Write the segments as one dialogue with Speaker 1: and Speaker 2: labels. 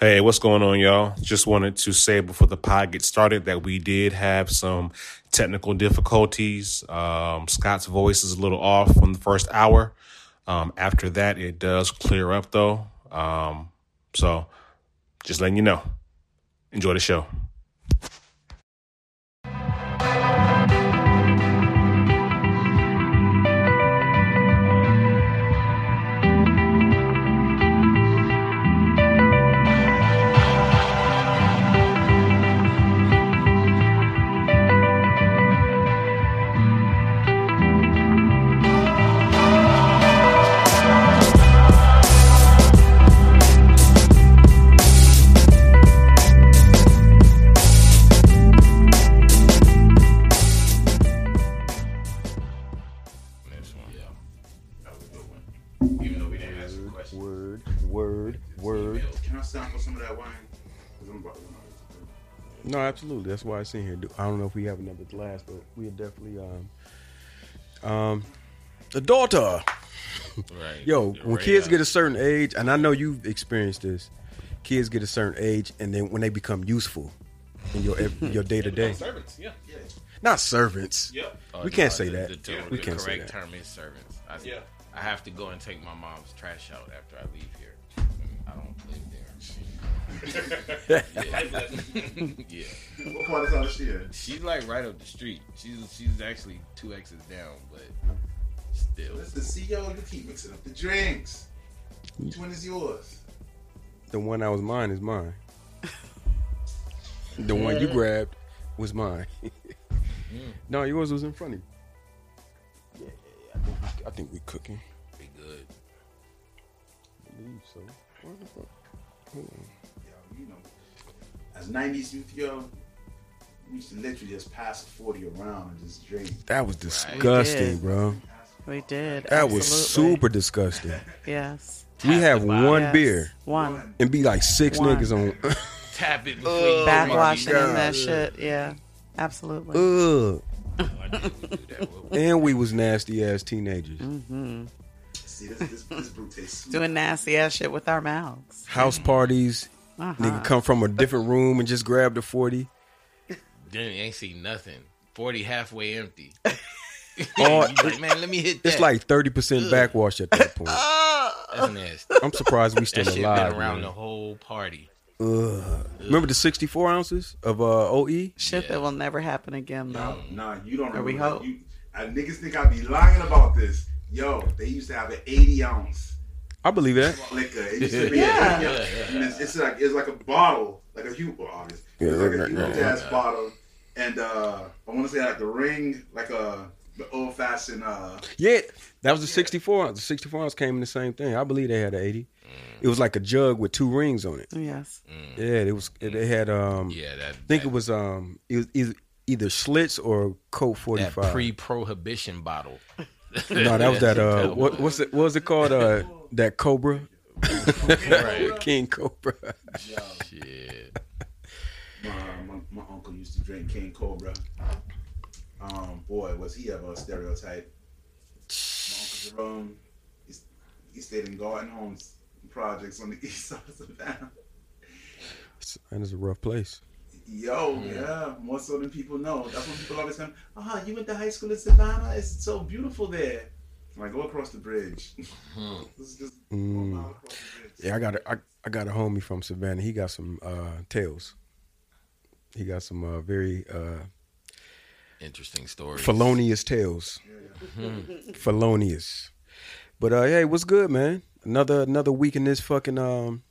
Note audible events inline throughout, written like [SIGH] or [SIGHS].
Speaker 1: Hey, what's going on, y'all? Just wanted to say before the pod gets started that we did have some technical difficulties. Um, Scott's voice is a little off from the first hour. Um, after that, it does clear up, though. Um, so just letting you know. Enjoy the show.
Speaker 2: Next one. Yeah. That was a good one. Even though we didn't ask the question.
Speaker 3: Word, word, word.
Speaker 2: Can I sample some of that wine? Cause I'm about to
Speaker 3: No, absolutely. That's why it's in here. Do- I don't know if we have another glass, but we are definitely um um the daughter.
Speaker 2: Right.
Speaker 3: Yo, when kids get a certain age, and I know you've experienced this, kids get a certain age, and then when they become useful in your ev- your day to
Speaker 2: [LAUGHS]
Speaker 3: day,
Speaker 2: servants. Yeah. Yeah.
Speaker 3: not servants.
Speaker 2: Yep.
Speaker 3: We can't say that.
Speaker 4: Uh, The, the,
Speaker 2: Yeah.
Speaker 3: We
Speaker 4: the
Speaker 3: can't say
Speaker 4: correct
Speaker 3: that.
Speaker 4: term is servants. I,
Speaker 2: Yeah.
Speaker 4: I have to go and take my mom's trash out after I leave here. I don't live there. [LAUGHS] yeah.
Speaker 2: What part is all she in?
Speaker 4: She's like right up the street. She's she's actually two X's down, but still.
Speaker 2: Listen, see y'all to keep mixing up the drinks. Which one is yours?
Speaker 3: The one that was mine is mine. the one you grabbed was mine. [LAUGHS] no, yours was in front of you. Mm. Yeah, yeah, yeah. I think, I think we cooking.
Speaker 4: Be good.
Speaker 3: believe so. Where the fuck-
Speaker 2: Yo, you know, as '90s youth, yo, we used to literally just pass a 40 around and just drink.
Speaker 3: That was disgusting,
Speaker 5: did.
Speaker 3: bro.
Speaker 5: We did.
Speaker 3: That was
Speaker 5: absolutely.
Speaker 3: super
Speaker 5: [LAUGHS]
Speaker 3: disgusting.
Speaker 5: Yes.
Speaker 3: We have one
Speaker 5: Yes.
Speaker 3: beer
Speaker 5: One.
Speaker 3: and be like six
Speaker 5: One.
Speaker 3: niggas
Speaker 5: [LAUGHS]
Speaker 3: on.
Speaker 4: Tap it before you
Speaker 5: Backwashing
Speaker 4: Mark,
Speaker 5: and that shit. Yeah. Absolutely.
Speaker 3: Ugh.
Speaker 4: Why did we do that? What-
Speaker 3: And we was nasty ass teenagers.
Speaker 5: Mm-hmm.
Speaker 2: See, this this, this brew tastes sweet.
Speaker 5: Doing nasty ass shit with our mouths.
Speaker 3: House parties.
Speaker 5: Uh-huh.
Speaker 3: Nigga come from a different room and just grab the 40.
Speaker 4: Then you ain't see nothing. Forty halfway
Speaker 3: [LAUGHS]
Speaker 4: empty.
Speaker 3: Oh,
Speaker 4: You like, man, let me hit that.
Speaker 3: It's like 30% backwash at
Speaker 5: [LAUGHS]
Speaker 3: that point.
Speaker 4: that's nasty.
Speaker 3: [LAUGHS] I'm surprised we
Speaker 4: [LAUGHS] That
Speaker 3: still
Speaker 4: shit been
Speaker 3: alive.
Speaker 4: around the
Speaker 3: man.
Speaker 4: whole party.
Speaker 3: Ugh. Remember the 64 ounces of uh, OE?
Speaker 5: Shit
Speaker 4: Yeah.
Speaker 5: that will never happen again,
Speaker 2: Nah,
Speaker 5: though.
Speaker 2: nah, you don't remember.
Speaker 5: Or we
Speaker 2: that.
Speaker 5: hope.
Speaker 2: You, uh, niggas think I be lying about this. Yo, they used to have an 80 ounce
Speaker 3: I believe that.
Speaker 2: liquor. uh, It used
Speaker 5: [LAUGHS]
Speaker 2: to be
Speaker 5: Yeah.
Speaker 2: an 80 ounce. and It's, it's like it's like a bottle, like a huge well, obviously.
Speaker 3: Yeah,
Speaker 2: it's like a
Speaker 3: right,
Speaker 2: huge
Speaker 3: right, right.
Speaker 2: ass bottle, and uh, I want to say like the ring, like a the old fashioned.
Speaker 5: [LAUGHS]
Speaker 2: Uh,
Speaker 3: Yeah, that was the 64 ounce. The 64 ounce came in the same thing. I believe they had an 80. It was like a jug with two rings on it.
Speaker 5: Yes.
Speaker 3: Yeah, it was. They had. Um,
Speaker 4: Mm. Yeah, that.
Speaker 3: I think
Speaker 4: that,
Speaker 3: it was. Um, it was either, either Schlitz or Coke 45.
Speaker 4: that pre-prohibition bottle.
Speaker 3: no,
Speaker 4: [LAUGHS]
Speaker 3: that was that. Uh, what, what's it? What was it called? Uh, that Cobra, [LAUGHS]
Speaker 4: Right.
Speaker 3: King Cobra.
Speaker 2: yo,
Speaker 4: Shit.
Speaker 2: my, my my uncle used to drink King Cobra. Um, boy, was he ever a stereotype? My uncle Jerome, he, he stayed in garden homes projects on the [LAUGHS] east side of Savannah.
Speaker 3: And it's a rough place.
Speaker 2: Yo, yeah. more so than people know. That's when people always come, ah, you went to high school in Savannah. It's so beautiful there. I'm like, go across the bridge. [LAUGHS] this is just go a mile across the bridge.
Speaker 3: Yeah, I got a, I, I got a homie from Savannah. He got some uh, tales. He got some uh, very uh,
Speaker 4: Interesting story.
Speaker 3: felonious tales.
Speaker 4: Mm-hmm.
Speaker 3: felonious. But uh, hey, what's good, man? Another another week in this fucking um,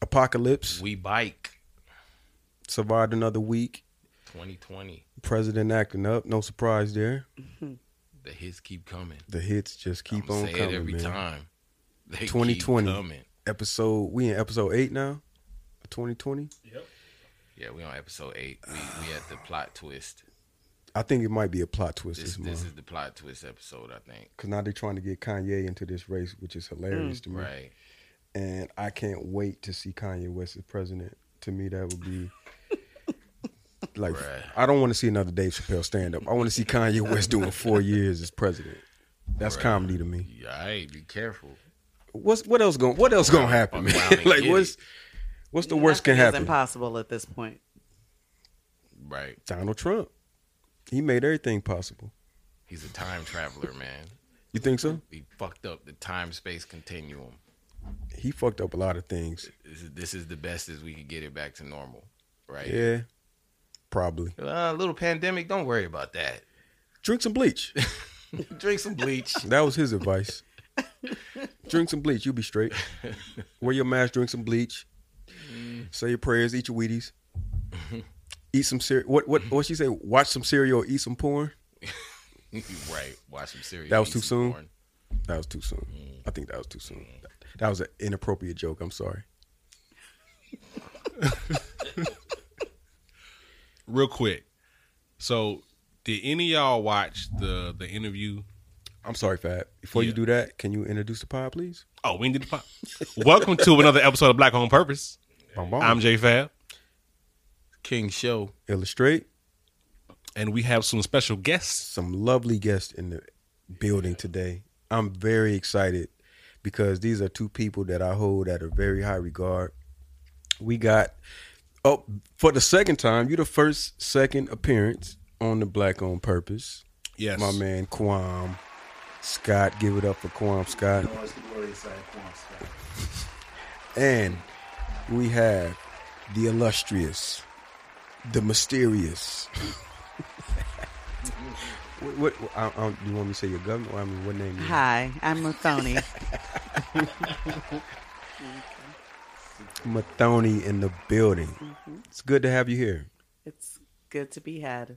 Speaker 3: apocalypse.
Speaker 4: We bike
Speaker 3: Survived another week.
Speaker 4: 2020.
Speaker 3: President acting up. No surprise there.
Speaker 4: The hits keep coming.
Speaker 3: The hits just keep
Speaker 4: I'ma
Speaker 3: on
Speaker 4: say
Speaker 3: coming,
Speaker 4: it every
Speaker 3: man.
Speaker 4: time. They
Speaker 3: 2020.
Speaker 4: Keep coming.
Speaker 3: Episode we in episode eight now. Twenty twenty.
Speaker 4: Yeah, we on episode eight. We we at the plot twist.
Speaker 3: I think it might be a plot twist
Speaker 4: This
Speaker 3: this,
Speaker 4: this is
Speaker 3: month
Speaker 4: the plot twist episode. I think.
Speaker 3: because now they're trying to get Kanye into this race, which is hilarious to me.
Speaker 4: Mm. Right.
Speaker 3: And I can't wait to see Kanye West as president. To me, that would
Speaker 4: [LAUGHS]
Speaker 3: be. Like
Speaker 4: Bruh.
Speaker 3: I don't want to see another Dave Chappelle stand up. I want to see Kanye West doing
Speaker 4: [LAUGHS]
Speaker 3: four years as president. That's
Speaker 4: Bruh.
Speaker 3: comedy to me.
Speaker 4: Yeah, all right, be careful.
Speaker 3: What's what else going? What else going to happen?
Speaker 4: I'm
Speaker 3: Man?
Speaker 4: wild
Speaker 3: [LAUGHS]
Speaker 4: and
Speaker 3: like
Speaker 4: giddy.
Speaker 3: what's What's the worst can
Speaker 5: It's
Speaker 3: happen?
Speaker 5: impossible at this point.
Speaker 4: Right.
Speaker 3: Donald Trump. He made everything possible.
Speaker 4: He's a time traveler, man.
Speaker 3: You think so?
Speaker 4: He fucked up the time space continuum.
Speaker 3: He fucked up a lot of things.
Speaker 4: This is, this is the best as we could get it back to normal. Right.
Speaker 3: Yeah, probably.
Speaker 4: Uh, little pandemic, don't worry about that. [LAUGHS]
Speaker 3: Drink some bleach.
Speaker 4: Drink some bleach.
Speaker 3: That was his advice. drink some bleach. You'll
Speaker 1: [LAUGHS]
Speaker 3: be straight. Wear your mask. Drink some bleach.
Speaker 1: Mm.
Speaker 3: Say your prayers. Eat your Wheaties. Eat some cereal. What what what she say? Watch some cereal. Eat some porn.
Speaker 4: [LAUGHS] right. Watch some serious.
Speaker 3: That was too soon? That was too soon.
Speaker 1: Mm.
Speaker 3: I think that was too soon. That was an inappropriate joke. I'm sorry.
Speaker 1: Real quick. So, did any of y'all watch the the interview?
Speaker 3: I'm sorry, Fab. Before you
Speaker 1: Yeah.
Speaker 3: do that, can you introduce the pod, please?
Speaker 1: Oh, we need to pop. Welcome to another episode of Black on Purpose.
Speaker 3: Bom, bom.
Speaker 1: I'm J Fab,
Speaker 4: King show.
Speaker 3: Illustrate
Speaker 1: and we have some special guests.
Speaker 3: some lovely guests in the building today. I'm very excited because these are two people that I hold at a very high regard. We got oh for the second time, you're the first second appearance on the Black on Purpose.
Speaker 1: Yes,
Speaker 3: My man Quam Scott, give it up for Quam Scott.
Speaker 2: No, it's the glorious side of Quan Scott.
Speaker 3: And we have the illustrious, the mysterious. what, [LAUGHS] what, what- I, I, you want me to say your government? Or I mean, what name? You
Speaker 5: Hi, I'm
Speaker 3: [LAUGHS]
Speaker 5: Muthoni.
Speaker 3: Mathoni in the building. It's good to have you here.
Speaker 5: it's good to be had.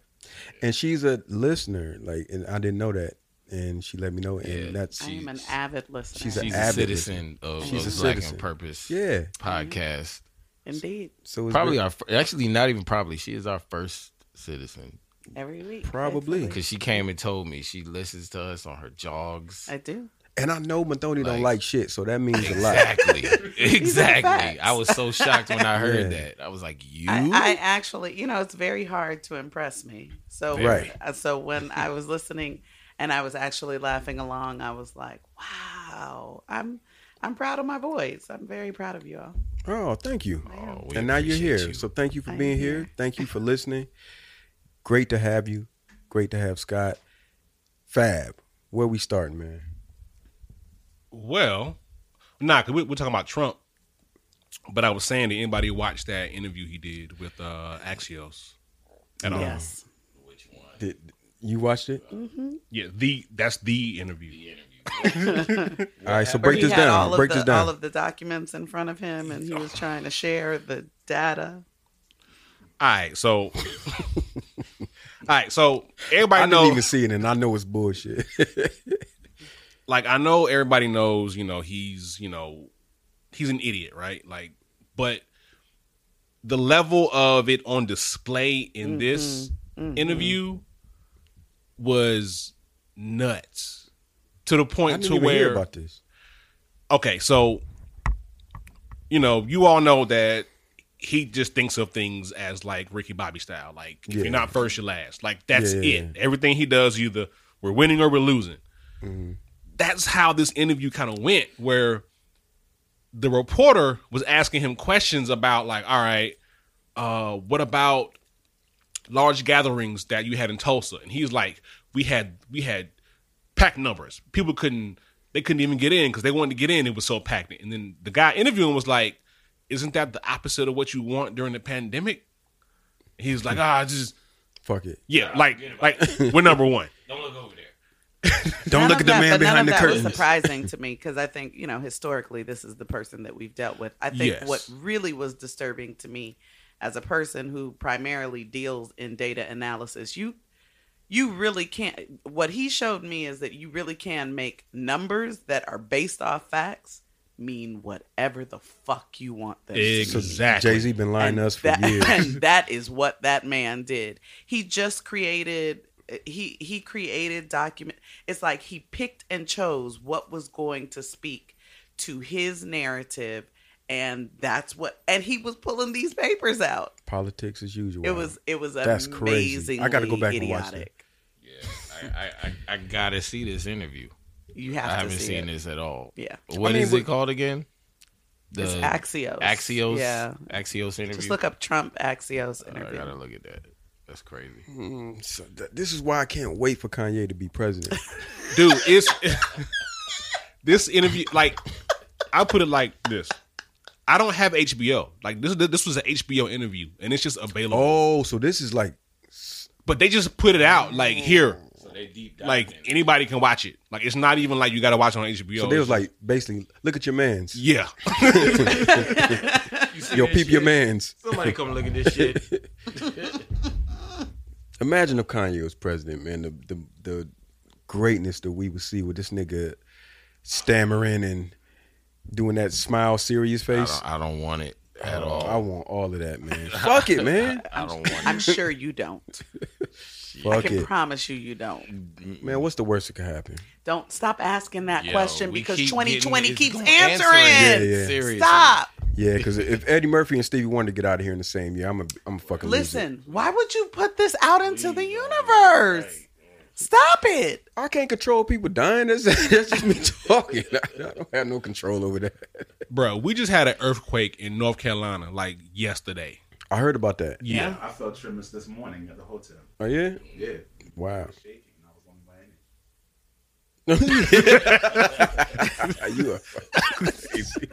Speaker 3: And she's a listener, like, and I didn't know that, and she let me know, and
Speaker 4: Yeah.
Speaker 3: that's
Speaker 5: I am an
Speaker 4: She's-
Speaker 5: avid listener.
Speaker 3: she's
Speaker 4: She's a
Speaker 3: avid
Speaker 4: citizen of,
Speaker 5: She's
Speaker 4: of
Speaker 5: a
Speaker 4: Black
Speaker 3: citizen.
Speaker 4: and Purpose
Speaker 3: yeah.
Speaker 4: podcast.
Speaker 5: Indeed,
Speaker 3: So it's
Speaker 4: Probably
Speaker 3: good.
Speaker 4: our fir- actually not even probably. She is our first citizen
Speaker 5: every week.
Speaker 3: Probably.
Speaker 5: thankfully.
Speaker 4: because she came and told me she listens to us on her jogs.
Speaker 5: I do.
Speaker 3: and I know Mathoni don't
Speaker 4: Like-
Speaker 3: like shit, so that means a
Speaker 4: [LAUGHS]
Speaker 3: lot. [LAUGHS]
Speaker 4: Exactly. exactly.
Speaker 5: facts.
Speaker 4: I was so shocked when I heard
Speaker 3: Yeah.
Speaker 4: that. I was like, "You?
Speaker 5: I, I actually, you know, it's very hard to impress me. So
Speaker 3: Right.
Speaker 5: uh, so when I was listening and I was actually laughing along, I was like, "Wow, I'm I'm proud of my boys. I'm very proud of you all."
Speaker 3: Oh, thank you.
Speaker 4: Oh, we
Speaker 3: and now you're
Speaker 4: appreciate
Speaker 3: here.
Speaker 4: you.
Speaker 3: So thank you for
Speaker 5: I am
Speaker 3: being here.
Speaker 5: here.
Speaker 3: Thank you for listening. Great to have you. Great to have Scott. Fab. Where we starting, man?
Speaker 1: Well, nah, cause we, we're talking about Trump. But I was saying, did anybody watch that interview he did with uh, Axios? At all?
Speaker 5: Yes.
Speaker 3: Did you watched it?
Speaker 1: Yeah, the that's the interview.
Speaker 3: All right, so
Speaker 5: Where
Speaker 3: break
Speaker 5: he
Speaker 3: this
Speaker 5: had all
Speaker 3: down.
Speaker 5: of
Speaker 3: Break
Speaker 5: the,
Speaker 3: this down.
Speaker 5: All of the documents in front of him, and he was trying to share the data.
Speaker 1: All right, so [LAUGHS] all right, so
Speaker 3: I
Speaker 1: everybody
Speaker 3: didn't even
Speaker 1: knows.
Speaker 3: see it, and I know it's bullshit.
Speaker 1: Like I know everybody knows. You know he's you know he's an idiot, right? Like, but the level of it on display in this interview was nuts to the
Speaker 3: [LAUGHS] I
Speaker 1: point
Speaker 3: didn't
Speaker 1: to
Speaker 3: even hear
Speaker 1: where
Speaker 3: about this.
Speaker 1: okay, so you know, you all know that he just thinks of things as like Ricky Bobby style. Like if
Speaker 3: Yeah.
Speaker 1: you're not first, you're last. Like that's
Speaker 3: Yeah,
Speaker 1: it.
Speaker 3: yeah,
Speaker 1: Everything he does, either we're winning or we're losing.
Speaker 3: Mm-hmm.
Speaker 1: That's how this interview kind of went, where the reporter was asking him questions about like, all right, uh, what about large gatherings that you had in Tulsa? And he's like, we had we had packed numbers. People couldn't they couldn't even get in because they wanted to get in. It was so packed. And then the guy interviewing was like, "Isn't that the opposite of what you want during the pandemic?" He was like, "Ah, just
Speaker 3: Fuck it.
Speaker 1: yeah, like like we're number one."
Speaker 4: Don't look over there.
Speaker 3: Don't
Speaker 5: None
Speaker 3: look
Speaker 5: of
Speaker 3: at the
Speaker 5: that-
Speaker 3: man
Speaker 5: but none
Speaker 3: behind the
Speaker 5: of that
Speaker 3: curtain.
Speaker 5: Was surprising to me because I think you know historically this is the person that we've dealt with. I think
Speaker 1: Yes.
Speaker 5: what really was disturbing to me as a person who primarily deals in data analysis, you you really can't. What he showed me is that you really can make numbers that are based off facts mean whatever the fuck you want them. to mean.
Speaker 1: Exactly.
Speaker 3: Jay Z been lying to us for
Speaker 5: that,
Speaker 3: years.
Speaker 5: [LAUGHS] and that is what that man did. He just created he he created document. It's like he picked and chose what was going to speak to his narrative, and that's what. And he was pulling these papers out.
Speaker 3: Politics as usual.
Speaker 5: It was it was
Speaker 3: That's
Speaker 5: amazing.
Speaker 3: crazy. I gotta go back and watch that.
Speaker 4: Yeah, I, I, I, I gotta see this interview.
Speaker 5: You have
Speaker 4: I
Speaker 5: to
Speaker 4: haven't
Speaker 5: see
Speaker 4: seen
Speaker 5: it.
Speaker 4: this at all.
Speaker 5: Yeah.
Speaker 4: What is
Speaker 3: mean, we-
Speaker 4: it called again? The
Speaker 5: it's Axios.
Speaker 4: Axios.
Speaker 5: Yeah.
Speaker 4: Axios interview.
Speaker 5: Just look up Trump Axios
Speaker 4: Uh, I
Speaker 5: interview.
Speaker 4: gotta look at that. That's crazy.
Speaker 3: Mm, so th- this is why I can't wait for Kanye to be president.
Speaker 1: dude. It's [LAUGHS] this interview. Like, I put it like this: I don't have HBO. Like this, this was an HBO interview, and it's just available.
Speaker 3: [LAUGHS] oh, so this is like
Speaker 1: But they just put it out like here,
Speaker 4: So they deep
Speaker 3: Mm.
Speaker 4: dive.
Speaker 1: like anybody can watch it. Like it's not even like you got to watch it on HBO.
Speaker 3: so. They was like basically, look at your man's.
Speaker 1: yeah,
Speaker 3: Yo, peep your man's.
Speaker 4: Somebody come look at [LAUGHS] this shit.
Speaker 3: Imagine if Kanye was president, man. The the the greatness that we would see with this nigga stammering and doing that smile serious
Speaker 4: I
Speaker 3: face.
Speaker 4: don't, I don't want it at all.
Speaker 3: I want all of that, man.
Speaker 4: [LAUGHS]
Speaker 3: Fuck it, man.
Speaker 4: I don't want
Speaker 5: I'm sure you don't. I
Speaker 3: Fuck
Speaker 5: can
Speaker 3: it,
Speaker 5: promise you, you don't.
Speaker 3: man. What's the worst that could happen?
Speaker 5: Don't stop asking that
Speaker 4: Yo,
Speaker 5: question
Speaker 4: we
Speaker 5: because
Speaker 4: keep
Speaker 5: 2020
Speaker 4: getting-
Speaker 5: keeps
Speaker 4: it's
Speaker 5: answering.
Speaker 4: answering.
Speaker 3: Yeah, yeah.
Speaker 4: Seriously.
Speaker 5: Stop.
Speaker 3: Yeah, because if Eddie Murphy and Stevie Wonder get out of here in the same year, I'm a I'm a fucking loser.
Speaker 5: Listen, why would you put this out into the universe? Stop it.
Speaker 3: I can't control people dying. That's, [LAUGHS] that's just me talking. [LAUGHS] I, I don't have no control over that.
Speaker 1: bro. We just had an earthquake in North Carolina like yesterday.
Speaker 3: I heard about that.
Speaker 1: Yeah,
Speaker 2: I felt tremors this morning at the hotel.
Speaker 3: Oh yeah,
Speaker 2: Yeah,
Speaker 3: wow.
Speaker 2: shaking. I was on the way in.
Speaker 3: you are fucking crazy.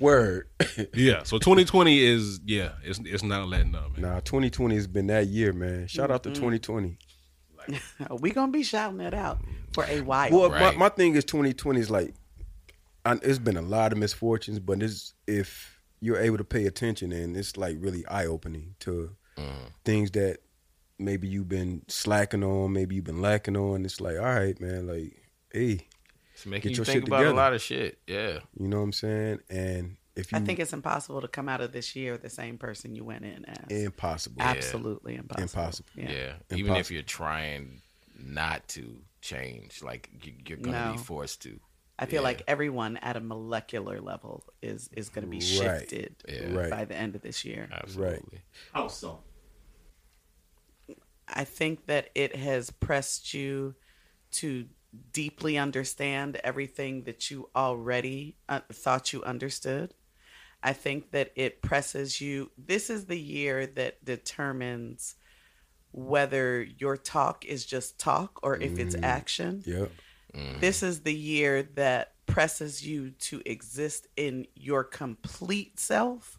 Speaker 3: Word.
Speaker 1: yeah. So 2020 is yeah, it's it's not letting up. Man.
Speaker 3: Nah, 2020 has been that year, man. Shout out to 2020.
Speaker 5: we going to be shouting it out for a while.
Speaker 3: Well,
Speaker 4: Right.
Speaker 3: my, my thing is 2020 is like, I, it's been a lot of misfortunes, but it's, if you're able to pay attention and it's like really eye opening to
Speaker 4: Mm.
Speaker 3: things that maybe you've been slacking on, maybe you've been lacking on. It's like, all right, man, like, hey,
Speaker 4: It's making
Speaker 3: Get
Speaker 4: you
Speaker 3: your
Speaker 4: think
Speaker 3: shit
Speaker 4: about a
Speaker 3: together.
Speaker 4: lot of shit. Yeah.
Speaker 3: you know what I'm saying? And if you,
Speaker 5: I think it's impossible to come out of this year the same person you went in as.
Speaker 3: impossible.
Speaker 5: Absolutely impossible.
Speaker 3: Impossible.
Speaker 4: Yeah.
Speaker 5: Yeah.
Speaker 4: Even if
Speaker 3: Impossible.
Speaker 4: you're trying not to change, like you- you're gonna be
Speaker 5: No.
Speaker 4: forced to.
Speaker 5: I feel
Speaker 4: Yeah.
Speaker 5: like everyone at a molecular level is is going to be
Speaker 3: Right.
Speaker 5: shifted
Speaker 4: Yeah.
Speaker 3: Right.
Speaker 5: by the end of this year.
Speaker 4: Absolutely.
Speaker 2: How Oh, so?
Speaker 5: I think that it has pressed you to deeply understand everything that you already uh, thought you understood. I think that it presses you. This is the year that determines whether your talk is just talk or if it's
Speaker 3: Mm.
Speaker 5: action.
Speaker 3: Yep.
Speaker 5: This is the year that presses you to exist in your complete self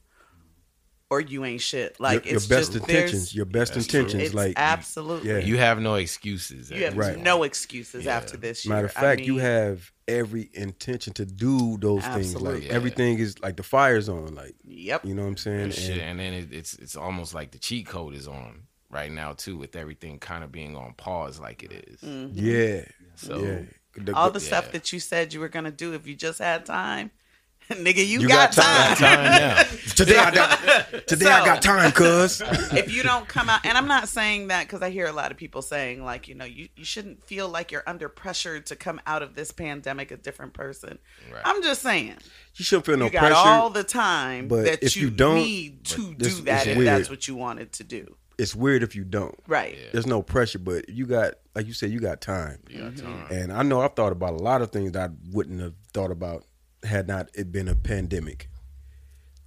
Speaker 5: or you ain't shit. Like
Speaker 3: your, your
Speaker 5: it's
Speaker 3: best
Speaker 5: just, there's-
Speaker 3: intentions, your best
Speaker 4: That's true.
Speaker 3: intentions,
Speaker 5: it's
Speaker 3: like
Speaker 5: absolutely
Speaker 3: Yeah.
Speaker 4: You have no excuses.
Speaker 5: you have
Speaker 3: Right.
Speaker 5: no excuses
Speaker 4: Yeah.
Speaker 5: after this year.
Speaker 3: Matter of
Speaker 5: I
Speaker 3: fact, you
Speaker 5: mean,
Speaker 3: have every intention to do those things. Like
Speaker 5: Absolutely.
Speaker 3: everything is like the fire's on. Like
Speaker 5: Yep.
Speaker 3: you know what I'm saying?
Speaker 4: and, shit.
Speaker 3: And
Speaker 4: and then it, it's it's almost like the cheat code is on right now too, with everything kind of being on pause like it is.
Speaker 5: Mhm.
Speaker 3: yeah,
Speaker 4: So
Speaker 3: yeah. The-
Speaker 5: All the
Speaker 4: Yeah.
Speaker 5: stuff that you said you were gonna do if you just had time, [LAUGHS] nigga, you,
Speaker 3: You
Speaker 5: got,
Speaker 3: got
Speaker 5: time.
Speaker 4: Time now.
Speaker 3: [LAUGHS] today I
Speaker 5: [LAUGHS]
Speaker 3: got today I
Speaker 5: So-
Speaker 3: got time, cuz.
Speaker 5: [LAUGHS] if you don't come out, and I'm not saying that because I hear a lot of people saying like, you know, you you shouldn't feel like you're under pressure to come out of this pandemic a different person.
Speaker 4: Right.
Speaker 5: I'm just saying
Speaker 3: You shouldn't feel no
Speaker 5: you got
Speaker 3: pressure.
Speaker 5: all the time
Speaker 3: but
Speaker 5: that
Speaker 3: if
Speaker 5: you,
Speaker 3: you don't-
Speaker 5: need to
Speaker 3: this
Speaker 5: do that
Speaker 3: is
Speaker 5: if
Speaker 3: weird.
Speaker 5: that's what you wanted to do.
Speaker 3: it's weird if you don't.
Speaker 5: Right.
Speaker 4: Yeah.
Speaker 3: There's no pressure, but you got like you said, you got time.
Speaker 4: You got time.
Speaker 3: And I know I've thought about a lot of things that I wouldn't have thought about had not it been a pandemic.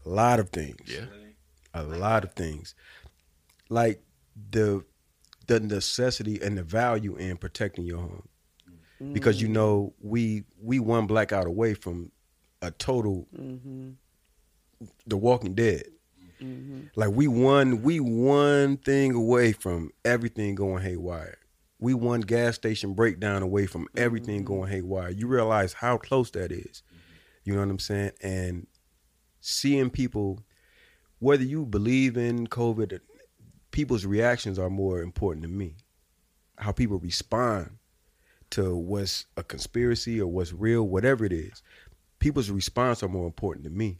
Speaker 3: A lot of things.
Speaker 4: Yeah.
Speaker 3: a lot of things like the the necessity and the value in protecting your home because you know we we one blackout away from a total
Speaker 5: Mm-hmm.
Speaker 3: the walking dead
Speaker 5: Mm-hmm.
Speaker 3: like we one we one thing away from everything going haywire we one gas station breakdown away from everything
Speaker 5: Mm-hmm.
Speaker 3: going haywire you realize how close that is. you know what i'm saying and seeing people whether you believe in covid or- people's reactions are more important to me how people respond to what's a conspiracy or what's real whatever it is people's response are more important to me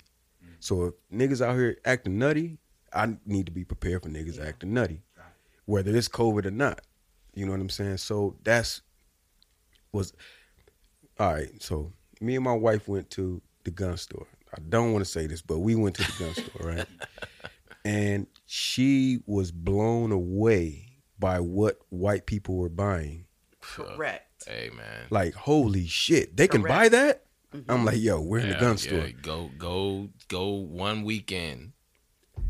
Speaker 3: so if niggas out here acting nutty, I need to be prepared for niggas acting nutty, whether it's COVID or not. You know what I'm saying? So that's was all right. So me and my wife went to the gun store. I don't want to say this, but we went to the gun store, right? And she was blown away by what white people were buying.
Speaker 4: Fuck.
Speaker 5: Correct.
Speaker 4: Hey man.
Speaker 3: Like, holy shit, they can
Speaker 5: Correct.
Speaker 3: buy that? I'm like, yo, we're in the
Speaker 4: Yeah,
Speaker 3: gun
Speaker 4: yeah,
Speaker 3: store.
Speaker 4: Go go go one weekend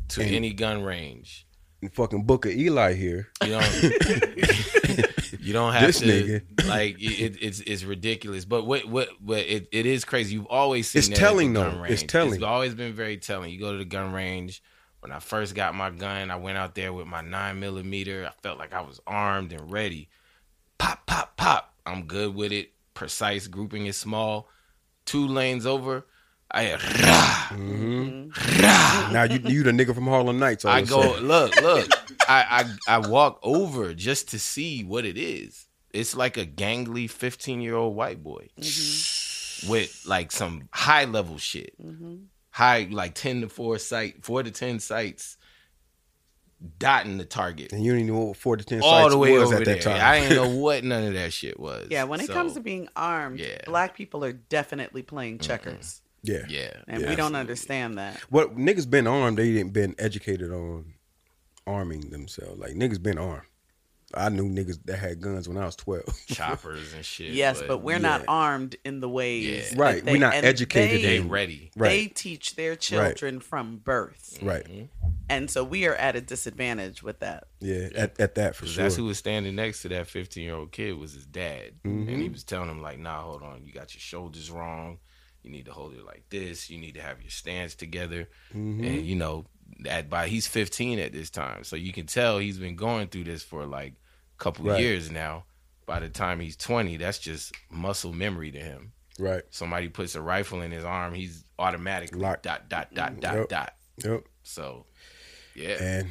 Speaker 4: to
Speaker 3: And-
Speaker 4: any gun range.
Speaker 3: And fucking Booker Eli here. [LAUGHS]
Speaker 4: You don't you don't have
Speaker 3: This
Speaker 4: to like it, it's it's ridiculous. But what what but it, it is crazy. You've always seen
Speaker 3: It's
Speaker 4: that at
Speaker 3: telling,
Speaker 4: the gun
Speaker 3: though. It's
Speaker 4: range.
Speaker 3: telling.
Speaker 4: It's always been very telling. You go to the gun range. When I first got my gun, I went out there with my nine millimeter. I felt like I was armed and ready. Pop pop pop. I'm good with it. Precise grouping is small. Two lanes over, I hear,
Speaker 3: hmm
Speaker 5: Mhm.
Speaker 3: Now you you the nigga from Harlem Nights. all
Speaker 4: I
Speaker 3: of a
Speaker 4: go
Speaker 3: sudden.
Speaker 4: look,
Speaker 3: [LAUGHS]
Speaker 4: look. I, I I walk over just to see what it is. It's like a gangly fifteen year old white boy
Speaker 5: Mm-hmm.
Speaker 4: with like some high level shit,
Speaker 5: Mhm.
Speaker 4: high like ten to four sight, four to ten sights, dotting the target
Speaker 3: And you didn't even know what four to ten
Speaker 4: all
Speaker 3: sites
Speaker 4: the way
Speaker 3: was
Speaker 4: over
Speaker 3: at
Speaker 4: there.
Speaker 3: that time.
Speaker 4: I didn't know what none of that shit was.
Speaker 5: Yeah, when it
Speaker 4: So,
Speaker 5: comes to being armed,
Speaker 4: yeah. Mm-hmm.
Speaker 5: black people are definitely playing checkers.
Speaker 3: yeah.
Speaker 4: yeah,
Speaker 5: And we don't understand that.
Speaker 3: What niggas been armed? They didn't been educated on arming themselves. Like niggas been armed. I knew niggas that had guns when I was twelve. [LAUGHS]
Speaker 4: choppers and shit.
Speaker 5: yes, but, we're not
Speaker 3: yeah.
Speaker 5: armed in the ways.
Speaker 4: Yeah.
Speaker 5: that
Speaker 3: Right,
Speaker 5: they-
Speaker 3: we're not
Speaker 5: and
Speaker 3: educated
Speaker 5: They,
Speaker 4: they
Speaker 3: in-
Speaker 4: ready.
Speaker 5: they
Speaker 3: right.
Speaker 5: teach their children from birth.
Speaker 3: right.
Speaker 4: Mhm.
Speaker 5: And so we are at a disadvantage with that.
Speaker 3: Yeah. At, at that for
Speaker 4: 'Cause
Speaker 3: sure.
Speaker 4: That's who was standing next to that 15 year old kid was his dad, and he
Speaker 3: Mhm.
Speaker 4: was telling him like, "Nah, hold on, you got your shoulders wrong. You need to hold it like this. You need to have your stance together."
Speaker 3: Mhm.
Speaker 4: And you know, at by he's 15 at this time, so you can tell he's been going through this for like a couple
Speaker 3: Right.
Speaker 4: years now. By the time he's 20, that's just muscle memory to him.
Speaker 3: Right.
Speaker 4: Somebody puts a rifle in his arm, he's automatically
Speaker 3: Locked. Mm-hmm.
Speaker 4: dot dot dot dot
Speaker 3: Yep.
Speaker 4: dot.
Speaker 3: Yep.
Speaker 4: So, yeah,
Speaker 3: And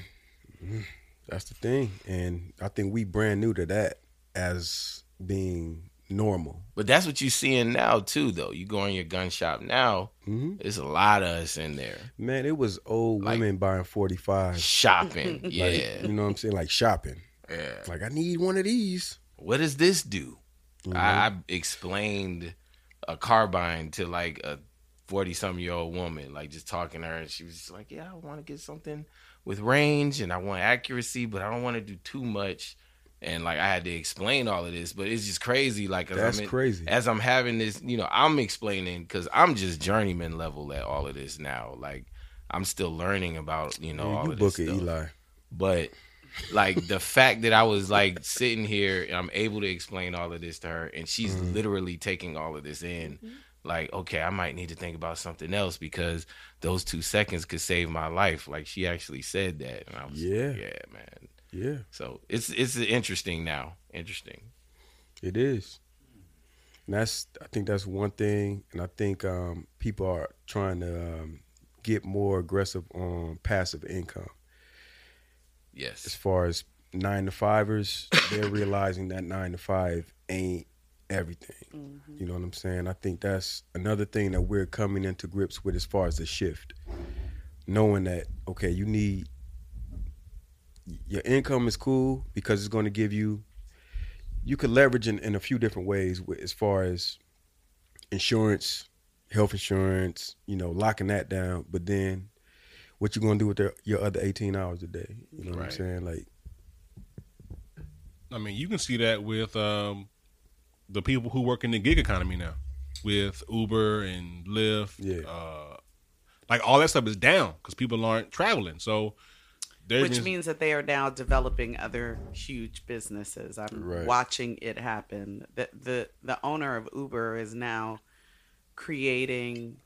Speaker 3: mm, that's the thing. And I think we brand new to that as being normal.
Speaker 4: but that's what you're seeing now too, though. You go in your gun shop now.
Speaker 3: hmm
Speaker 4: It's a lot of us in there
Speaker 3: Man, it was old
Speaker 4: Like-
Speaker 3: women buying 45.
Speaker 4: shopping.
Speaker 3: [LAUGHS]
Speaker 4: Yeah.
Speaker 3: Like, you know what I'm saying? Like shopping.
Speaker 4: yeah.
Speaker 3: Like, I need one of these.
Speaker 4: What does this do?
Speaker 3: You know?
Speaker 4: I, I explained a carbine to like a 40 some year old woman, like just talking to her. And she was just like, Yeah, I want to get something with range and I want accuracy, but I don't want to do too much. And like I had to explain all of this, but it's just crazy. Like, as
Speaker 3: that's
Speaker 4: I'm in-
Speaker 3: crazy.
Speaker 4: as I'm having this, you know, I'm explaining because I'm just journeyman level at all of this now. Like, I'm still learning about, you know,
Speaker 3: You-
Speaker 4: all
Speaker 3: you
Speaker 4: of
Speaker 3: book
Speaker 4: this
Speaker 3: it,
Speaker 4: stuff.
Speaker 3: Eli.
Speaker 4: but like the fact that I was like sitting here and I'm able to explain all of this to her and she's
Speaker 3: Mhm.
Speaker 4: literally taking all of this in
Speaker 5: Mm-hmm.
Speaker 4: like okay I might need to think about something else because those 2 seconds could save my life like she actually said that and I was yeah,
Speaker 3: Yeah.
Speaker 4: yeah man
Speaker 3: Yeah,
Speaker 4: so it's it's interesting now interesting
Speaker 3: it is. And that's, I think that's one thing. And I think um, people are trying to um, get more aggressive on passive income. as
Speaker 4: yes
Speaker 3: far as nine to fivers, they're [LAUGHS] realizing that nine to five ain't everything. You know what I'm saying? I think that's another thing that we're coming into grips with as far as the shift. Knowing that, okay, you need your income is cool because it's going to give you, you could leverage in, in a few different ways with, as far as insurance, health insurance, you know, locking that down. But then what you going to do with the, your other 18 hours a day? You know what I'm
Speaker 4: Right.
Speaker 3: saying? Like,
Speaker 1: I mean, you can see that with um, the people who work in the gig economy now, with Uber and Lyft.
Speaker 3: Yeah.
Speaker 1: Uh, like all that stuff is down because people aren't traveling. So there's
Speaker 5: Which means that they are now developing other huge businesses. I'm
Speaker 3: Right.
Speaker 5: watching it happen. The, the the owner of Uber is now creating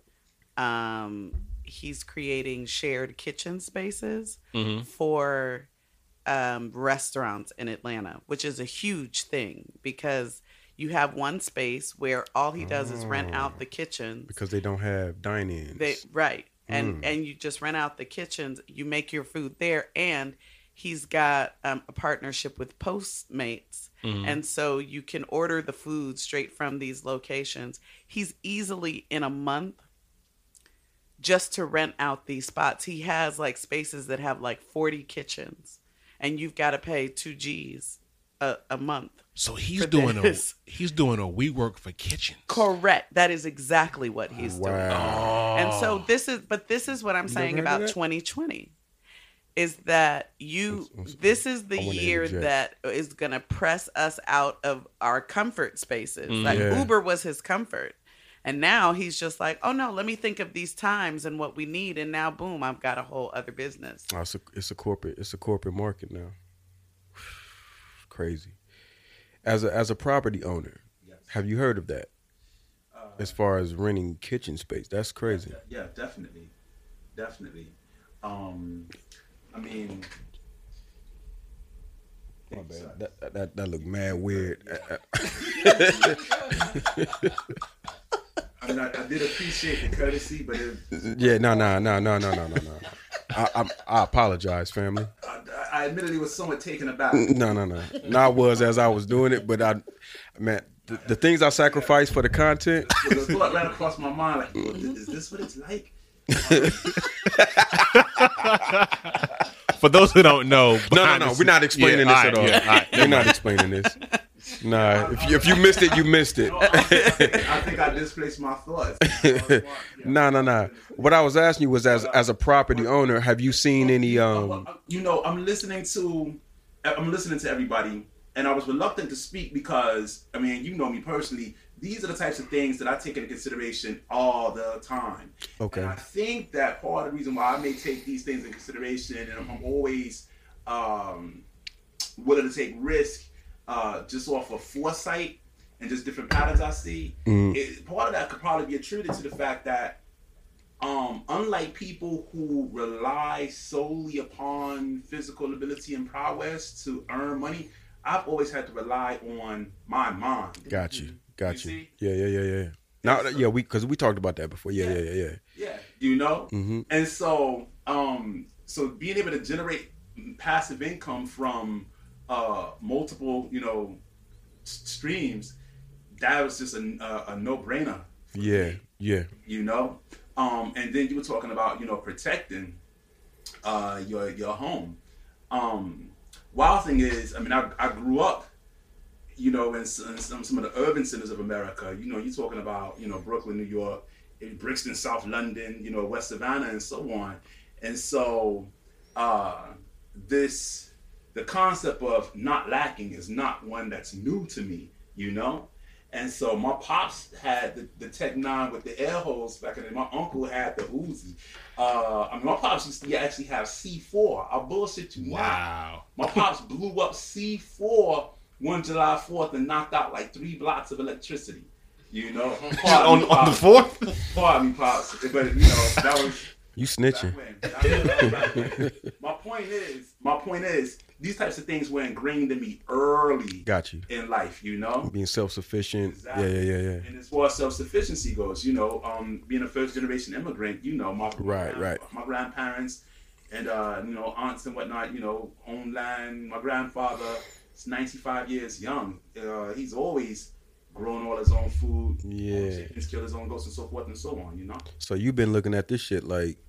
Speaker 5: um he's creating shared kitchen spaces
Speaker 1: Mhm.
Speaker 5: for um restaurants in Atlanta, which is a huge thing because you have one space where all he does is rent out the kitchens
Speaker 3: because they don't have dine-ins.
Speaker 5: They right. And
Speaker 3: Mm.
Speaker 5: and you just rent out the kitchens, you make your food there and he's got um, a partnership with Postmates
Speaker 3: Mm-hmm.
Speaker 1: Mhm.
Speaker 5: and so you can order the food straight from these locations. He's easily in a month just to rent out these spots. He has like spaces that have like 40 kitchens and you've got to pay 2 Gs a, a month.
Speaker 1: so he's
Speaker 5: for
Speaker 1: doing a
Speaker 5: this.
Speaker 1: he's doing a we work for kitchens.
Speaker 5: Correct. That is exactly what he's doing.
Speaker 3: wow.
Speaker 1: Oh.
Speaker 5: And
Speaker 3: Oh.
Speaker 5: so this is, but this is what I'm saying
Speaker 3: heard of
Speaker 5: about
Speaker 3: that?
Speaker 5: 2020 is that you,
Speaker 3: I'm s-
Speaker 5: this is the
Speaker 3: I wanna
Speaker 5: year
Speaker 3: interject.
Speaker 5: that is going to press us out of our comfort spaces.
Speaker 1: Mm.
Speaker 5: Like
Speaker 3: Yeah.
Speaker 5: Uber was his comfort. And now he's just like, oh no, let me think of these times and what we need. And now, boom, I've got a whole other business.
Speaker 3: Oh, it's a it's a corporate it's a corporate market now. [SIGHS] Crazy. As a as a property owner,
Speaker 2: Yes.
Speaker 3: have you heard of that?
Speaker 2: Uh,
Speaker 3: As far as renting kitchen space, that's crazy.
Speaker 2: Yeah, definitely, definitely. Um, I mean,
Speaker 3: My bad. That that- that, that looked mad weird. Uh, I- I-
Speaker 2: I mean, I, I did appreciate the courtesy, but it,
Speaker 3: [LAUGHS] yeah, no, no, no, no, no, no, no, no. I, I'm, I apologize, family.
Speaker 2: I, I admittedly was somewhat taken aback.
Speaker 3: No, no, no. No, I was as I was doing it, but I, man, the, the things I sacrificed for the content.
Speaker 2: The thought ran across my mind, like, "Well, is this what it's like?
Speaker 1: [LAUGHS] For those who don't know,
Speaker 3: No, no,
Speaker 1: behind
Speaker 3: no.
Speaker 1: the
Speaker 3: We're not
Speaker 1: scenes-
Speaker 3: explaining
Speaker 1: Yeah,
Speaker 3: this at all.
Speaker 1: alright, yeah, alright.
Speaker 3: we're not explaining this. Nah, if you, if you missed it, you missed it.
Speaker 2: No, [LAUGHS] I, think- I think I displaced my thoughts.
Speaker 3: [LAUGHS] No, no, no. What I was asking you was, as as a property owner, have you seen any? Um,
Speaker 2: you know, I'm listening to, I'm listening to everybody, and I was reluctant to speak because, I mean, you know me personally. These are the types of things that I take into consideration all the time.
Speaker 3: Okay.
Speaker 2: And I think that part of the reason why I may take these things in consideration, and I'm, I'm always um, willing to take risk, uh, just off of foresight and just different patterns I see. It, part of that could probably be attributed to the fact that um, unlike people who rely solely upon physical ability and prowess to earn money, I've always had to rely on my mind.
Speaker 3: got you, got
Speaker 2: You
Speaker 3: you.
Speaker 2: see?
Speaker 3: Yeah, yeah, yeah, yeah. Now, yeah, we because we talked about that before. Yeah, yeah, yeah, yeah.
Speaker 2: Yeah, you know.
Speaker 3: Mhm.
Speaker 2: And so, um, so being able to generate passive income from uh, multiple, you know, s- streams, that was just a, a, a no-brainer
Speaker 3: Yeah, yeah.
Speaker 2: you know um and then you were talking about you know protecting uh your your home um wild thing is i mean i, I grew up you know in, s- in some, some of the urban centers of america you know you're talking about you know brooklyn new york in brixton south london you know west savannah and so on and so uh this the concept of not lacking is not one that's new to me, you know? And so my pops had the, the Tech Nine with the air holes back in the My uncle had the Uzi. Uh, I mean, my pops used to actually have C4. I bullshit you not.
Speaker 1: Wow.
Speaker 2: My pops blew up C4 one July 4th and knocked out like three blocks of electricity. You know? Pardon
Speaker 1: [LAUGHS] On,
Speaker 2: me,
Speaker 1: on the
Speaker 2: Pops.
Speaker 1: fourth?
Speaker 2: Pardon me, pops. But, you know, that was
Speaker 3: You snitching?
Speaker 2: back when. Back when. my point is, my point is, these types of things were ingrained in me early
Speaker 3: Got you.
Speaker 2: in life. You know,
Speaker 3: Being self sufficient. Yeah, yeah, yeah, yeah.
Speaker 2: and as far as self sufficiency goes, you know, um, being a first generation immigrant, you know, my
Speaker 3: Right,
Speaker 2: my,
Speaker 3: right.
Speaker 2: my grandparents and uh, you know aunts and whatnot, you know, own land. My grandfather is ninety five years young. Uh, he's always grown all his own food. own
Speaker 3: Yeah.
Speaker 2: chickens, killed his own goats and so forth and so on. You know,
Speaker 3: So you've been looking at this shit like,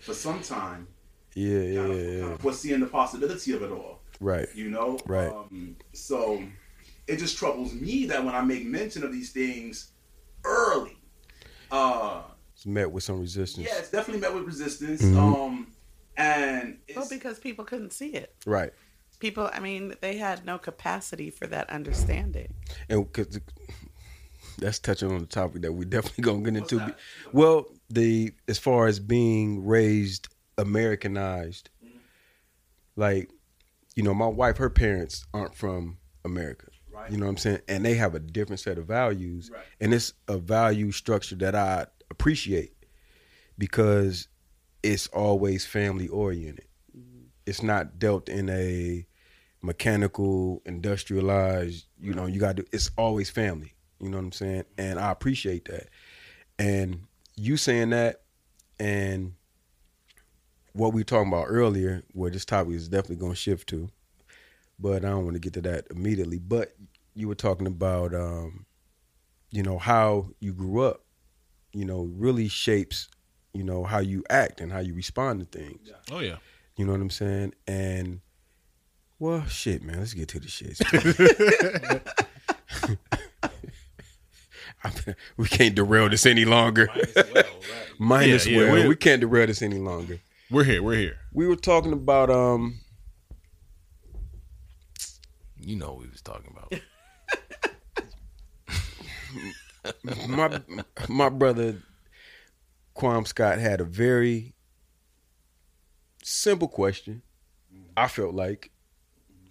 Speaker 2: for some time,
Speaker 3: yeah, yeah,
Speaker 2: kind of-
Speaker 3: yeah,
Speaker 2: kind
Speaker 3: yeah.
Speaker 2: of foreseeing the possibility of it all.
Speaker 3: right.
Speaker 2: you know
Speaker 3: Right.
Speaker 2: um, so it just troubles me that when i make mention of these things early uh
Speaker 3: It's met with some resistance.
Speaker 2: yeah it's definitely met with resistance
Speaker 3: Mhm.
Speaker 2: um and it's,
Speaker 5: Well, because people couldn't see it.
Speaker 3: Right.
Speaker 5: People, I mean, they had no capacity for that understanding.
Speaker 3: and because that's touching on the topic that we definitely gonna get
Speaker 2: What's
Speaker 3: into.
Speaker 2: that?
Speaker 3: Well, the as far as being raised Americanized, like you know, my wife, her parents aren't from America.
Speaker 2: Right.
Speaker 3: You know what I'm saying? And they have a different set of values,
Speaker 2: Right.
Speaker 3: and it's a value structure that I appreciate because it's always family oriented. It's not dealt in a mechanical, industrialized, you know, you got to, it's always family. You know what I'm saying? And I appreciate that. And you saying that and what we were talking about earlier, where this topic is definitely going to shift to, but I don't want to get to that immediately. But you were talking about, um, you know, how you grew up, you know, really shapes, you know, how you act and how you respond to things.
Speaker 1: Oh yeah.
Speaker 3: You know what I'm saying? And well, shit, man, let's get to the shit. [LAUGHS] I- we can't derail this any longer. [LAUGHS] Minus
Speaker 1: Yeah, yeah,
Speaker 3: well,
Speaker 1: we're-
Speaker 3: we can't derail this any longer.
Speaker 1: We're here. We're here.
Speaker 3: We were talking about um
Speaker 4: You know what we was talking about.
Speaker 3: my my brother Quam Scott had a very simple question. I felt like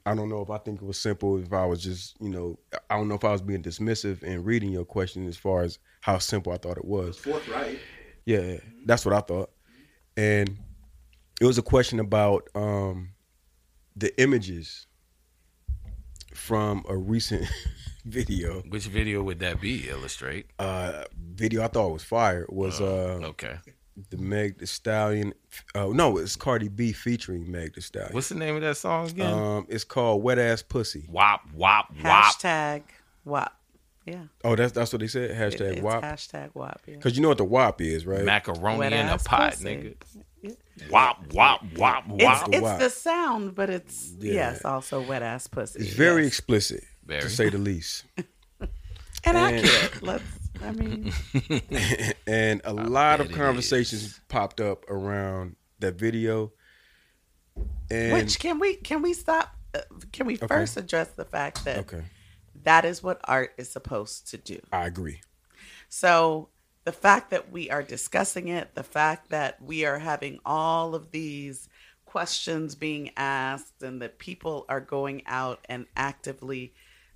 Speaker 3: I don't know if I think it was simple. If I was just you know I don't know if I was being dismissive and reading your question as far as how simple I thought it was.
Speaker 2: Forthright.
Speaker 3: Yeah, that's what I thought. And it was a question about um, the images from a recent [LAUGHS] video.
Speaker 4: [LAUGHS] Which video would that be? Illustrate.
Speaker 3: Uh, video I thought was fire was uh,
Speaker 4: Okay.
Speaker 3: the Meg The Stallion. Uh, no, it's Cardi B featuring Meg The Stallion.
Speaker 4: What's the name of that song again?
Speaker 3: um, it's called Wet Ass Pussy.
Speaker 4: wop wop wop.
Speaker 5: Hashtag WAP. Yeah.
Speaker 3: Oh, that's that's what they said.
Speaker 5: it-
Speaker 3: Hashtag
Speaker 5: it's
Speaker 3: WAP.
Speaker 5: Hashtag WAP. Yeah.
Speaker 3: Because you know what the WAP is, right?
Speaker 4: Macaroni
Speaker 5: Wet
Speaker 4: in a
Speaker 5: ass
Speaker 4: pot,
Speaker 5: pussy.
Speaker 4: nigga.
Speaker 5: Yeah.
Speaker 4: Wop wop wop
Speaker 5: It's,
Speaker 4: wop.
Speaker 3: the
Speaker 5: it's
Speaker 3: WAP.
Speaker 5: the sound, but it's
Speaker 3: Yeah.
Speaker 5: yes, also wet ass pussy.
Speaker 3: it's very
Speaker 5: yes.
Speaker 3: explicit,
Speaker 4: Very.
Speaker 3: to say the least. [LAUGHS]
Speaker 5: and
Speaker 3: and-
Speaker 5: accurate. Let's.
Speaker 3: [LAUGHS]
Speaker 5: I mean,
Speaker 3: and a lot of
Speaker 4: bet it
Speaker 3: conversations
Speaker 4: is.
Speaker 3: popped up around that video. And
Speaker 5: which can we can we stop? Uh, can we
Speaker 3: Okay.
Speaker 5: first address the fact that
Speaker 3: okay,
Speaker 5: that is what art is supposed to do?
Speaker 3: I agree.
Speaker 5: So the fact that we are discussing it, the fact that we are having all of these questions being asked, and that people are going out and actively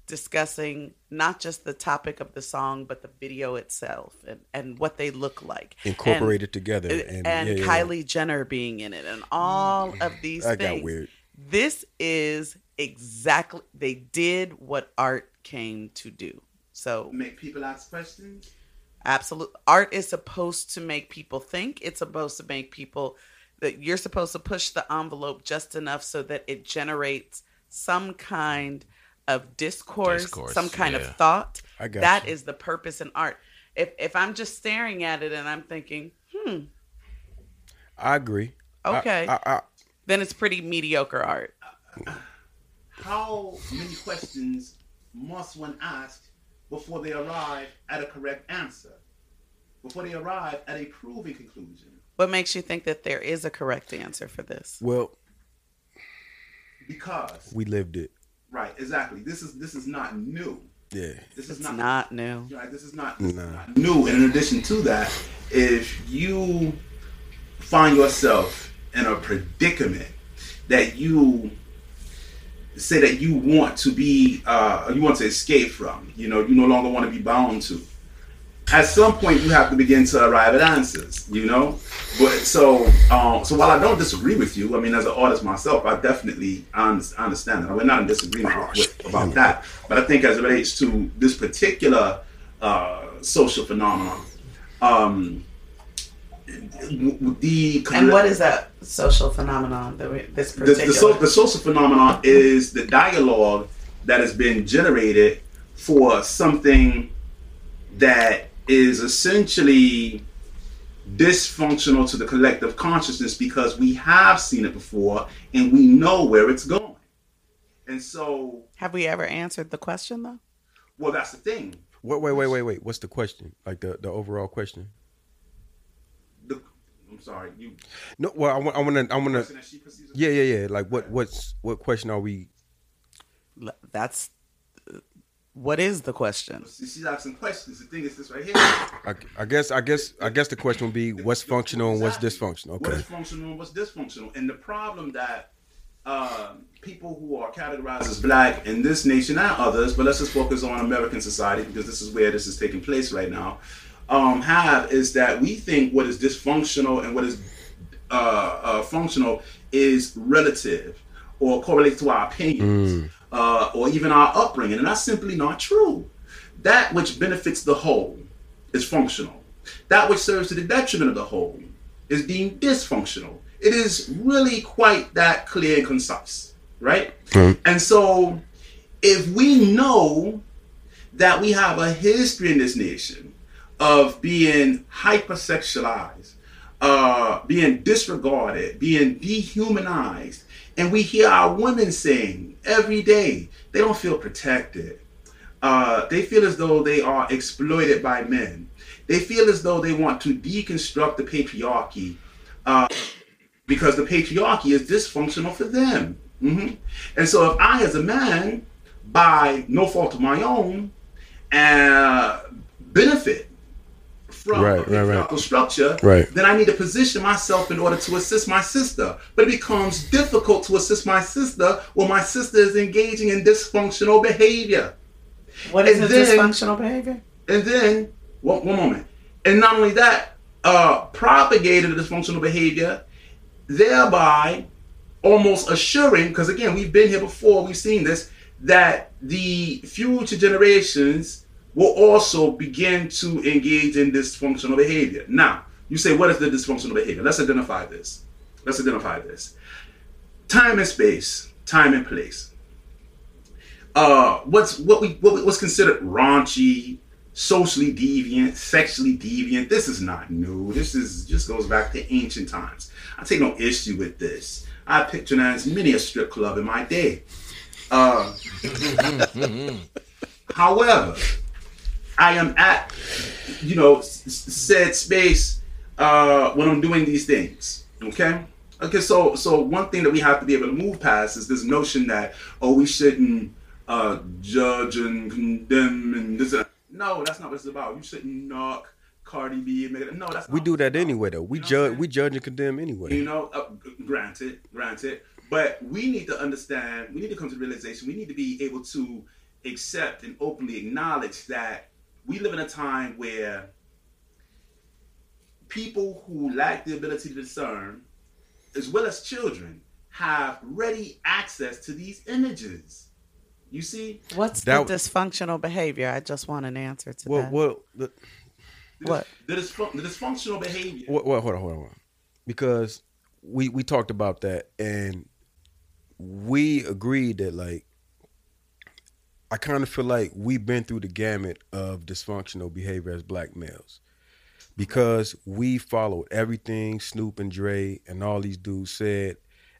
Speaker 5: discussing not just the topic of the song, but the video itself and, and what they look like. And- uh,
Speaker 3: Incorporated together, and,
Speaker 5: And,
Speaker 3: yeah, yeah, yeah.
Speaker 5: Kylie Jenner being in it, and all of these
Speaker 3: That
Speaker 5: things.
Speaker 3: got weird.
Speaker 5: This is exactly, they did what art came to do. So
Speaker 2: Make people ask questions.
Speaker 5: Absolutely. Art is supposed to make people think. It's supposed to make people that you're supposed to push the envelope just enough so that it generates some kind of discourse,
Speaker 4: Discourse,
Speaker 5: some kind
Speaker 4: yeah.
Speaker 5: of thought.
Speaker 3: I got
Speaker 5: That
Speaker 3: you.
Speaker 5: is the purpose in art. If if I'm just staring at it and I'm thinking, hmm,
Speaker 3: I agree. I-
Speaker 5: okay,
Speaker 3: I, I,
Speaker 5: then it's pretty mediocre art.
Speaker 2: How many questions must one ask before they arrive at a correct answer? Before they arrive at a proven conclusion?
Speaker 5: What makes you think that there is a correct answer for this?
Speaker 3: well,
Speaker 2: Because
Speaker 3: we lived it.
Speaker 2: right, exactly. This is this is not new.
Speaker 3: Yeah,
Speaker 2: This is
Speaker 5: It's
Speaker 2: not,
Speaker 5: not new.
Speaker 2: you know, this is not, this is
Speaker 3: Nah.
Speaker 2: not new. And in addition to that, if you find yourself in a predicament that you say that you want to be uh, you want to escape from, you know, you no longer want to be bound to. At some point, you have to begin to arrive at answers, you know. But so, um, so while I don't disagree with you, I mean, as an artist myself, I definitely I under- I understand that we're not in disagreement with- with- about that. But I think as it relates to this particular uh, social phenomenon, um, w- w- the
Speaker 5: And what is that social phenomenon that we, this
Speaker 2: the,
Speaker 5: particular?
Speaker 2: the, so, the social phenomenon is the dialogue that has been generated for something that is essentially dysfunctional to the collective consciousness because we have seen it before and we know where it's going. And so,
Speaker 5: Have we ever answered the question though?
Speaker 2: well, that's the thing.
Speaker 3: Wait, wait, wait, wait, wait. What's the question? Like the, the overall question?
Speaker 2: The, I'm sorry, you.
Speaker 3: No, well, I want, I want to, I want to.
Speaker 2: Person that she perceives as-
Speaker 3: Yeah, yeah, yeah. Like, what, what's, what question are we?
Speaker 5: L- that's what is the question
Speaker 2: She- She's asking questions. The thing is this right here.
Speaker 3: I, I guess, I guess, I guess the question would be what's functional and what's
Speaker 2: Exactly.
Speaker 3: dysfunctional.
Speaker 2: What is
Speaker 3: Okay,
Speaker 2: functional and what's dysfunctional? And the problem that um, people who are categorized as black in this nation and others, but let's just focus on American society because this is where this is taking place right now, um, have is that we think what is dysfunctional and what is uh, uh, functional is relative or correlates to our
Speaker 3: Hmm.
Speaker 2: opinions uh, or even our upbringing. And that's simply not true. That which benefits the whole is functional. That which serves to the detriment of the whole is deemed dysfunctional. It is really quite that clear and concise, right? And so, if we know that we have a history in this nation of being hypersexualized, uh, being disregarded, being dehumanized, and we hear our women saying every day they don't feel protected uh, they feel as though they are exploited by men. They feel as though they want to deconstruct the patriarchy uh, because the patriarchy is dysfunctional for them. Mhm. And so, if I, as a man, by no fault of my own, uh, benefit from
Speaker 3: Right,
Speaker 2: a
Speaker 3: right, right.
Speaker 2: patriarchal structure,
Speaker 3: Right.
Speaker 2: then I need to position myself in order to assist my sister. But it becomes difficult to assist my sister when my sister is engaging in dysfunctional behavior.
Speaker 5: What is
Speaker 2: And
Speaker 5: a
Speaker 2: then-
Speaker 5: dysfunctional behavior?
Speaker 2: And then, one, one moment. And not only that, uh, propagated the dysfunctional behavior, thereby almost assuring, because again, we've been here before, we've seen this, that the future generations will also begin to engage in dysfunctional behavior. Now, you say, what is the dysfunctional behavior? Let's identify this. Let's identify this. Time and space, time and place uh, what's what we what we- what's considered raunchy, socially deviant, sexually deviant. This is not new. This is just goes back to ancient times. I take no issue with this. I patronized many a strip club in my day. Uh, however, I am at you know s- s- said space uh, when I'm doing these things. Okay. Okay. So so one thing that we have to be able to move past is this notion that oh we shouldn't uh, judge and condemn and this. and- No, that's not what it's about. You shouldn't knock Cardi B. And make it, no, that's
Speaker 3: We
Speaker 2: not
Speaker 3: do
Speaker 2: what
Speaker 3: that
Speaker 2: it's about.
Speaker 3: anyway, though. We
Speaker 2: You know what I'm
Speaker 3: judge,
Speaker 2: saying?
Speaker 3: we judge and condemn anyway.
Speaker 2: You know, uh, g- granted, granted, but we need to understand. We need to come to the realization. We need to be able to accept and openly acknowledge that we live in a time where people who lack the ability to discern, as well as children, have ready access to these images. You see,
Speaker 5: What's
Speaker 3: That
Speaker 5: the
Speaker 3: w-
Speaker 5: dysfunctional behavior? I just want an answer to
Speaker 3: well,
Speaker 5: that.
Speaker 3: well, the,
Speaker 2: the,
Speaker 5: What?
Speaker 2: the, dysfun- the dysfunctional behavior.
Speaker 3: well, well, hold on, hold on, hold on. because we we talked about that and we agreed that like I kind of feel like we've been through the gamut of dysfunctional behavior as black males because we followed everything Snoop and Dre and all these dudes said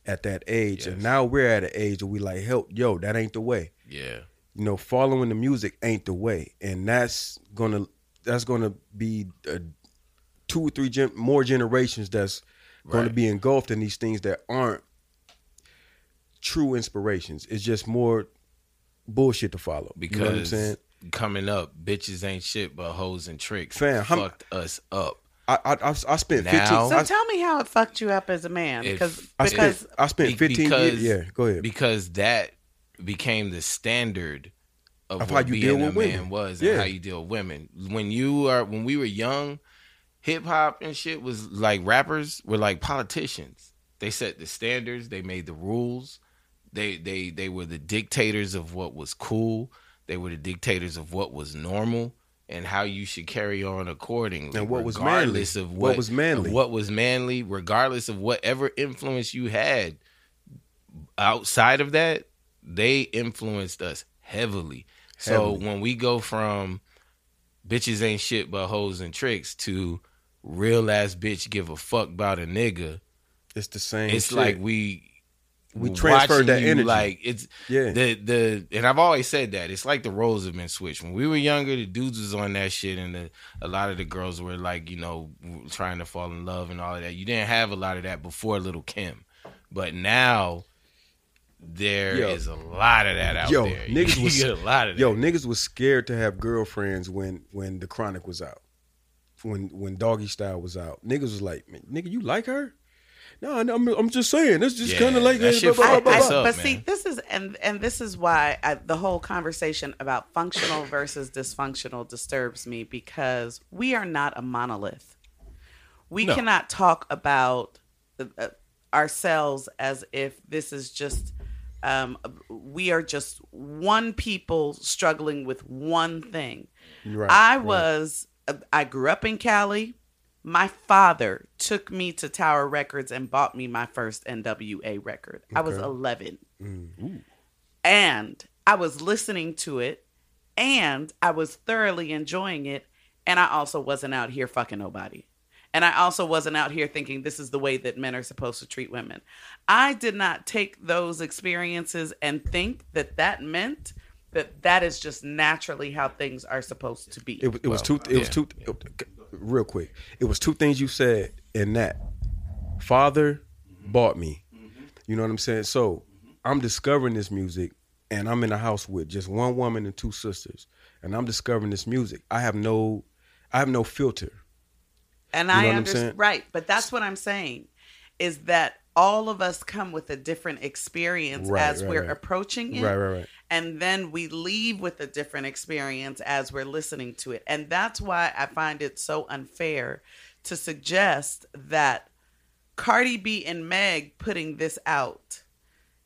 Speaker 3: at that age, and
Speaker 4: Yes.
Speaker 3: now we're at an age where we like, help, yo, that ain't the way
Speaker 4: Yeah.
Speaker 3: you know following the music ain't the way and that's gonna that's gonna be uh, two or three gen- more generations that's gonna
Speaker 4: Right.
Speaker 3: be engulfed in these things that aren't true inspirations it's just more bullshit to follow
Speaker 4: Because
Speaker 3: you know what i'm saying
Speaker 4: coming up, bitches ain't shit but hoes and tricks.
Speaker 3: Fam, how-
Speaker 4: fucked us up.
Speaker 3: i i, I, I spent
Speaker 4: Now-
Speaker 3: 15
Speaker 5: so
Speaker 3: I,
Speaker 5: tell me how it fucked you up as a man,
Speaker 4: It-
Speaker 5: because
Speaker 3: I
Speaker 5: because
Speaker 3: spent, I
Speaker 4: Be-
Speaker 3: spent 15 years
Speaker 4: because-
Speaker 3: yeah go ahead
Speaker 4: because that became the standard of,
Speaker 3: Of
Speaker 4: what
Speaker 3: how you
Speaker 4: being
Speaker 3: deal
Speaker 4: a
Speaker 3: with
Speaker 4: man
Speaker 3: women.
Speaker 4: was
Speaker 3: Yeah.
Speaker 4: and how you deal with women. When you are when we were young, hip hop and shit was like rappers were like politicians. They set the standards, they made the rules. They they they were the dictators of what was cool. They were the dictators of what was normal and how you should carry on accordingly.
Speaker 3: And what was manly.
Speaker 4: regardless of
Speaker 3: What
Speaker 4: what,
Speaker 3: was manly.
Speaker 4: What was manly, regardless of whatever influence you had outside of that, they influenced us heavily. So
Speaker 3: Heavily.
Speaker 4: when we go from bitches ain't shit but hoes and tricks to real ass bitch give a fuck about a nigga,
Speaker 3: it's the same
Speaker 4: it's
Speaker 3: shit.
Speaker 4: like we
Speaker 3: We transferred
Speaker 4: watching
Speaker 3: that
Speaker 4: you
Speaker 3: energy.
Speaker 4: Like it's
Speaker 3: yeah
Speaker 4: the the and I've always said that it's like the roles have been switched. When we were younger, the dudes was on that shit, and the, a lot of the girls were like you know trying to fall in love and all of that. You didn't have a lot of that before Little Kim, but now there is
Speaker 3: Yo.
Speaker 4: a lot of that out
Speaker 3: Yo,
Speaker 4: there.
Speaker 3: niggas
Speaker 4: [LAUGHS] you
Speaker 3: was-
Speaker 4: get a lot of that.
Speaker 3: Yo, niggas was scared to have girlfriends when when the chronic was out. When when Doggy Style was out. Niggas was like, "Man, nigga, you like her? No, no, I'm I'm just saying. That's just
Speaker 4: Yeah,
Speaker 3: kind of like
Speaker 4: that shit
Speaker 5: I,
Speaker 4: fucked
Speaker 5: I-
Speaker 4: us up,
Speaker 5: but see,
Speaker 4: man.
Speaker 5: this is and and this is why I, the whole conversation about functional versus dysfunctional disturbs me because we are not a monolith. We
Speaker 4: No.
Speaker 5: cannot talk about uh, ourselves as if this is just um, we are just one people struggling with one thing.
Speaker 3: Right,
Speaker 5: I
Speaker 3: right.
Speaker 5: was, I grew up in Cali. My father took me to Tower Records and bought me my first NWA record. I was
Speaker 3: Okay.
Speaker 5: 11
Speaker 3: Mm. Ooh.
Speaker 5: and I was listening to it and I was thoroughly enjoying it. And I also wasn't out here fucking nobody. And I also wasn't out here thinking this is the way that men are supposed to treat women. I did not take those experiences and think that that meant that that is just naturally how things are supposed to be.
Speaker 3: It, wa- it was
Speaker 4: Well,
Speaker 3: two. It was
Speaker 4: yeah.
Speaker 3: two. Real quick, it was two things you said in that. Father bought me.
Speaker 4: Mm-hmm.
Speaker 3: You know what I'm saying? So I'm discovering this music, and I'm in a house with just one woman and two sisters, and I'm discovering this music. I have no I have no filter.
Speaker 5: And
Speaker 3: You know what
Speaker 5: I
Speaker 3: I'm saying?
Speaker 5: understand, right? But that's what I'm saying is that all of us come with a different experience
Speaker 3: Right,
Speaker 5: as
Speaker 3: right,
Speaker 5: we're
Speaker 3: right.
Speaker 5: approaching it,
Speaker 3: Right, right, right.
Speaker 5: and then we leave with a different experience as we're listening to it. And that's why I find it so unfair to suggest that Cardi B and Meg putting this out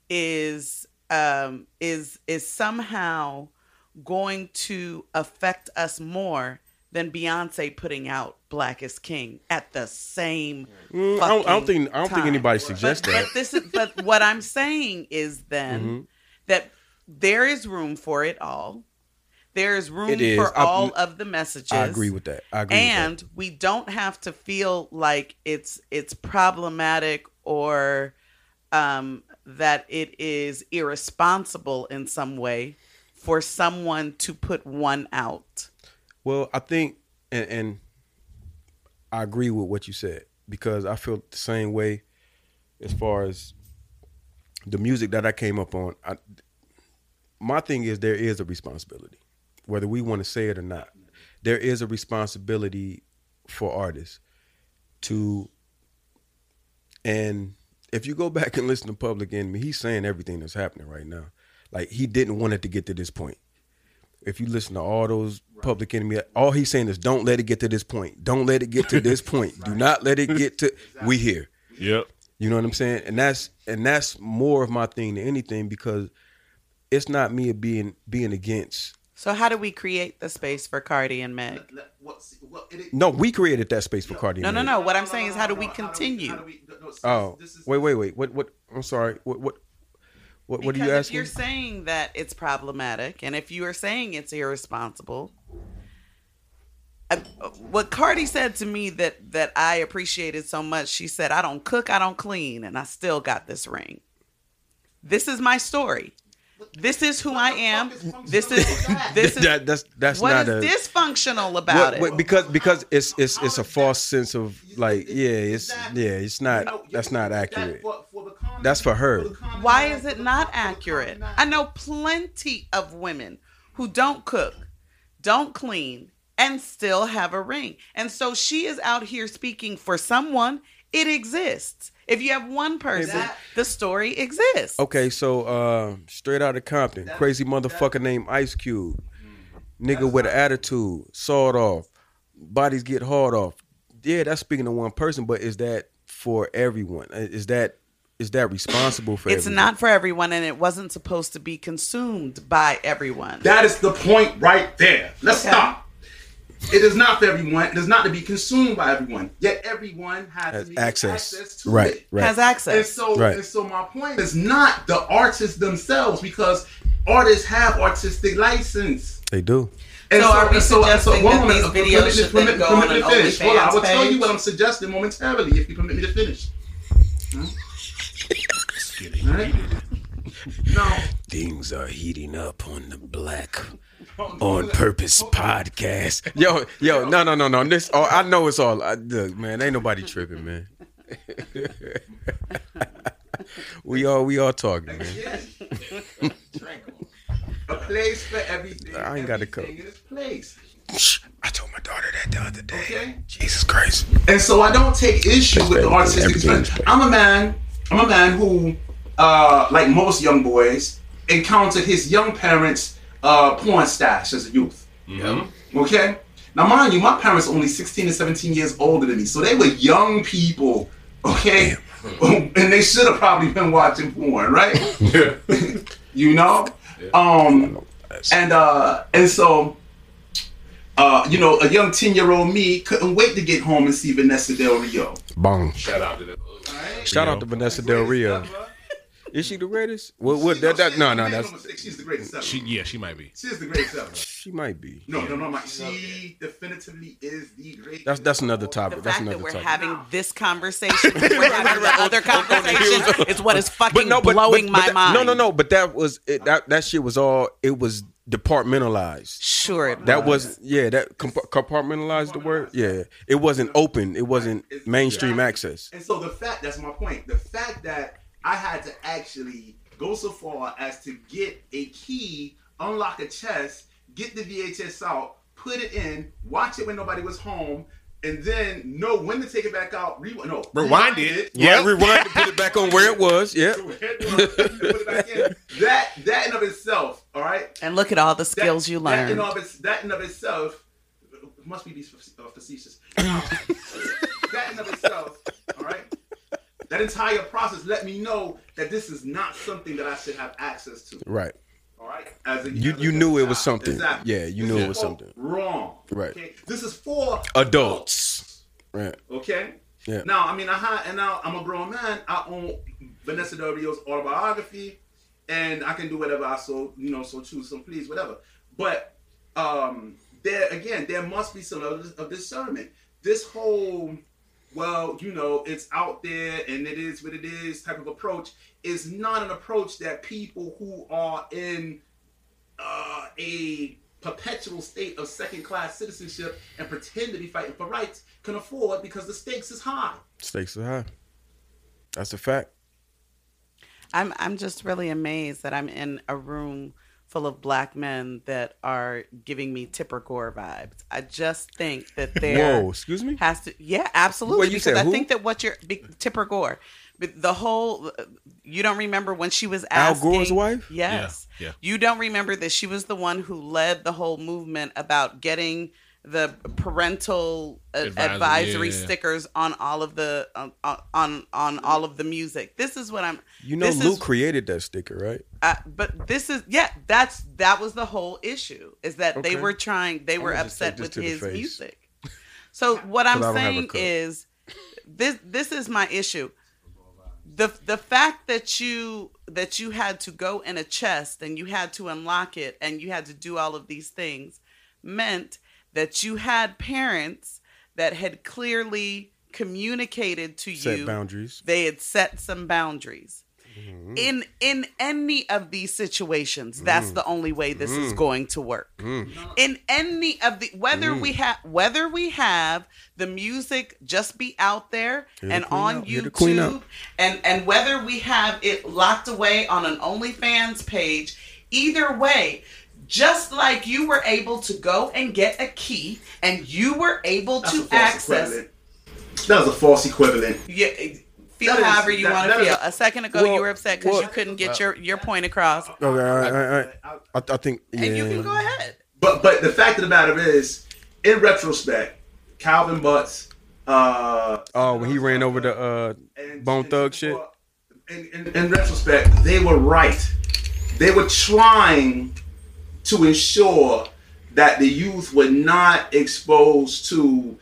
Speaker 5: is um is is somehow going to affect us more than Beyonce putting out Black is King at the same
Speaker 3: Mm, I, don't, I don't
Speaker 5: fucking
Speaker 3: think I don't think
Speaker 5: time.
Speaker 3: anybody
Speaker 5: but,
Speaker 3: suggests that.
Speaker 5: but this is but what I'm saying is then
Speaker 3: Mhm.
Speaker 5: that there is room for it all. There is room
Speaker 3: It is.
Speaker 5: for
Speaker 3: I-
Speaker 5: all of the messages.
Speaker 3: I agree with that. I agree.
Speaker 5: and we don't have to feel like it's it's problematic or um, that it is irresponsible in some way for someone to put one out.
Speaker 3: with that. well, I think, and, and I agree with what you said because I feel the same way as far as the music that I came up on. I, my thing is there is a responsibility, whether we want to say it or not. There is a responsibility for artists to, and if you go [LAUGHS] back and listen to Public Enemy, he's saying everything that's happening right now. Like he didn't want it to get to this point. If you listen to all those Public Enemy, all he's saying is don't let it get to this point. Don't let it get to
Speaker 5: [LAUGHS]
Speaker 3: this point. Do not let it get to. We here.
Speaker 1: Yep.
Speaker 3: You know what I'm saying? And that's and that's more of my thing than anything because it's not me being being against.
Speaker 5: So how do we create the space for Cardi and Meg?
Speaker 2: Let- let- what's- what- it-
Speaker 3: No, we created that space for Cardi.
Speaker 5: No,
Speaker 3: and
Speaker 5: no,
Speaker 3: Meg.
Speaker 5: no. What I'm saying is, how do we
Speaker 2: no,
Speaker 5: continue?
Speaker 2: how do we- no, no, this-
Speaker 3: Oh,
Speaker 2: this is-
Speaker 3: wait, wait, wait. What? What? I'm sorry. What? What? What, what are you
Speaker 5: Because if
Speaker 3: asking? [LAUGHS]
Speaker 5: you're saying that it's problematic, and if you are saying it's irresponsible, I- what Cardi said to me that that I appreciated so much, she said, "I don't cook, I don't clean, and I still got this ring. This is my story. This is who I am. This is [LAUGHS] this is
Speaker 3: that, that's that's
Speaker 5: what
Speaker 3: not
Speaker 5: is
Speaker 3: a.
Speaker 5: dysfunctional
Speaker 3: what-
Speaker 5: about it."
Speaker 3: what- because because it's it's it's
Speaker 2: How
Speaker 3: a
Speaker 2: is
Speaker 3: false
Speaker 2: that-
Speaker 3: sense of like yeah it's
Speaker 2: Exactly.
Speaker 3: yeah it's
Speaker 2: You know,
Speaker 3: not
Speaker 2: you-
Speaker 3: that's not
Speaker 2: that
Speaker 3: accurate.
Speaker 2: for- for the common-
Speaker 3: That's for her.
Speaker 2: the common
Speaker 5: Why
Speaker 2: man,
Speaker 5: is
Speaker 2: for
Speaker 5: it
Speaker 2: the-
Speaker 5: not
Speaker 2: for the common
Speaker 5: accurate?
Speaker 2: man.
Speaker 5: I know plenty of women who don't cook, don't clean, and still have a ring. And so she is out here speaking for someone. It exists. If you have one person,
Speaker 2: That-
Speaker 5: the story exists.
Speaker 3: Okay, so uh, straight out of Compton,
Speaker 2: That- Mm.
Speaker 3: crazy motherfucker named Ice Cube, nigga with an attitude, sawed off, bodies get hard off. Yeah, that's speaking to one person, but is that for everyone? Uh, Is that is that responsible for?
Speaker 5: It's
Speaker 3: everyone?
Speaker 5: not for everyone, and it wasn't supposed to be consumed by everyone.
Speaker 2: That is the point right there. Let's
Speaker 5: Okay.
Speaker 2: stop. It is not for everyone. It is not to be consumed by everyone. Yet everyone has,
Speaker 3: Has
Speaker 2: to be
Speaker 3: access.
Speaker 2: to
Speaker 3: Right,
Speaker 2: it.
Speaker 3: right.
Speaker 5: Has
Speaker 2: And
Speaker 5: access.
Speaker 2: so,
Speaker 3: Right.
Speaker 2: and so, my point is not the artists themselves because artists have artistic license.
Speaker 3: They do.
Speaker 2: And
Speaker 5: So are we
Speaker 2: and and one
Speaker 5: suggesting that
Speaker 2: moment,
Speaker 5: these
Speaker 2: uh, permit
Speaker 5: videos
Speaker 2: me to-
Speaker 5: should
Speaker 2: permit-
Speaker 5: then go
Speaker 2: permit
Speaker 5: on
Speaker 2: me to
Speaker 5: an
Speaker 2: finish. Hold on, I will
Speaker 5: OnlyFans
Speaker 2: tell you
Speaker 5: page?
Speaker 2: what I'm suggesting momentarily if you permit me to finish. Huh? All right? [LAUGHS] No.
Speaker 3: Things are heating up on the black
Speaker 2: Don't do that.
Speaker 3: purpose podcast. [LAUGHS] Yo, yo, no, no, no, no. This, oh, I know it's all. I, look, man, ain't nobody tripping, man. [LAUGHS] we all, we all talking, man. [LAUGHS]
Speaker 2: Yeah. A place for everything.
Speaker 3: I ain't got a
Speaker 2: Everything
Speaker 3: coat.
Speaker 2: is place.
Speaker 3: I told my daughter that the other day.
Speaker 2: Okay?
Speaker 3: Jesus Christ.
Speaker 2: And so I don't take issue with the artistic
Speaker 3: Everything is
Speaker 2: expression. I'm a man. I'm a man who, uh, like most young boys, encountered his young parents' uh, porn stash as a youth. Okay. Now, mind you, my parents were only 16 and 17 years older than me, so they were young people. Okay. [LAUGHS] and they should have probably been watching porn, right? [LAUGHS] you know. Um. And uh. And so uh, you know, a young 10 year old me couldn't wait to get home and see Vanessa Del Rio.
Speaker 3: Bong.
Speaker 6: Shout out to them.
Speaker 3: Shout out to Vanessa Del Rio. Is she the greatest? Well, what,
Speaker 2: She-
Speaker 3: that, that,
Speaker 2: she's
Speaker 3: no,
Speaker 2: the
Speaker 3: no,
Speaker 2: greatest
Speaker 3: that's
Speaker 2: number six. She's the greatest ever.
Speaker 1: She, yeah, she might be.
Speaker 2: She's the greatest ever.
Speaker 3: she might be.
Speaker 2: No, no, no, Mike. She definitively is the greatest.
Speaker 3: That's that's another
Speaker 5: The
Speaker 3: topic. That's
Speaker 5: fact that
Speaker 3: another
Speaker 5: we're
Speaker 3: topic.
Speaker 5: having
Speaker 3: [LAUGHS]
Speaker 5: this conversation, we're having the other conversation, is what is fucking blowing my
Speaker 3: that-
Speaker 5: mind.
Speaker 3: No, no, no. But that was it, that that shit was all. It was departmentalized.
Speaker 5: Sure, it
Speaker 3: That was yeah. That comp- compartmentalized the word. Yeah, it wasn't open. It wasn't
Speaker 2: It's-
Speaker 3: mainstream
Speaker 2: yeah.
Speaker 3: access.
Speaker 2: And so the fact, that's my point. The fact that I had to actually go so far as to get a key, unlock a chest, get the VHS out, put it in, watch it when nobody was home, and then know when to take it back out. Re- no,
Speaker 1: Rewind it.
Speaker 3: Yeah,
Speaker 6: [LAUGHS]
Speaker 1: Yep.
Speaker 3: rewind to put it back on where it was. Yeah.
Speaker 2: Put it back in. That that in of itself, all right.
Speaker 5: And look at all the
Speaker 2: That-
Speaker 5: skills you
Speaker 2: That in
Speaker 5: learned.
Speaker 2: of, its, that in of itself must be be fac- uh,
Speaker 5: [LAUGHS]
Speaker 2: facetious. that in of itself, all right. That entire process let me know that this is not something that I should have access to.
Speaker 3: Right.
Speaker 2: All right. As a,
Speaker 3: You-
Speaker 2: as a
Speaker 3: you knew it was
Speaker 2: child.
Speaker 3: something.
Speaker 2: Exactly.
Speaker 3: Yeah, you
Speaker 2: This
Speaker 3: knew
Speaker 2: is
Speaker 3: it was
Speaker 2: for
Speaker 3: something.
Speaker 2: Wrong.
Speaker 3: Right.
Speaker 2: Okay. This is for
Speaker 3: Adults. Right.
Speaker 2: Okay.
Speaker 3: Yeah.
Speaker 2: Now, I mean, I ha- and now I'm a grown man. I own Vanessa Del Rio's autobiography, and I can do whatever I so you know so choose, so please, whatever. But um, there again, there must be some of, of discernment. This whole, well, you know, it's out there and it is what it is type of approach is not an approach that people who are in uh, a perpetual state of second class citizenship and pretend to be fighting for rights can afford because the stakes is high.
Speaker 3: Stakes are high. That's a fact.
Speaker 5: I'm I'm just really amazed that I'm in a room full of black men that are giving me Tipper Gore vibes. I just think that they're
Speaker 3: Whoa, excuse me?
Speaker 5: has to yeah absolutely
Speaker 3: What, you
Speaker 5: because
Speaker 3: said
Speaker 5: I
Speaker 3: who?
Speaker 5: think that what you're be- Tipper Gore, but the whole you don't remember when she was
Speaker 3: Al
Speaker 5: asking
Speaker 3: Gore's wife?
Speaker 5: Yes,
Speaker 1: Yeah, yeah.
Speaker 5: You don't remember that she was the one who led the whole movement about getting the parental uh,
Speaker 4: Advisory,
Speaker 5: advisory,
Speaker 4: yeah.
Speaker 5: stickers on all of the on, on on all of the music. This is what I'm
Speaker 3: You know
Speaker 5: this
Speaker 3: Lou
Speaker 5: is-
Speaker 3: created that sticker, right?
Speaker 5: uh, but this is yeah that's that was the whole issue is that
Speaker 3: Okay.
Speaker 5: they were trying they
Speaker 3: I'm
Speaker 5: were
Speaker 3: gonna just
Speaker 5: upset
Speaker 3: take this
Speaker 5: with
Speaker 3: to the
Speaker 5: his
Speaker 3: face.
Speaker 5: music
Speaker 3: [LAUGHS]
Speaker 5: so what i'm
Speaker 3: I don't have a
Speaker 5: saying
Speaker 3: cup.
Speaker 5: is this this is my issue the the fact that you that you had to go in a chest and you had to unlock it and you had to do all of these things meant that you had parents that had clearly communicated to
Speaker 3: Set
Speaker 5: you
Speaker 3: boundaries.
Speaker 5: they had set some boundaries
Speaker 2: Mm-hmm.
Speaker 5: in in any of these situations that's
Speaker 2: Mm.
Speaker 5: the only way this is going to work in any of the whether we
Speaker 2: Mm.
Speaker 5: have whether we have the music just be out there
Speaker 3: Hear the
Speaker 5: and
Speaker 3: queen
Speaker 5: on
Speaker 3: out. Hear the queen
Speaker 5: youtube
Speaker 3: out.
Speaker 5: and and whether we have it locked away on an onlyfans page either way just like you were able to go and get a key and you were able
Speaker 2: That's a
Speaker 5: to
Speaker 2: false
Speaker 5: access
Speaker 2: equivalent. That was a false equivalent.
Speaker 5: yeah, eh, feel
Speaker 2: That is-
Speaker 5: however you
Speaker 2: that-
Speaker 5: want
Speaker 2: that
Speaker 5: to
Speaker 2: is-
Speaker 5: feel. A second ago,
Speaker 3: Well,
Speaker 5: you were upset because
Speaker 3: well-
Speaker 5: you couldn't
Speaker 2: uh,
Speaker 5: get your, your point across,
Speaker 3: Okay, all right, all right, all right.
Speaker 2: I-
Speaker 3: I, I think yeah.
Speaker 5: and you can go ahead.
Speaker 2: But but the fact of the matter is, in retrospect, Calvin Butts. Uh,
Speaker 3: Oh, when he ran over the uh Bone Thug shit.
Speaker 2: In, in, in retrospect, they were right. They were trying to ensure that the youth were not exposed to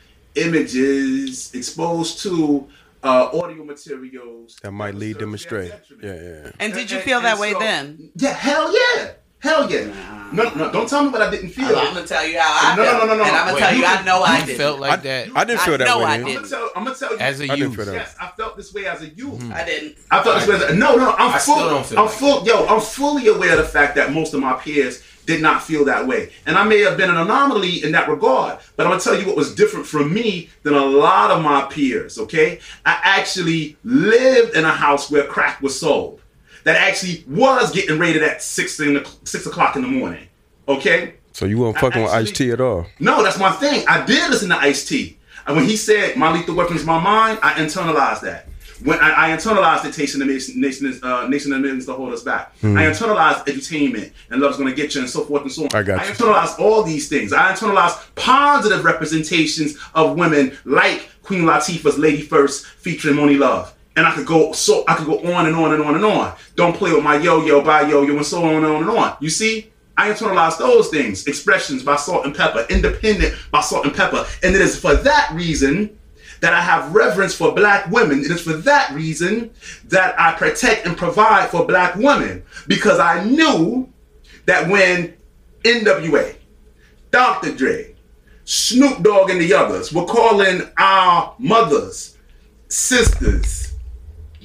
Speaker 2: images, exposed to uh, audio materials
Speaker 3: That might lead them astray. Yeah, yeah. yeah.
Speaker 5: And did you
Speaker 2: And-
Speaker 5: feel
Speaker 2: and
Speaker 5: that way
Speaker 2: so-
Speaker 5: then?
Speaker 2: Yeah, hell yeah, hell yeah. No, no, don't tell me what I didn't feel.
Speaker 5: I'm gonna tell you how I
Speaker 2: No, no,
Speaker 5: felt,
Speaker 2: no, no, no.
Speaker 5: and I'm gonna
Speaker 2: Wait,
Speaker 5: tell you,
Speaker 2: you
Speaker 5: I
Speaker 2: can-
Speaker 5: know I
Speaker 4: You
Speaker 5: did.
Speaker 4: felt like
Speaker 3: I-
Speaker 4: that
Speaker 3: I didn't
Speaker 5: I
Speaker 3: feel that
Speaker 5: know
Speaker 3: way.
Speaker 5: I
Speaker 3: man.
Speaker 2: I'm gonna tell. I'm gonna tell you.
Speaker 4: as a
Speaker 3: I didn't
Speaker 4: youth.
Speaker 3: feel that.
Speaker 2: yes, I felt this way as a youth.
Speaker 3: Mm-hmm.
Speaker 5: I didn't.
Speaker 2: I thought this was no, no. I'm
Speaker 4: I
Speaker 2: full.
Speaker 4: still don't feel
Speaker 2: I'm
Speaker 4: like
Speaker 2: full. Yo, I'm fully aware of the fact that most of my peers did not feel that way, and I may have been an anomaly in that regard. But I'm gonna tell you what was different from me than a lot of my peers. Okay, I actually lived in a house where crack was sold. That actually was getting rated at six in the, six o'clock in the morning. Okay.
Speaker 3: So you weren't fucking with
Speaker 2: actually-
Speaker 3: Ice T at all.
Speaker 2: No, that's my thing. I did listen to Ice T. And when he said my lethal weapon's my mind, I internalized that. When I, I internalized that Nation of Nation, Nation, is, uh, Nation of Millions to hold us back.
Speaker 3: Hmm.
Speaker 2: I internalized entertainment and love's gonna get you and so forth and so on.
Speaker 3: I got you.
Speaker 2: internalized all these things. I internalized positive representations of women like Queen Latifah's Lady First featuring Moni Love. And I could go so I could go on and on and on and on. Don't play with my yo-yo by yo-yo and so on and on and on. You see? I internalize those things, expressions by salt and pepper, independent by salt and pepper. And it is for that reason that I have reverence for black women. It is for that reason that I protect and provide for black women. Because I knew that when NWA, Dr. Dre, Snoop Dogg, and the others were calling our mothers, sisters,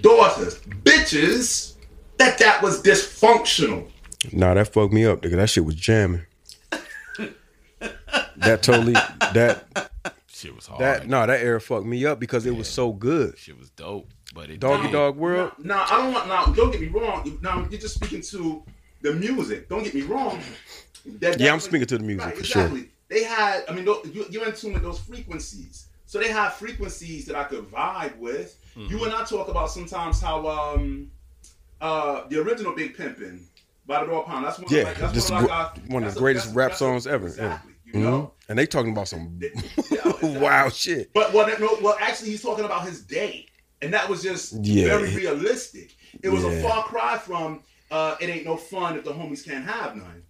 Speaker 2: daughters, bitches, that that was dysfunctional.
Speaker 3: Nah, that fucked me up, nigga. That shit was jamming. that totally that
Speaker 4: Shit was hard.
Speaker 3: that no, that era fucked me up because it was so good.
Speaker 4: Shit was dope. But it
Speaker 3: Doggy
Speaker 4: did.
Speaker 3: dog world.
Speaker 2: Now I don't want. Now don't get me wrong. Now you're just speaking to the music. Don't get me wrong. That-
Speaker 3: Yeah,
Speaker 2: that
Speaker 3: I'm
Speaker 2: was-
Speaker 3: speaking to the music,
Speaker 2: Right,
Speaker 3: for sure.
Speaker 2: exactly. They had, I mean, tho- you, you're in tune with those frequencies. So they had frequencies that I could vibe with.
Speaker 3: Mm-hmm.
Speaker 2: You and I talk about sometimes how um uh the original Big Pimpin' by the Raw Pound. That's one
Speaker 3: Yeah,
Speaker 2: of like, that's
Speaker 3: this
Speaker 2: one of,
Speaker 3: gr-
Speaker 2: like our-
Speaker 3: one of
Speaker 2: that's
Speaker 3: the
Speaker 2: a-
Speaker 3: greatest
Speaker 2: that's-
Speaker 3: rap
Speaker 2: that's a-
Speaker 3: songs ever. yeah.
Speaker 2: Exactly. You
Speaker 3: Mhm.
Speaker 2: know.
Speaker 3: And they talking about some [LAUGHS]
Speaker 2: They- yeah, exactly.
Speaker 3: wow shit.
Speaker 2: But well, that- no, well, actually, he's talking about his day, and that was just
Speaker 3: Yeah.
Speaker 2: very realistic. It was a
Speaker 3: Yeah.
Speaker 2: far cry from uh, "It ain't no fun if the homies can't have none."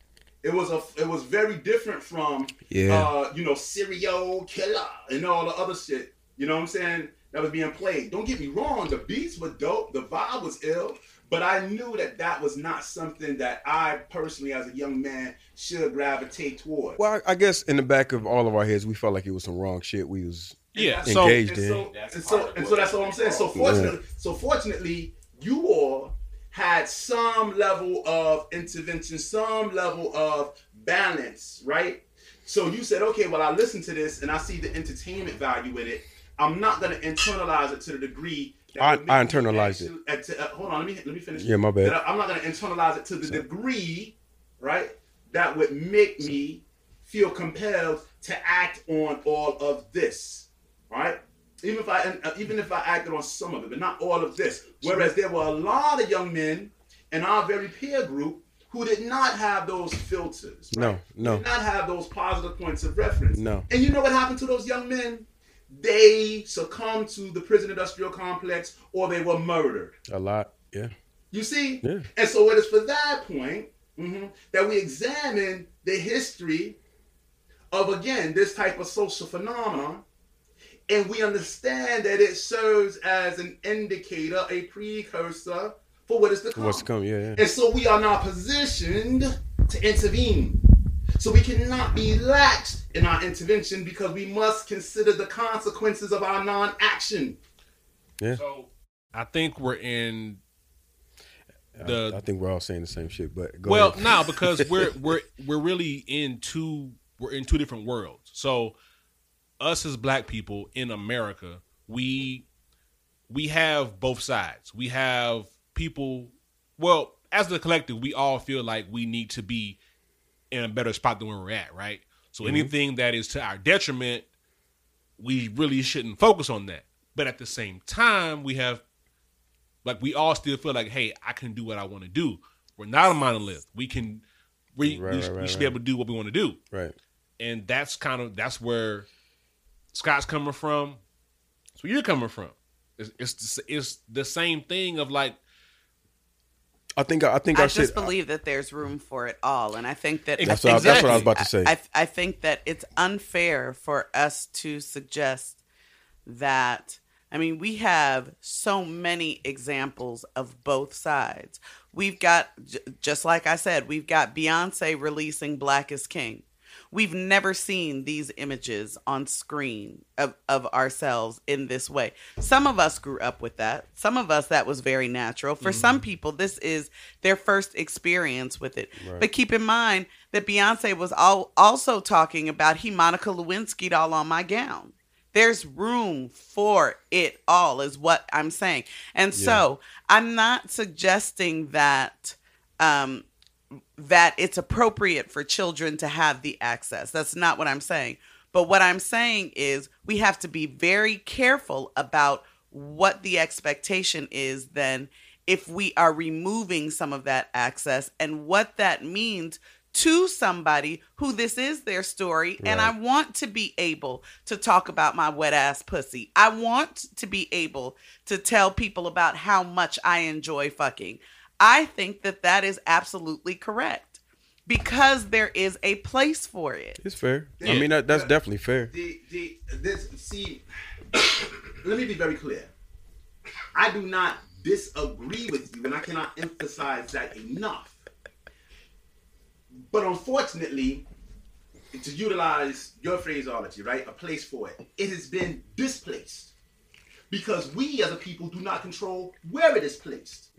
Speaker 2: It was a it was very different from
Speaker 3: Yeah.
Speaker 2: uh, you know serial killer and all the other shit. You know what I'm saying? That was being played. Don't get me wrong, the beats were dope, the vibe was ill, but I knew that that was not something that I personally, as a young man, should gravitate toward.
Speaker 3: Well, I I guess in the back of all of our heads, we felt like it was some wrong shit. We was
Speaker 2: And
Speaker 1: Yeah,
Speaker 2: that's-
Speaker 1: so-
Speaker 3: Engaged
Speaker 2: and
Speaker 3: in.
Speaker 2: so,
Speaker 4: That's
Speaker 2: and so,
Speaker 4: part of
Speaker 2: and so
Speaker 4: what
Speaker 2: that's what I'm saying. So fortunately, so fortunately, you all had some level of intervention, some level of balance, right? So you said, okay, well, I listen to this and I see the entertainment value in it. I'm not going to internalize it to the degree. That
Speaker 3: I-
Speaker 2: would make
Speaker 3: I
Speaker 2: me
Speaker 3: internalized it.
Speaker 2: actually- uh, to- uh, hold on, let me let me finish.
Speaker 3: Yeah, my bad.
Speaker 2: That I- I'm not going to internalize it to the degree, right? That would make me feel compelled to act on all of this, right? Even if I uh, even if I acted on some of it, but not all of this. Whereas there were a lot of young men in our very peer group who did not have those filters. right?
Speaker 3: No, no.
Speaker 2: Did not have those positive points of reference.
Speaker 3: No.
Speaker 2: And you know what happened to those young men? They succumbed to the prison industrial complex, or they were murdered.
Speaker 3: a lot. Yeah.
Speaker 2: You see?
Speaker 3: Yeah.
Speaker 2: And so it is for that point mhm, that we examine the history of, again, this type of social phenomenon. And we understand that it serves as an indicator, a precursor for what is to come.
Speaker 3: What's to come? Yeah. yeah.
Speaker 2: And so we are now positioned to intervene. So we cannot be lax in our intervention because we must consider the consequences of our non action.
Speaker 1: So I think we're in
Speaker 3: I-
Speaker 1: the-
Speaker 3: I, think we're all saying the same shit, but go
Speaker 1: well
Speaker 3: ahead. [LAUGHS]
Speaker 1: no because we're we're we're really in two we're in two different worlds. So us as black people in America, we we have both sides. We have people well, as the collective, we all feel like we need to be in a better spot than where we're at, right? So
Speaker 3: Mm-hmm.
Speaker 1: anything that is to our detriment, we really shouldn't focus on that. But at the same time, we have like we all still feel like, hey, I can do what I want to do. We're not a monolith. We can we,
Speaker 3: Right,
Speaker 1: we,
Speaker 3: right,
Speaker 1: we
Speaker 3: right,
Speaker 1: should
Speaker 3: right.
Speaker 1: be able to do what we want to do
Speaker 3: right.
Speaker 1: and that's kind of that's where Scott's coming from. That's where you're coming from. It's it's the, s- it's the same thing of like
Speaker 3: I think I think
Speaker 5: I,
Speaker 3: I,
Speaker 5: just
Speaker 3: should.
Speaker 5: believe that there's room for it all, and I think that
Speaker 3: That's
Speaker 5: I
Speaker 3: what I-
Speaker 5: think
Speaker 3: that's what I
Speaker 5: that-
Speaker 3: was about to say.
Speaker 5: I, I think that it's unfair for us to suggest that. I mean, we have so many examples of both sides. We've got, j- just like I said, we've got Beyonce releasing Black is King. We've never seen these images on screen of, of ourselves in this way. Some of us grew up with that. Some of us, that was very natural. For some people, this is their first experience with it. But keep in mind that Beyonce was all, also talking about he Monica Lewinsky'd all on my gown. There's room for it all, is what I'm saying. And so I'm not suggesting that. Um, that it's appropriate for children to have the access. That's not what I'm saying. But what I'm saying is we have to be very careful about what the expectation is then if we are removing some of that access and what that means to somebody who this is their story and I want to be able to talk about my wet ass pussy. I want to be able to tell people about how much I enjoy fucking. I think that that is absolutely correct because there is a place for it.
Speaker 3: It's fair.
Speaker 2: Yeah.
Speaker 3: I mean, that, that's definitely fair.
Speaker 2: The, the, this, see, let me be very clear. I do not disagree with you, and I cannot emphasize that enough. But unfortunately, to utilize your phraseology, right? A place for it. It has been displaced because we as a people do not control where it is placed.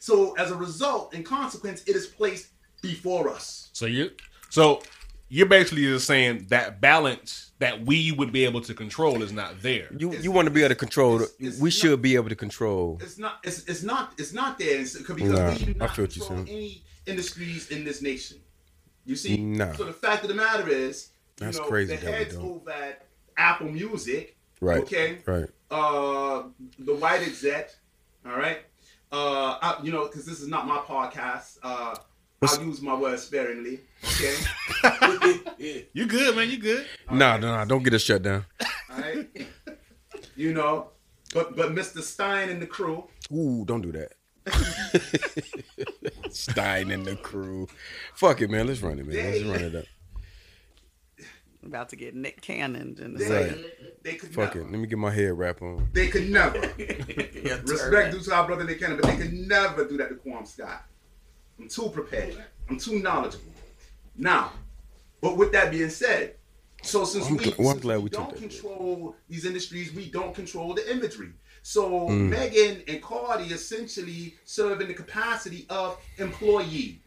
Speaker 2: So, as a result and consequence, it is placed before us.
Speaker 1: so you so you're basically just saying that balance that we would be able to control is not there.
Speaker 3: You you want to be able to control.
Speaker 2: it's- it's
Speaker 3: we
Speaker 2: not-
Speaker 3: should be able to control.
Speaker 2: It's not. It's, it's not. It's not there. It's, because
Speaker 3: Nah,
Speaker 2: we do
Speaker 3: I
Speaker 2: not
Speaker 3: feel what you're
Speaker 2: control
Speaker 3: saying.
Speaker 2: any industries in this nation. You see.
Speaker 3: Nah.
Speaker 2: So the fact of the matter is,
Speaker 3: That's
Speaker 2: you know,
Speaker 3: crazy
Speaker 2: The
Speaker 3: that we
Speaker 2: heads
Speaker 3: don't.
Speaker 2: over at Apple Music,
Speaker 3: Right.
Speaker 2: okay,
Speaker 3: Right.
Speaker 2: uh, the White Exec, all right. Uh, I, you know, because this is not my podcast. Uh,
Speaker 3: What's-
Speaker 2: I'll use my words sparingly. Okay.
Speaker 1: You good, man? You good?
Speaker 3: No, no, no. Don't get us shut down.
Speaker 2: all right.
Speaker 3: [LAUGHS]
Speaker 2: You know, but but Mr. Stein and the crew.
Speaker 3: Ooh, don't do that. [LAUGHS] Stein and the crew. Fuck it, man. Let's run it, man. Let's run it up.
Speaker 5: About to get Nick Cannon in a
Speaker 2: They,
Speaker 5: second.
Speaker 2: they could
Speaker 3: Fuck
Speaker 2: never.
Speaker 3: it. Let me get my head wrap on.
Speaker 2: They could never.
Speaker 5: Your turban.
Speaker 2: Respect due to our brother Nick Cannon, but they could never do that to Quam Scott. I'm too prepared. I'm too knowledgeable. Now, but with that being said, so since
Speaker 3: I'm
Speaker 2: we,
Speaker 3: gl- well, I'm
Speaker 2: since
Speaker 3: glad
Speaker 2: we
Speaker 3: we took
Speaker 2: don't
Speaker 3: that.
Speaker 2: control these industries, we don't control the imagery. So
Speaker 3: Mm.
Speaker 2: Megan and Cardi essentially serve in the capacity of employee,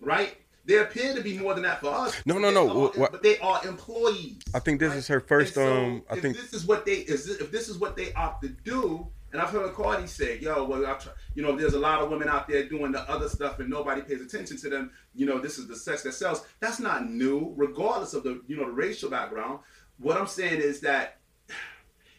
Speaker 2: right? They appear to be more than that for us.
Speaker 3: No,
Speaker 2: but
Speaker 3: no,
Speaker 2: they
Speaker 3: no.
Speaker 2: are-
Speaker 3: What- what-
Speaker 2: But they are employees.
Speaker 3: I think this is her first.
Speaker 2: And so,
Speaker 3: um, I
Speaker 2: if
Speaker 3: think
Speaker 2: this is what they is this, if this is what they opt to do. And I've heard Cardi say, "Yo, well, I've tr- you know, there's a lot of women out there doing the other stuff, and nobody pays attention to them. You know, this is the sex that sells. That's not new, regardless of the you know the racial background. What I'm saying is that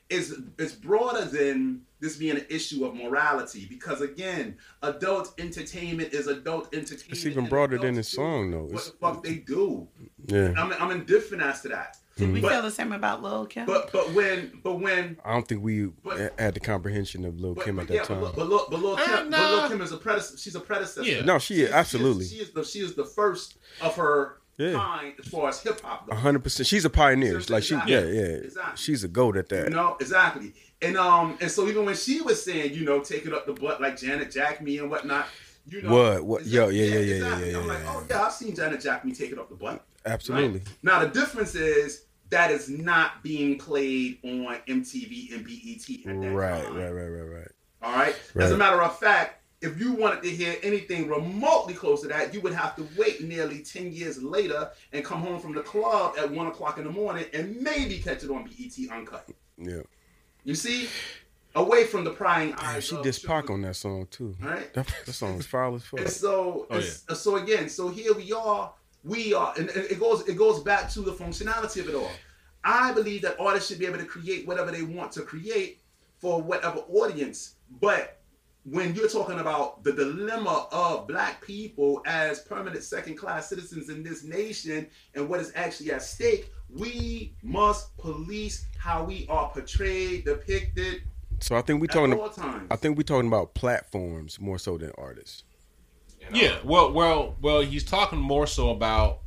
Speaker 2: it's it's broader than this being an issue of morality, because again, adult entertainment is adult entertainment.
Speaker 3: even
Speaker 2: and
Speaker 3: broader than
Speaker 2: adults
Speaker 3: this
Speaker 2: do
Speaker 3: song, though.
Speaker 2: What
Speaker 3: It's-
Speaker 2: the fuck they do?
Speaker 3: yeah.
Speaker 2: I'm I'm indifferent as to that.
Speaker 5: Did we
Speaker 2: But-
Speaker 5: feel the same about Lil Kim?
Speaker 2: But but when but when
Speaker 3: I don't think we
Speaker 2: But-
Speaker 3: had the comprehension of Lil
Speaker 2: but,
Speaker 3: Kim
Speaker 2: but
Speaker 3: at
Speaker 2: yeah,
Speaker 3: that
Speaker 2: but
Speaker 3: time.
Speaker 2: look, but look, but Lil
Speaker 4: Uh,
Speaker 2: Kim, but
Speaker 4: nah.
Speaker 2: Lil Kim is a predecessor. She's a predecessor.
Speaker 4: Yeah.
Speaker 3: No, she is, absolutely.
Speaker 2: She is, she is the she is the first of her
Speaker 3: Yeah. Uh-huh.
Speaker 2: kind as far as hip hop
Speaker 3: A
Speaker 2: goes.
Speaker 3: hundred percent. She's a pioneer.
Speaker 2: Seriously,
Speaker 3: Like she,
Speaker 2: exactly.
Speaker 3: yeah, yeah.
Speaker 2: Exactly.
Speaker 3: She's a goat at that.
Speaker 2: You know exactly. And um and so even when she was saying you know take it up the butt like Janet Jack me and whatnot. You know,
Speaker 3: What? What? Yo,
Speaker 2: exactly-
Speaker 3: yeah, yeah, yeah, yeah,
Speaker 2: exactly.
Speaker 3: yeah,
Speaker 2: I'm
Speaker 3: yeah,
Speaker 2: like,
Speaker 3: yeah,
Speaker 2: oh yeah, I've seen Janet Jack me take it up the butt.
Speaker 3: Absolutely.
Speaker 2: Right? Now the difference is that is not being played on MTV and BET at that
Speaker 3: Right,
Speaker 2: time.
Speaker 3: right, right, right, right.
Speaker 2: All right? As a
Speaker 3: Right.
Speaker 2: matter of fact, if you wanted to hear anything remotely close to that, you would have to wait nearly 10 years later and come home from the club at 1 o'clock in the morning and maybe catch it on BET Uncut.
Speaker 3: Yeah.
Speaker 2: You see? Away from the prying
Speaker 3: Damn,
Speaker 2: eyes.
Speaker 3: she
Speaker 2: of
Speaker 3: dissed Pac
Speaker 2: children,
Speaker 3: on that song too.
Speaker 2: All right?
Speaker 3: That, that song is foul as fuck.
Speaker 2: And so,
Speaker 4: Oh,
Speaker 2: and s- so again, so here we are. We are, and and it goes, it goes back to the functionality of it all. I believe that artists should be able to create whatever they want to create for whatever audience. But when you're talking about the dilemma of black people as permanent second-class citizens in this nation and what is actually at stake, we must police how we are portrayed, depicted
Speaker 3: So I think we
Speaker 2: at
Speaker 3: talking.
Speaker 2: all times.
Speaker 3: I think we talking about platforms more so than artists.
Speaker 1: Yeah. Well, well, well. He's talking more so about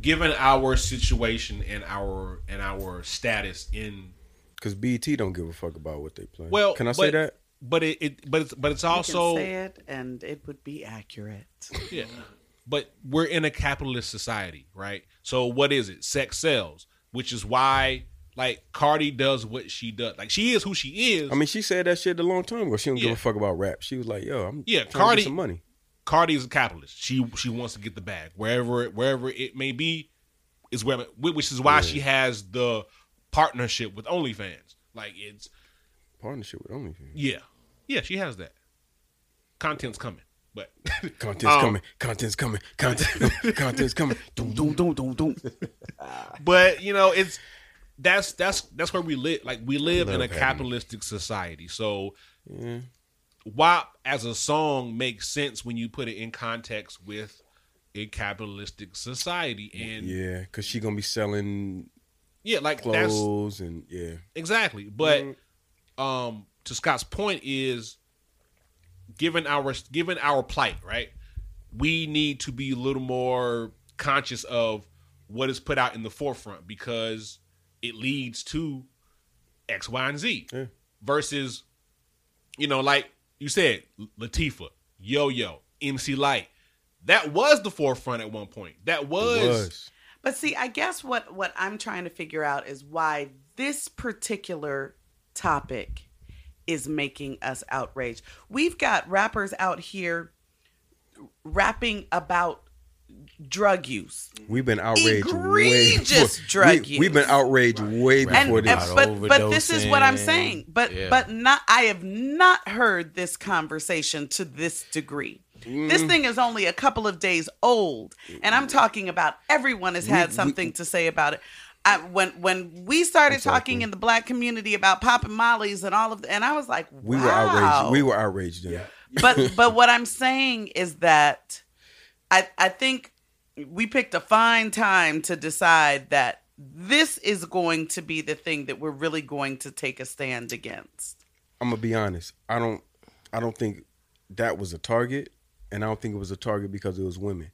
Speaker 1: given our situation and our and our status in
Speaker 3: Because BET E don't give a fuck about what they play.
Speaker 1: Well,
Speaker 3: can I say
Speaker 1: but-
Speaker 3: that?
Speaker 1: but it, it but it's but it's
Speaker 5: You can say
Speaker 1: also
Speaker 5: it and it would be accurate.
Speaker 2: [LAUGHS]
Speaker 1: yeah but we're in a capitalist society right so what is it sex sells which is why like cardi does what she does like she is who she is
Speaker 3: I mean, she said that shit a long time ago. She don't give
Speaker 1: Yeah.
Speaker 3: a fuck about rap. She was like, "Yo, I'm
Speaker 1: Yeah,
Speaker 3: trying to get
Speaker 1: Cardi-
Speaker 3: some money."
Speaker 1: cardi is a capitalist she she wants to get the bag wherever wherever it may be is where which is why she has the partnership with onlyfans like it's
Speaker 3: Partnership with OnlyFans.
Speaker 1: yeah yeah she has that content's coming but
Speaker 3: Content's
Speaker 1: Um,
Speaker 3: coming. Content's coming.
Speaker 1: [LAUGHS]
Speaker 3: Content. [LAUGHS] content's coming. Doom, doom, doom, doom, doom.
Speaker 1: but you know it's that's that's that's where we live like we live in a
Speaker 3: Love having-
Speaker 1: capitalistic society so WAP as a song makes sense when you put it in context with a capitalistic society and yeah,
Speaker 3: Yeah, because she gonna be selling
Speaker 1: like that's
Speaker 3: clothes and yeah.
Speaker 1: exactly but
Speaker 3: Mm-hmm.
Speaker 1: um to Scott's point is given our given our plight right we need to be a little more conscious of what is put out in the forefront because it leads to X, Y, and Z.
Speaker 3: Yeah.
Speaker 1: Versus, you know, like you said, Latifa, Yo Yo, MC Light. That was the forefront at one point. That was,
Speaker 3: was.
Speaker 5: [LAUGHS] But see, I guess what what I'm trying to figure out is why this particular topic is making us outraged. We've got rappers out here rapping about drug use.
Speaker 3: We've been outraged way
Speaker 5: Egregious
Speaker 3: before-
Speaker 5: drug
Speaker 3: we, have been
Speaker 5: use.
Speaker 3: outraged way
Speaker 4: Right.
Speaker 3: before
Speaker 5: And,
Speaker 3: this.
Speaker 5: and- but but this is what I'm
Speaker 4: overdosing.
Speaker 5: saying. But
Speaker 4: Yeah.
Speaker 5: but not I have not heard this conversation to this degree. This
Speaker 3: Mm.
Speaker 5: thing is only a couple of days old, and I'm talking about everyone has had
Speaker 3: we-
Speaker 5: something to say about it. I, when when we started talking in the black community about popping mollies and all of, the, and I was like, wow.
Speaker 3: We were outraged. We were outraged. Then.
Speaker 2: Yeah.
Speaker 4: [LAUGHS]
Speaker 5: but but what I'm saying is that I I think we picked a fine time to decide that this is going to be the thing that we're really going to take a stand against.
Speaker 3: I'm gonna be honest. I don't. I don't think that was a target, and I don't think it was a target because it was women.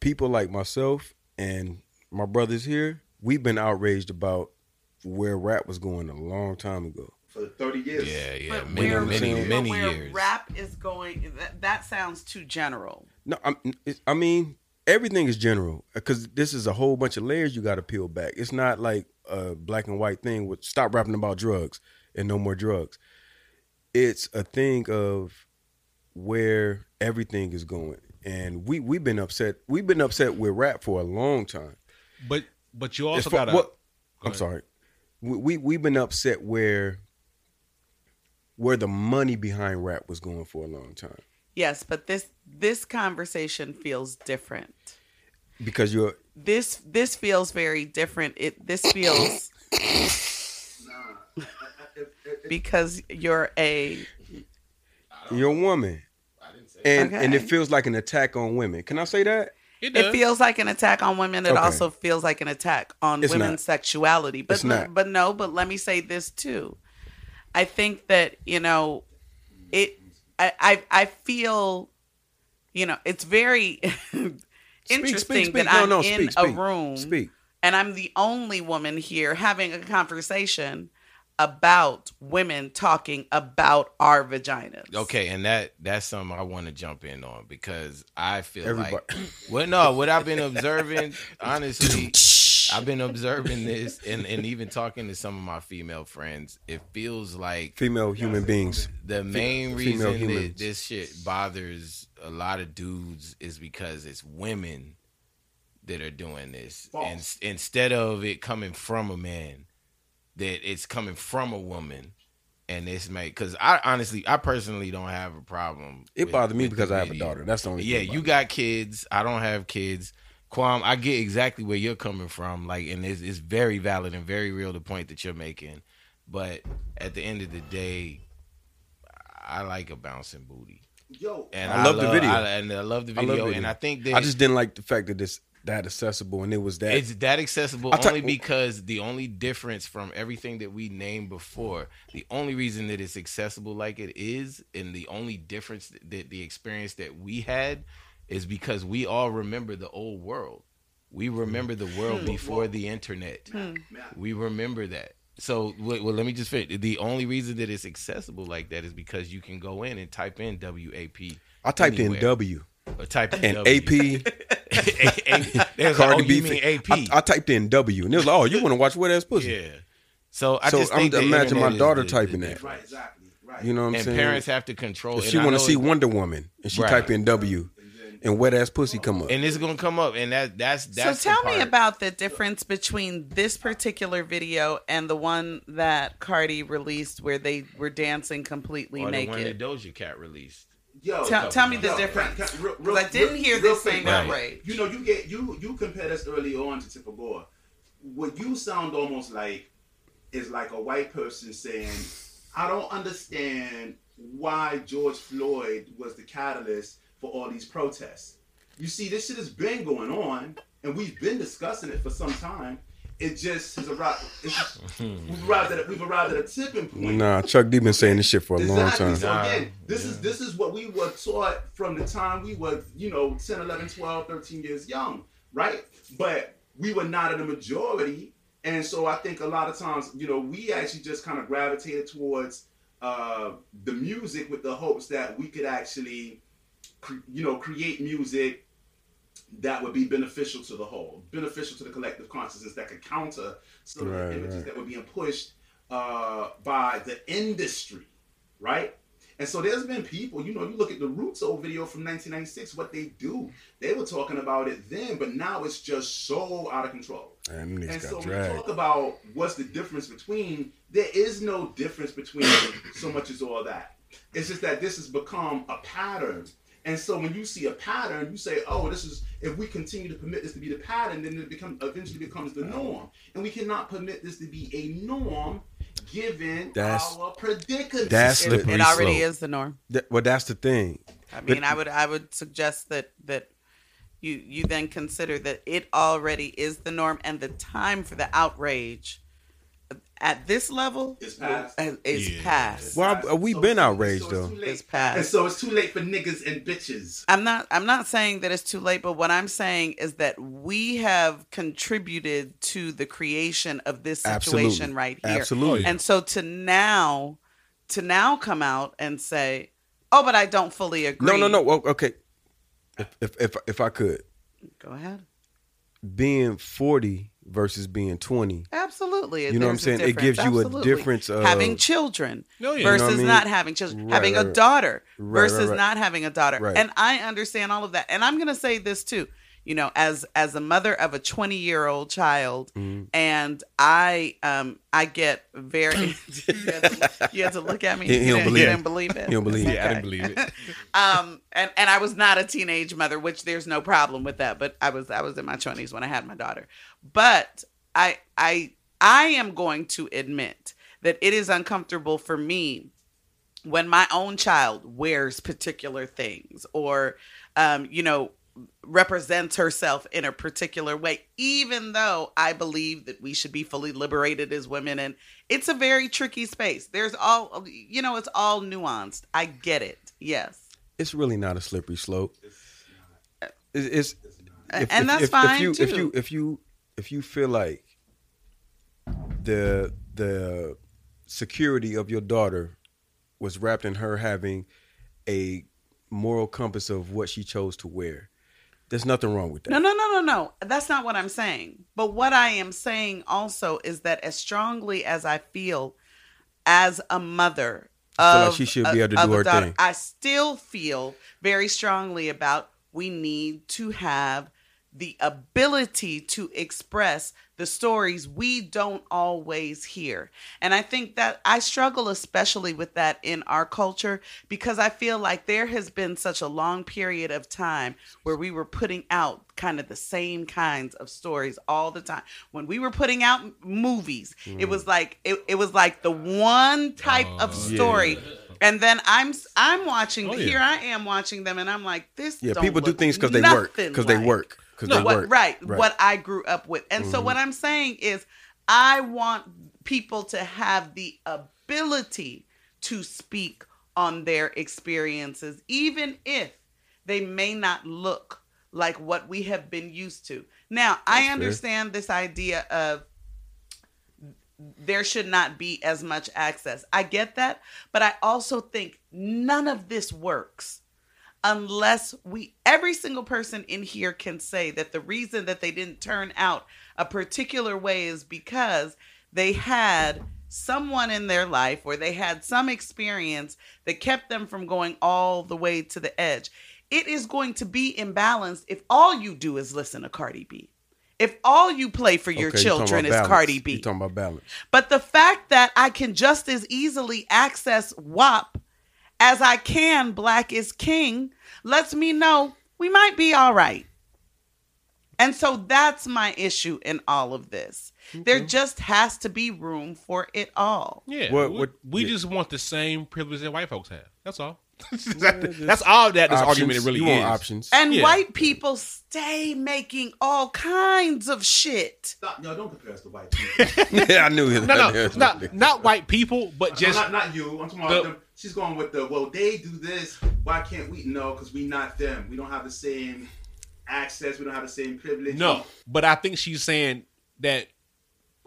Speaker 3: People like myself and my brothers here, we've been outraged about where rap was going a long time ago.
Speaker 2: For 30 years.
Speaker 4: Yeah, yeah,
Speaker 5: But
Speaker 4: many,
Speaker 5: where-
Speaker 4: many,
Speaker 5: but
Speaker 4: many
Speaker 5: where
Speaker 4: years.
Speaker 5: Rap is going. That, that sounds too general.
Speaker 3: No, I'm, it's, I mean everything is general because this is a whole bunch of layers you got to peel back. It's not like a black and white thing with stop rapping about drugs and no more drugs. It's a thing of where everything is going, and we we've been upset. We've been upset with rap for a long time.
Speaker 1: But but you
Speaker 3: As
Speaker 1: also
Speaker 3: far-
Speaker 1: got to
Speaker 3: what- I'm
Speaker 1: ahead.
Speaker 3: sorry. We, we we've been upset where where the money behind rap was going for a long time
Speaker 5: Yes, but this this conversation feels different.
Speaker 3: because you're
Speaker 5: This this feels very different. It this [COUGHS] feels
Speaker 2: Nah. If- if- if-
Speaker 5: because you're a
Speaker 3: you're a woman.
Speaker 4: I didn't say
Speaker 3: and and it
Speaker 5: Okay.
Speaker 3: feels like an attack on women. Can I say that?
Speaker 4: it
Speaker 5: It
Speaker 3: E
Speaker 4: does.
Speaker 5: feels like an attack on women. It
Speaker 3: Okay.
Speaker 5: also feels like an attack on
Speaker 3: It's
Speaker 5: women's
Speaker 3: not.
Speaker 5: sexuality. But
Speaker 3: It's not.
Speaker 5: but no, but let me say this too. I think that, you know, it I I, I feel you know, it's very [LAUGHS] interesting that I'm in a room
Speaker 3: Speak.
Speaker 5: and I'm the only woman here having a conversation about women talking about our vaginas.
Speaker 4: Okay, and that that's something I want to jump in on because I feel
Speaker 3: Everybody.
Speaker 4: like what no, what I've been observing, honestly, I've been observing this and, and even talking to some of my female friends, it feels like
Speaker 3: Female human beings.
Speaker 4: the main
Speaker 3: female
Speaker 4: reason that
Speaker 3: humans.
Speaker 4: this shit bothers a lot of dudes is because it's women that are doing this,
Speaker 2: False.
Speaker 4: and instead of it coming from a man, that it's coming from a woman, and it's made because I honestly, I personally don't have a problem.
Speaker 3: It
Speaker 4: with-
Speaker 3: bothered me
Speaker 4: with the
Speaker 3: because I have a
Speaker 4: video.
Speaker 3: daughter. That's the only.
Speaker 4: Yeah,
Speaker 3: thing
Speaker 4: you
Speaker 3: about
Speaker 4: got kids. I don't have kids. Quam, I get exactly where you're coming from. Like, and it's, it's very valid and very real the point that you're making. But at the end of the day, I like a bouncing booty,
Speaker 2: Yo,
Speaker 4: and
Speaker 3: I love the video.
Speaker 4: I, and I love the
Speaker 3: I love
Speaker 4: video,
Speaker 3: video.
Speaker 4: and I think
Speaker 3: it.
Speaker 4: that
Speaker 3: I just didn't like the fact that it's that accessible and it was that.
Speaker 4: it's that accessible
Speaker 3: I thought-
Speaker 4: only because the only difference from everything that we named before, the only reason that it's accessible like it is, and the only difference that the experience that we had is because we all remember the old world. We remember the
Speaker 3: Hmm.
Speaker 4: world before the internet.
Speaker 2: Matt,
Speaker 4: We remember that. So, wait, well, let me just finish. The only reason that it's accessible like that is because you can go in and type in WAP
Speaker 3: I typed
Speaker 4: anywhere.
Speaker 3: in W
Speaker 4: or type in
Speaker 3: and
Speaker 4: W. [LAUGHS]
Speaker 3: AP.
Speaker 4: They was
Speaker 3: [LAUGHS]
Speaker 4: like,
Speaker 3: Cardi
Speaker 4: oh,
Speaker 3: B.
Speaker 4: you mean AP?
Speaker 3: I, I typed in W and it was like, oh, you want to watch where that's pussy?
Speaker 4: Yeah. So I
Speaker 3: So
Speaker 4: just
Speaker 3: I'm-
Speaker 4: think the
Speaker 3: imagine my
Speaker 4: internet is
Speaker 3: daughter
Speaker 4: the-
Speaker 3: typing
Speaker 4: the-
Speaker 3: that.
Speaker 2: Right, exactly. Right.
Speaker 3: You know what I'm
Speaker 4: and
Speaker 3: saying?
Speaker 4: parents have to control.
Speaker 3: if
Speaker 4: and
Speaker 3: she
Speaker 4: I
Speaker 3: want to
Speaker 4: know
Speaker 3: see
Speaker 4: it-
Speaker 3: Wonder Woman and she
Speaker 4: Right.
Speaker 3: type in W
Speaker 2: And then,
Speaker 3: and wet ass pussy come up.
Speaker 4: and it's gonna come up, and that that's that's.
Speaker 5: so tell
Speaker 4: the part.
Speaker 5: me about the difference between this particular video and the one that Cardi released where they were dancing completely
Speaker 4: or the one that
Speaker 5: naked.
Speaker 4: Doja Cat released.
Speaker 2: yo,
Speaker 5: Tell, tell me the
Speaker 2: yo,
Speaker 5: difference.
Speaker 2: can- can- real-
Speaker 5: Because
Speaker 2: real-
Speaker 5: I didn't
Speaker 2: real-
Speaker 5: hear
Speaker 2: real
Speaker 5: this
Speaker 2: quick,
Speaker 5: thing
Speaker 4: Right.
Speaker 5: outrage.
Speaker 2: You know, you get you you compared us early on to Tipagora. What you sound almost like is like a white person saying, "I don't understand why George Floyd was the catalyst for all these protests." You see, this shit has been going on, and we've been discussing it for some time. It just has arrived. It's, we've arrived at a, we've arrived at a tipping point.
Speaker 3: Nah, Chuck D been saying this shit for a long
Speaker 2: Exactly.
Speaker 3: time.
Speaker 2: So
Speaker 4: Nah,
Speaker 2: again, this
Speaker 4: yeah.
Speaker 2: is this is what we were taught from the time we were, you know, 10, 11, 12, 13 years young, right? But we were not in the majority. And so I think a lot of times, you know, we actually just kind of gravitated towards uh, the music with the hopes that we could actually, cre- you know, create music that would be beneficial to the whole, beneficial to the collective consciousness that could counter some of
Speaker 3: Right,
Speaker 2: the images
Speaker 3: right.
Speaker 2: that were being pushed uh, by the industry, right? And so there's been people, you know, you look at the Roots old video from 1996, what they do, they were talking about it then, but now it's just so out of control.
Speaker 3: Damn, them niggas
Speaker 2: And
Speaker 3: got
Speaker 2: so when you
Speaker 3: dragged.
Speaker 2: talk about what's the difference between, there is no [COUGHS] difference between so much as all that. It's just that this has become a pattern. And so when you see a pattern, you say, "Oh, this is if we continue to permit this to be the pattern, then it become eventually becomes the norm." And we cannot permit this to be a norm given
Speaker 3: That's-
Speaker 2: our predicament.
Speaker 3: that's
Speaker 2: And-
Speaker 5: It,
Speaker 3: slippery
Speaker 5: it already
Speaker 3: slope.
Speaker 5: is the norm.
Speaker 3: Th- well, that's the thing.
Speaker 5: I
Speaker 3: But-
Speaker 5: mean, I would I would suggest that that you you then consider that it already is the norm and the time for the outrage at this level
Speaker 2: It's past.
Speaker 5: uh, is
Speaker 1: Yeah.
Speaker 5: past.
Speaker 3: Why are we been
Speaker 2: it's-
Speaker 3: outraged,
Speaker 2: so it's
Speaker 3: though?
Speaker 2: too late.
Speaker 5: It's past.
Speaker 2: And so it's too late for niggas and bitches.
Speaker 5: I'm not I'm not saying that it's too late, but what I'm saying is that we have contributed to the creation of this situation
Speaker 3: Absolutely.
Speaker 5: right here.
Speaker 1: Oh,
Speaker 3: Absolutely.
Speaker 5: And so to now to now come out and say, "Oh, but I don't fully agree."
Speaker 3: No, no, no. Well, okay. If, if if if I could,
Speaker 5: Go ahead.
Speaker 3: being forty versus being twenty,
Speaker 5: Absolutely.
Speaker 3: You know what I'm
Speaker 5: there's a
Speaker 3: saying? It gives
Speaker 5: difference.
Speaker 3: you a
Speaker 5: Absolutely.
Speaker 3: difference of- Oh,
Speaker 5: having children
Speaker 1: No, yeah.
Speaker 5: versus
Speaker 3: You know what I mean?
Speaker 5: not having children,
Speaker 3: Right,
Speaker 5: having
Speaker 3: right,
Speaker 5: a
Speaker 3: right.
Speaker 5: daughter
Speaker 3: Right, right,
Speaker 5: versus
Speaker 3: right.
Speaker 5: not having a daughter.
Speaker 3: Right.
Speaker 5: And I understand all of that. And I'm going to say this too. You know, as as a mother of a 20 year old child,
Speaker 3: Mm-hmm.
Speaker 5: and I um I get very [LAUGHS] you, had to, you had to look at me.
Speaker 3: He- he
Speaker 5: you
Speaker 3: don't
Speaker 5: didn't,
Speaker 3: believe
Speaker 5: you
Speaker 3: it.
Speaker 5: didn't believe it.
Speaker 3: you don't believe.
Speaker 1: Yeah, I
Speaker 3: it.
Speaker 1: didn't believe it.
Speaker 5: Um, and and I was not a teenage mother, which there's no problem with that. But I was I was in my 20s when I had my daughter. But I I I am going to admit that it is uncomfortable for me when my own child wears particular things or um, you know represents herself in a particular way even though i believe that we should be fully liberated as women and it's a very tricky space there's all you know it's all nuanced i get it yes
Speaker 3: It's really not a slippery slope. It's, it's
Speaker 5: A- and that's fine
Speaker 3: you,
Speaker 5: too
Speaker 3: If you if you if you feel like the the security of your daughter was wrapped in her having a moral compass of what she chose to wear, there's nothing wrong with that.
Speaker 5: No, no, no, no, no. That's not what I'm saying. But what I am saying also is that as strongly as I feel as a mother
Speaker 3: I feel
Speaker 5: of,
Speaker 3: like she should be able to
Speaker 5: of
Speaker 3: do
Speaker 5: a
Speaker 3: her
Speaker 5: daughter,
Speaker 3: thing.
Speaker 5: I still feel very strongly about we need to have the ability to express the stories we don't always hear. And I think that I struggle especially with that in our culture because I feel like there has been such a long period of time where we were putting out kind of the same kinds of stories all the time. When we were putting out m- movies, it
Speaker 3: Mm.
Speaker 5: was like it, it was like the one type of
Speaker 1: Oh,
Speaker 3: yeah.
Speaker 5: story. And then I'm s- I'm watching
Speaker 1: Oh, yeah.
Speaker 5: here I am watching them and I'm like this
Speaker 3: yeah,
Speaker 5: don't
Speaker 3: people do
Speaker 5: look
Speaker 3: things because they work.
Speaker 5: nothing
Speaker 3: Because they
Speaker 5: like
Speaker 3: work. Because they
Speaker 5: what,
Speaker 3: work.
Speaker 5: Right,
Speaker 3: Right.
Speaker 5: What I grew up with. And so what I'm saying is I want people to have the ability to speak on their experiences, even if they may not look like what we have been used to. Now, I understand this idea of there should not be as much access. I get that, but I also think none of this works unless we every single person in here can say that the reason that they didn't turn out a particular way is because they had someone in their life or they had some experience that kept them from going all the way to the edge. It is going to be imbalanced if all you do is listen to Cardi B. If all you play for your
Speaker 3: Okay, you talking
Speaker 5: children
Speaker 3: about
Speaker 5: is
Speaker 3: balance.
Speaker 5: Cardi B.
Speaker 3: You talking about balance?
Speaker 5: But the fact that I can just as easily access WAP as I can Black is King lets me know we might be all right. And so that's my issue in all of this.
Speaker 7: Mm-hmm.
Speaker 5: There just has to be room for it all.
Speaker 1: Yeah,
Speaker 3: What-
Speaker 1: we,
Speaker 3: what-
Speaker 1: we
Speaker 3: yeah.
Speaker 1: just want the same privilege that white folks have. That's all. [LAUGHS] that's all that this argument
Speaker 3: Options.
Speaker 1: really
Speaker 3: you
Speaker 1: is.
Speaker 3: want
Speaker 5: [LAUGHS]
Speaker 3: options.
Speaker 5: And
Speaker 1: Yeah.
Speaker 5: white people stay making all kinds of shit.
Speaker 2: Stop, no, don't compare us to
Speaker 3: [LAUGHS]
Speaker 2: white people.
Speaker 3: yeah, I knew it. [LAUGHS]
Speaker 1: No, no, not not white people, but
Speaker 2: No,
Speaker 1: just
Speaker 2: not, not you. I'm talking about
Speaker 1: The-
Speaker 2: them. She's going with the well. They do this. Why can't we? No, because we not them. We don't have the same access. We don't have the same privilege.
Speaker 1: no. But I think she's saying that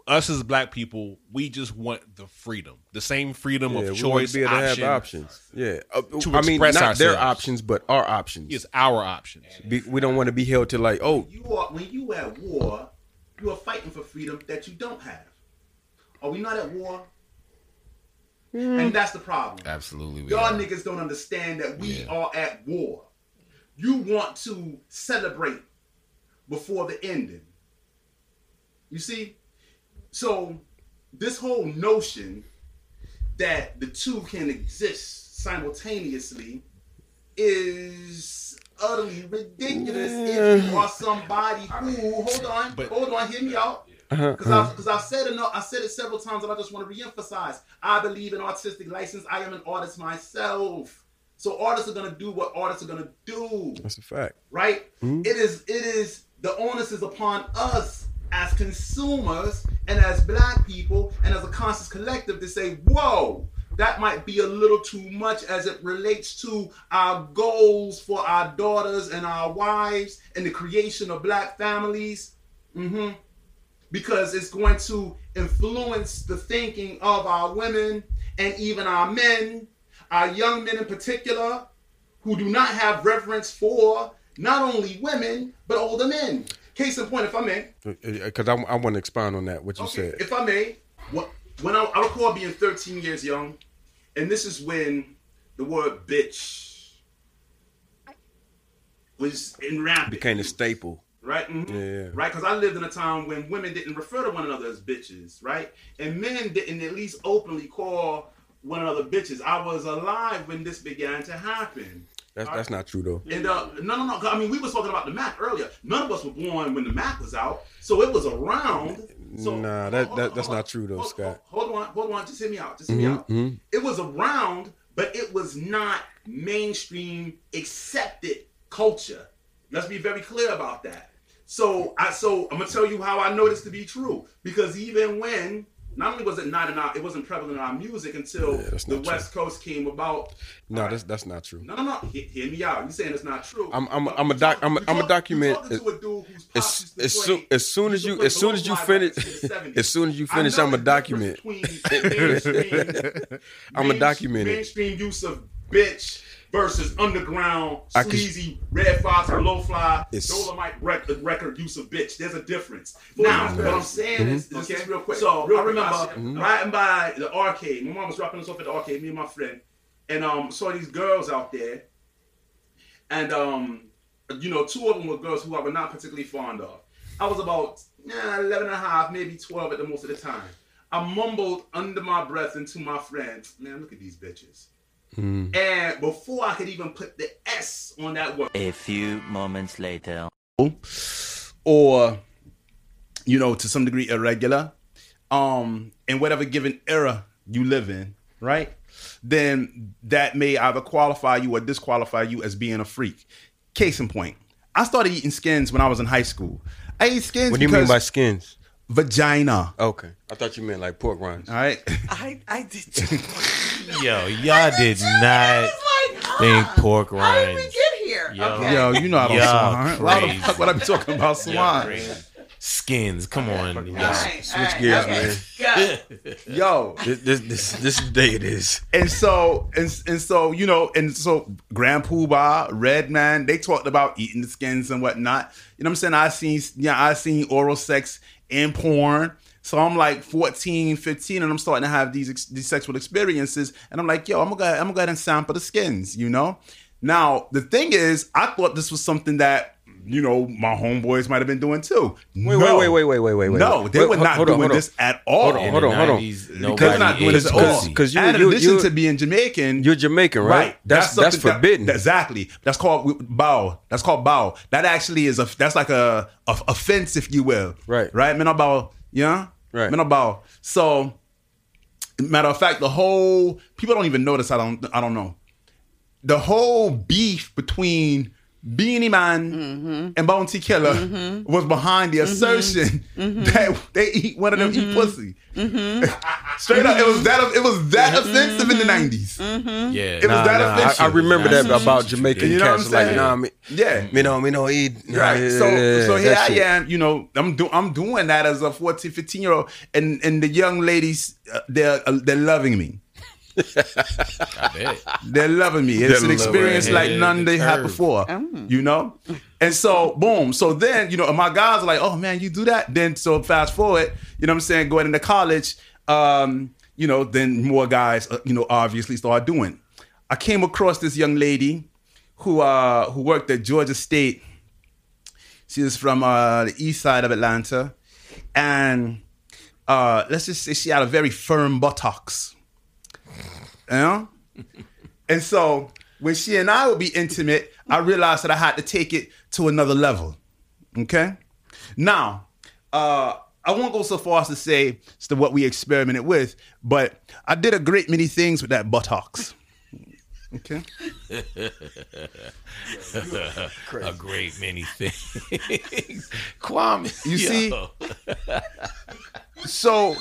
Speaker 1: us as black people, we just want the freedom, the same freedom
Speaker 3: Yeah,
Speaker 1: of
Speaker 3: we want
Speaker 1: choice,
Speaker 3: to be able to
Speaker 1: option.
Speaker 3: have options. Yeah, Uh,
Speaker 1: To
Speaker 3: I mean, not
Speaker 1: express
Speaker 3: their
Speaker 1: ourselves.
Speaker 3: options, but our options.
Speaker 1: It's our options.
Speaker 3: Be, we don't want to be held to like, oh,
Speaker 2: You are when you at war, you are fighting for freedom that you don't have. Are we not at war? And that's the problem.
Speaker 4: Absolutely. we
Speaker 2: Y'all
Speaker 4: are.
Speaker 2: niggas don't understand that we
Speaker 4: Yeah.
Speaker 2: are at war. You want to celebrate before the ending. You see? So this whole notion that the two can exist simultaneously is utterly ridiculous if you are somebody who hold on,
Speaker 1: But-
Speaker 2: hold on, hear me out.
Speaker 3: Uh-huh,
Speaker 2: Because I've, 'cause I've said enough, I said it several times, and I just want to reemphasize. I believe in artistic license. I am an artist myself, so artists are gonna do what artists are gonna do
Speaker 3: That's a fact.
Speaker 2: right?
Speaker 3: Mhm.
Speaker 2: It is it is the onus is upon us as consumers and as black people and as a conscious collective to say, whoa, that might be a little too much as it relates to our goals for our daughters and our wives and the creation of black families. hmm Because it's going to influence the thinking of our women and even our men, our young men in particular, who do not have reverence for not only women but older men. Case in point, if I may,
Speaker 3: Uh, Because I, I want to expound on that what you
Speaker 2: okay,
Speaker 3: said.
Speaker 2: if I may, what when I, I recall being 13 years young, and this is when the word bitch was in rap
Speaker 3: Became a staple.
Speaker 2: right? Mhm.
Speaker 3: Yeah, yeah.
Speaker 2: Right? Because I lived in a time when women didn't refer to one another as bitches, right? And men didn't at least openly call one another bitches. I was alive when this began to happen.
Speaker 3: That's that's not true though.
Speaker 2: And uh, no, no, no. 'cause, I mean, we was talking about the Mac earlier. None of us were born when the Mac was out, so it was around. So,
Speaker 3: Nah, that-
Speaker 2: hold-
Speaker 3: that-
Speaker 2: hold-
Speaker 3: that's
Speaker 2: hold-
Speaker 3: not true though,
Speaker 2: hold-
Speaker 3: Scott.
Speaker 2: Hold, hold on, hold on. Just hear me out. Just hear me
Speaker 3: Mhm,
Speaker 2: out.
Speaker 3: mhm.
Speaker 2: It was around, but it was not mainstream accepted culture. Let's be very clear about that. So, I so I'm gonna tell you how I know this to be true because even when not only was it not in our, it wasn't prevalent in our music until
Speaker 3: Yeah, that's
Speaker 2: the
Speaker 3: not true.
Speaker 2: West Coast came about.
Speaker 3: No, that's that's not true.
Speaker 2: No, no, no. He- Hear me out. You saying it's not true?
Speaker 3: I'm- I'm-
Speaker 2: But
Speaker 3: I'm a
Speaker 2: you
Speaker 3: doc-
Speaker 2: talk-
Speaker 3: I'm a-
Speaker 2: you
Speaker 3: I'm a
Speaker 2: talk-
Speaker 3: document-
Speaker 2: You talking to a dude whose pop
Speaker 3: As,
Speaker 2: used to
Speaker 3: as
Speaker 2: play-
Speaker 3: soon as soon as
Speaker 2: used to
Speaker 3: you
Speaker 2: play
Speaker 3: as soon as you
Speaker 2: lo-fi
Speaker 3: finish
Speaker 2: records in the
Speaker 3: [LAUGHS]
Speaker 2: 70s.
Speaker 3: as soon as you
Speaker 2: I
Speaker 3: finish,
Speaker 2: know
Speaker 3: I'm a
Speaker 2: the
Speaker 3: document.
Speaker 2: difference between mainstream-
Speaker 3: [LAUGHS] I'm a document.
Speaker 2: Mainstream use of bitch versus underground
Speaker 3: I can-
Speaker 2: sleazy red fox or low fly
Speaker 3: It's-
Speaker 2: Dolomite rec- record use of bitch. There's a difference. Now what I'm saying is this is real quick. So I remember riding by the arcade. My mom was dropping us off at the arcade. Me and my friend, and um saw these girls out there, and um you know two of them were girls who I was not particularly fond of. I was about eh, 11 and a half, maybe 12 at the most of the time. I mumbled under my breath into my friend, man, look at these bitches. And before I could even put the S on that word,
Speaker 6: A few moments later.
Speaker 2: or you know to some degree irregular um in whatever given era you live in right then that may either qualify you or disqualify you as being a freak case in point i started eating skins when i was in high school i ate skins
Speaker 3: What do you mean
Speaker 2: because
Speaker 3: by skins?
Speaker 2: vagina
Speaker 3: Okay, I thought you meant like pork rinds.
Speaker 2: all right
Speaker 5: I I did.
Speaker 7: Yo, y'all did not think pork
Speaker 5: "Ah, How did we
Speaker 7: rinds.
Speaker 5: get here?
Speaker 7: Yo.
Speaker 5: Okay.
Speaker 2: yo you know i don't
Speaker 7: [LAUGHS] Yeah,
Speaker 2: swine why the
Speaker 7: crazy.
Speaker 2: fuck would i be talking about swine
Speaker 7: Skins, come on.
Speaker 5: All
Speaker 7: y'all.
Speaker 5: right, all right,
Speaker 3: gears,
Speaker 5: okay.
Speaker 2: yo
Speaker 5: Go.
Speaker 3: [LAUGHS] This this this, this day it is.
Speaker 2: and so and, and so you know and so grand poobah red man they talked about eating the skins and whatnot you know what i'm saying i seen yeah i seen oral sex in porn so i'm like 14 15 and i'm starting to have these ex- these sexual experiences and i'm like yo i'm gonna go, i'm gonna go ahead and sample the skins you know now the thing is i thought this was something that you know my homeboys might have been doing too
Speaker 3: Wait,
Speaker 2: No.
Speaker 3: wait, wait, wait, wait, wait, wait.
Speaker 2: no
Speaker 3: wait.
Speaker 2: they
Speaker 3: Wait,
Speaker 2: were
Speaker 3: hold-
Speaker 2: not
Speaker 3: hold on,
Speaker 2: doing
Speaker 3: hold on.
Speaker 2: this at all
Speaker 3: Hold on,
Speaker 7: In
Speaker 3: hold
Speaker 7: the
Speaker 3: on, hold on.
Speaker 7: 90s,
Speaker 2: because they're not
Speaker 7: nobody
Speaker 2: doing this
Speaker 7: ate
Speaker 2: at all.
Speaker 7: pussy.
Speaker 3: Because you-
Speaker 2: in
Speaker 3: you-
Speaker 2: addition
Speaker 3: you-
Speaker 2: to being Jamaican,
Speaker 3: You're Jamaican, right? That's that's,
Speaker 2: something that-
Speaker 3: forbidden.
Speaker 2: that- exactly. That's called bow. That's called bow. That actually is a that's like a, a offense, if you will.
Speaker 3: Right.
Speaker 2: Right. Men bow. Yeah.
Speaker 3: Right.
Speaker 2: Men bow. So, matter of fact, the whole people don't even notice. I don't. I don't know. The whole beef between Beanie Man and Bounty Killer was behind the assertion [LAUGHS] that they eat one of them eat pussy. [LAUGHS] Straight up, it was that it was that offensive in the 90s
Speaker 7: Yeah,
Speaker 2: It was that
Speaker 3: I,
Speaker 2: offensive.
Speaker 3: I remember that about Jamaican
Speaker 2: You know what
Speaker 3: cats.
Speaker 2: I'm
Speaker 3: Like,
Speaker 2: saying?
Speaker 3: nah, me,
Speaker 2: Yeah.
Speaker 3: me no, me no eat. Nah,
Speaker 2: Right.
Speaker 3: yeah,
Speaker 2: So
Speaker 3: yeah,
Speaker 2: so
Speaker 3: yeah,
Speaker 2: here
Speaker 3: that
Speaker 2: I
Speaker 3: shit.
Speaker 2: am, you know, I'm do I'm doing that as a 14, 15 year old and and the young ladies uh, they're uh, they're loving me.
Speaker 7: I bet.
Speaker 2: They're loving me. It's an experience like none they had
Speaker 7: Curve.
Speaker 2: before. You know? And so boom. So then, you know, and my guys are like, oh man, you do that. Then so fast forward, you know what I'm saying, going into college, um, you know, then more guys, uh, you know, obviously start doing. I came across this young lady who uh who worked at Georgia State. She was from uh, the east side of Atlanta. And uh, let's just say she had a very firm buttocks. You know? And so When she and I would be intimate, I realized that I had to take it to another level. Okay? Now, uh, I won't go so far as to say it's to what we experimented with, but I did a great many things with that buttocks. Okay?
Speaker 4: a great many things. Kwame,
Speaker 2: You
Speaker 4: yo.
Speaker 2: see? So,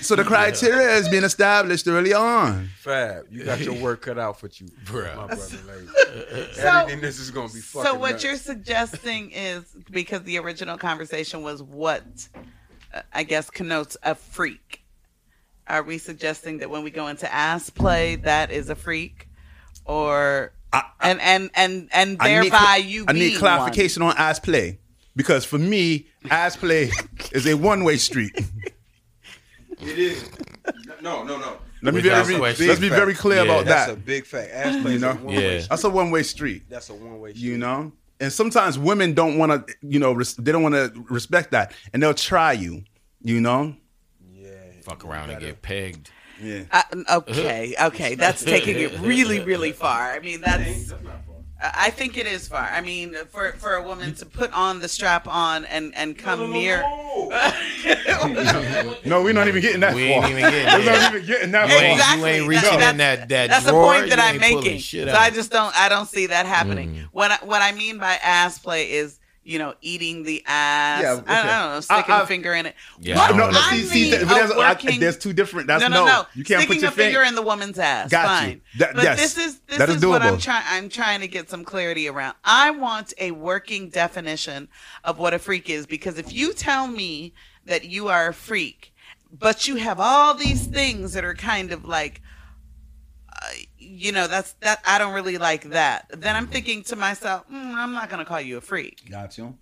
Speaker 2: so the criteria has been established early on.
Speaker 3: Fab, you got your work cut out for
Speaker 2: [LAUGHS]
Speaker 3: you,
Speaker 4: Bruh.
Speaker 3: my brother. Like,
Speaker 5: So-
Speaker 3: everything this is gonna be fucking.
Speaker 5: So what
Speaker 3: nuts.
Speaker 2: [LAUGHS]
Speaker 5: you're suggesting is because the original conversation was what uh, I guess connotes a freak. Are we suggesting that when we go into ass play, that is a freak, or and and and and
Speaker 2: I need
Speaker 5: thereby
Speaker 2: cla-
Speaker 5: you?
Speaker 2: I need
Speaker 5: being
Speaker 2: clarification on ass play because for me, ass play is a one way street.
Speaker 8: It is. No, no, no.
Speaker 2: Let me be
Speaker 4: Without
Speaker 2: very,
Speaker 4: question.
Speaker 2: let's be very clear
Speaker 4: Yeah.
Speaker 2: about
Speaker 3: That's
Speaker 2: that.
Speaker 3: a big fact. Ass
Speaker 2: You
Speaker 3: plays
Speaker 2: know?
Speaker 3: a one way.
Speaker 4: Yeah.
Speaker 2: That's a one way street.
Speaker 3: That's a one way.
Speaker 2: you know and sometimes women don't want to you know res- they don't want to respect that and they'll try you you know
Speaker 3: Yeah.
Speaker 4: Fuck around and get pegged.
Speaker 2: yeah
Speaker 5: one? Uh, okay, okay, that's taking it really, really far. I mean, that's. I I think it is far. I mean, for for a woman to put on the strap on and and come near. [LAUGHS]
Speaker 2: no [LAUGHS] we're not even getting that
Speaker 4: We
Speaker 2: far
Speaker 4: ain't even
Speaker 2: [LAUGHS]
Speaker 4: getting
Speaker 2: we're
Speaker 4: there.
Speaker 2: not even getting that
Speaker 4: You ain't,
Speaker 2: far
Speaker 4: you
Speaker 5: Exactly.
Speaker 4: ain't reaching
Speaker 5: That's-
Speaker 4: in that that
Speaker 5: That's the
Speaker 4: drawer.
Speaker 5: point that
Speaker 4: You
Speaker 5: I'm
Speaker 4: ain't pulling
Speaker 5: making.
Speaker 4: Shit
Speaker 5: So
Speaker 4: out. Mm.
Speaker 5: I just don't I don't see that happening. What I, what I mean by ass play is you know eating the ass.
Speaker 2: Yeah,
Speaker 5: I,
Speaker 2: okay.
Speaker 5: I don't know, sticking
Speaker 2: I-
Speaker 5: a finger in it.
Speaker 4: Yeah,
Speaker 5: what
Speaker 4: I
Speaker 2: no,
Speaker 4: don't
Speaker 2: no
Speaker 4: know.
Speaker 5: I
Speaker 2: see, see
Speaker 5: mean
Speaker 2: that,
Speaker 5: a
Speaker 2: there's, I,
Speaker 5: working-
Speaker 2: there's two different that's
Speaker 5: no,
Speaker 2: no,
Speaker 5: no, no.
Speaker 2: you can't
Speaker 5: sticking
Speaker 2: put your
Speaker 5: a finger
Speaker 2: finger
Speaker 5: in the woman's ass.
Speaker 2: Got you.
Speaker 5: fine.
Speaker 2: That-
Speaker 5: but
Speaker 2: yes.
Speaker 5: this is this
Speaker 2: That is
Speaker 5: is what I'm
Speaker 2: doable.
Speaker 5: trying. I'm trying to get some clarity around. I want a working definition of what a freak is because if you tell me that you are a freak, but you have all these things that are kind of like. uh, You know that's that I don't really like that. Then I'm thinking to myself, mm, I'm not gonna call you a freak.
Speaker 2: got you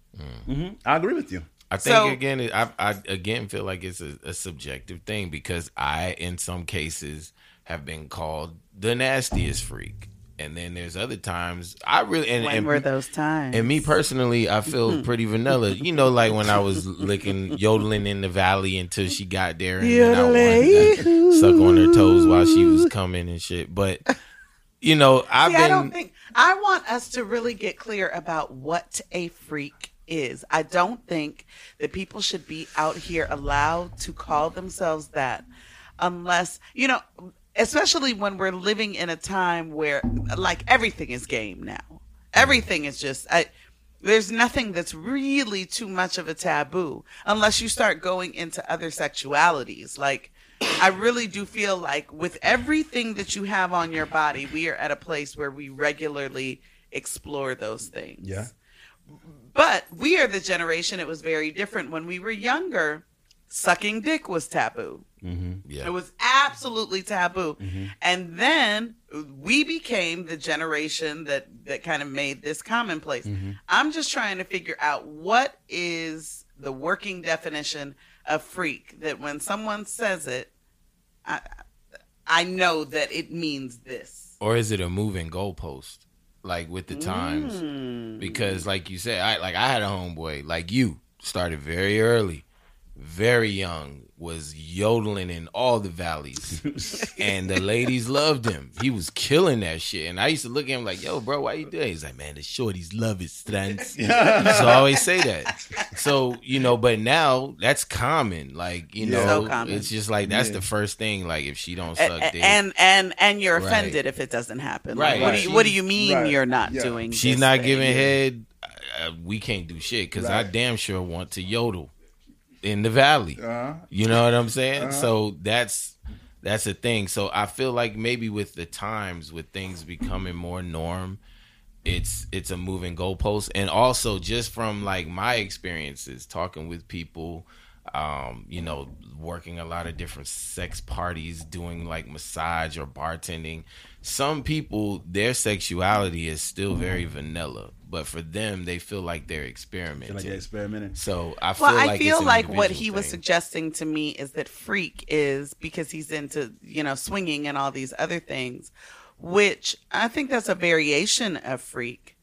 Speaker 2: hmm i agree with
Speaker 4: [LAUGHS]
Speaker 2: you
Speaker 4: I think
Speaker 5: So-
Speaker 4: again, it- I, I again feel like it's a, a subjective thing because I, in some cases, have been called the nastiest freak, and then there's other times I really and,
Speaker 5: When
Speaker 4: and
Speaker 5: were Mm-hmm. those times?
Speaker 4: And me personally, I feel pretty vanilla. You know, like when I was licking, yodeling in the valley until she got there, and then I wanted to suck on her toes while she was coming and shit. But you know, I've
Speaker 5: [LAUGHS] See,
Speaker 4: been
Speaker 5: I don't think I want us to really get clear about what a freak is. I don't think that people should be out here allowed to call themselves that unless, you know, especially when we're living in a time where like everything is game now. Everything is just I there's nothing that's really too much of a taboo unless you start going into other sexualities. Like, I really do feel like with everything that you have on your body, we are at a place where we regularly explore those things.
Speaker 2: Yeah.
Speaker 5: But we are the generation, it was very different when we were younger. Sucking dick was taboo. It
Speaker 4: yeah,
Speaker 5: was absolutely taboo.
Speaker 4: Mm-hmm.
Speaker 5: And then we became the generation that that kind of made this commonplace.
Speaker 4: Mm-hmm.
Speaker 5: I'm just trying to figure out what is the working definition of freak that when someone says it I I know that it means this.
Speaker 4: or is it a moving goalpost? Like with the times,
Speaker 5: Mm.
Speaker 4: because like you said, I like I had a homeboy like you started very early, very young, was yodeling in all the
Speaker 5: [LAUGHS]
Speaker 4: valleys. and the ladies loved him. He was killing that shit. And I used to look at him like, yo, bro, why you doing? that?" He's like, man, the shorties love it, stunts. so I always say that. So, you know, but now that's common. Like, you
Speaker 5: Yeah.
Speaker 4: know,
Speaker 5: So common.
Speaker 4: it's just like that's the first thing. Like, if she don't
Speaker 5: A-
Speaker 4: suck
Speaker 5: a-
Speaker 4: dick,
Speaker 5: and and and you're
Speaker 4: Right.
Speaker 5: offended if it doesn't happen.
Speaker 4: Right.
Speaker 5: Like, what do you what do you mean
Speaker 2: Right.
Speaker 5: you're not
Speaker 2: Yeah.
Speaker 5: doing?
Speaker 4: she's
Speaker 5: this
Speaker 4: not
Speaker 5: thing?
Speaker 4: giving head, uh, we can't do shit because I
Speaker 2: Right.
Speaker 4: damn sure want to yodel in the valley.
Speaker 2: [LAUGHS] uh,
Speaker 4: You know what I'm saying? So that's that's a thing. So I feel like maybe with the times, with things becoming more norm, it's it's a moving goalpost. And also just from like my experiences talking with people, um, you know, working a lot of different sex parties, doing like massage or bartending. Some people, their sexuality is still very vanilla, but for them, they Mm-hmm. feel like they're experimenting.
Speaker 2: like experimenting
Speaker 4: so I feel
Speaker 5: Well,
Speaker 4: like
Speaker 5: I
Speaker 4: it's
Speaker 5: feel
Speaker 4: an
Speaker 5: like what
Speaker 4: individual
Speaker 5: he was
Speaker 4: thing.
Speaker 5: suggesting to me is that freak is because he's into, you know, swinging and all these other things, which I think that's a variation of freak.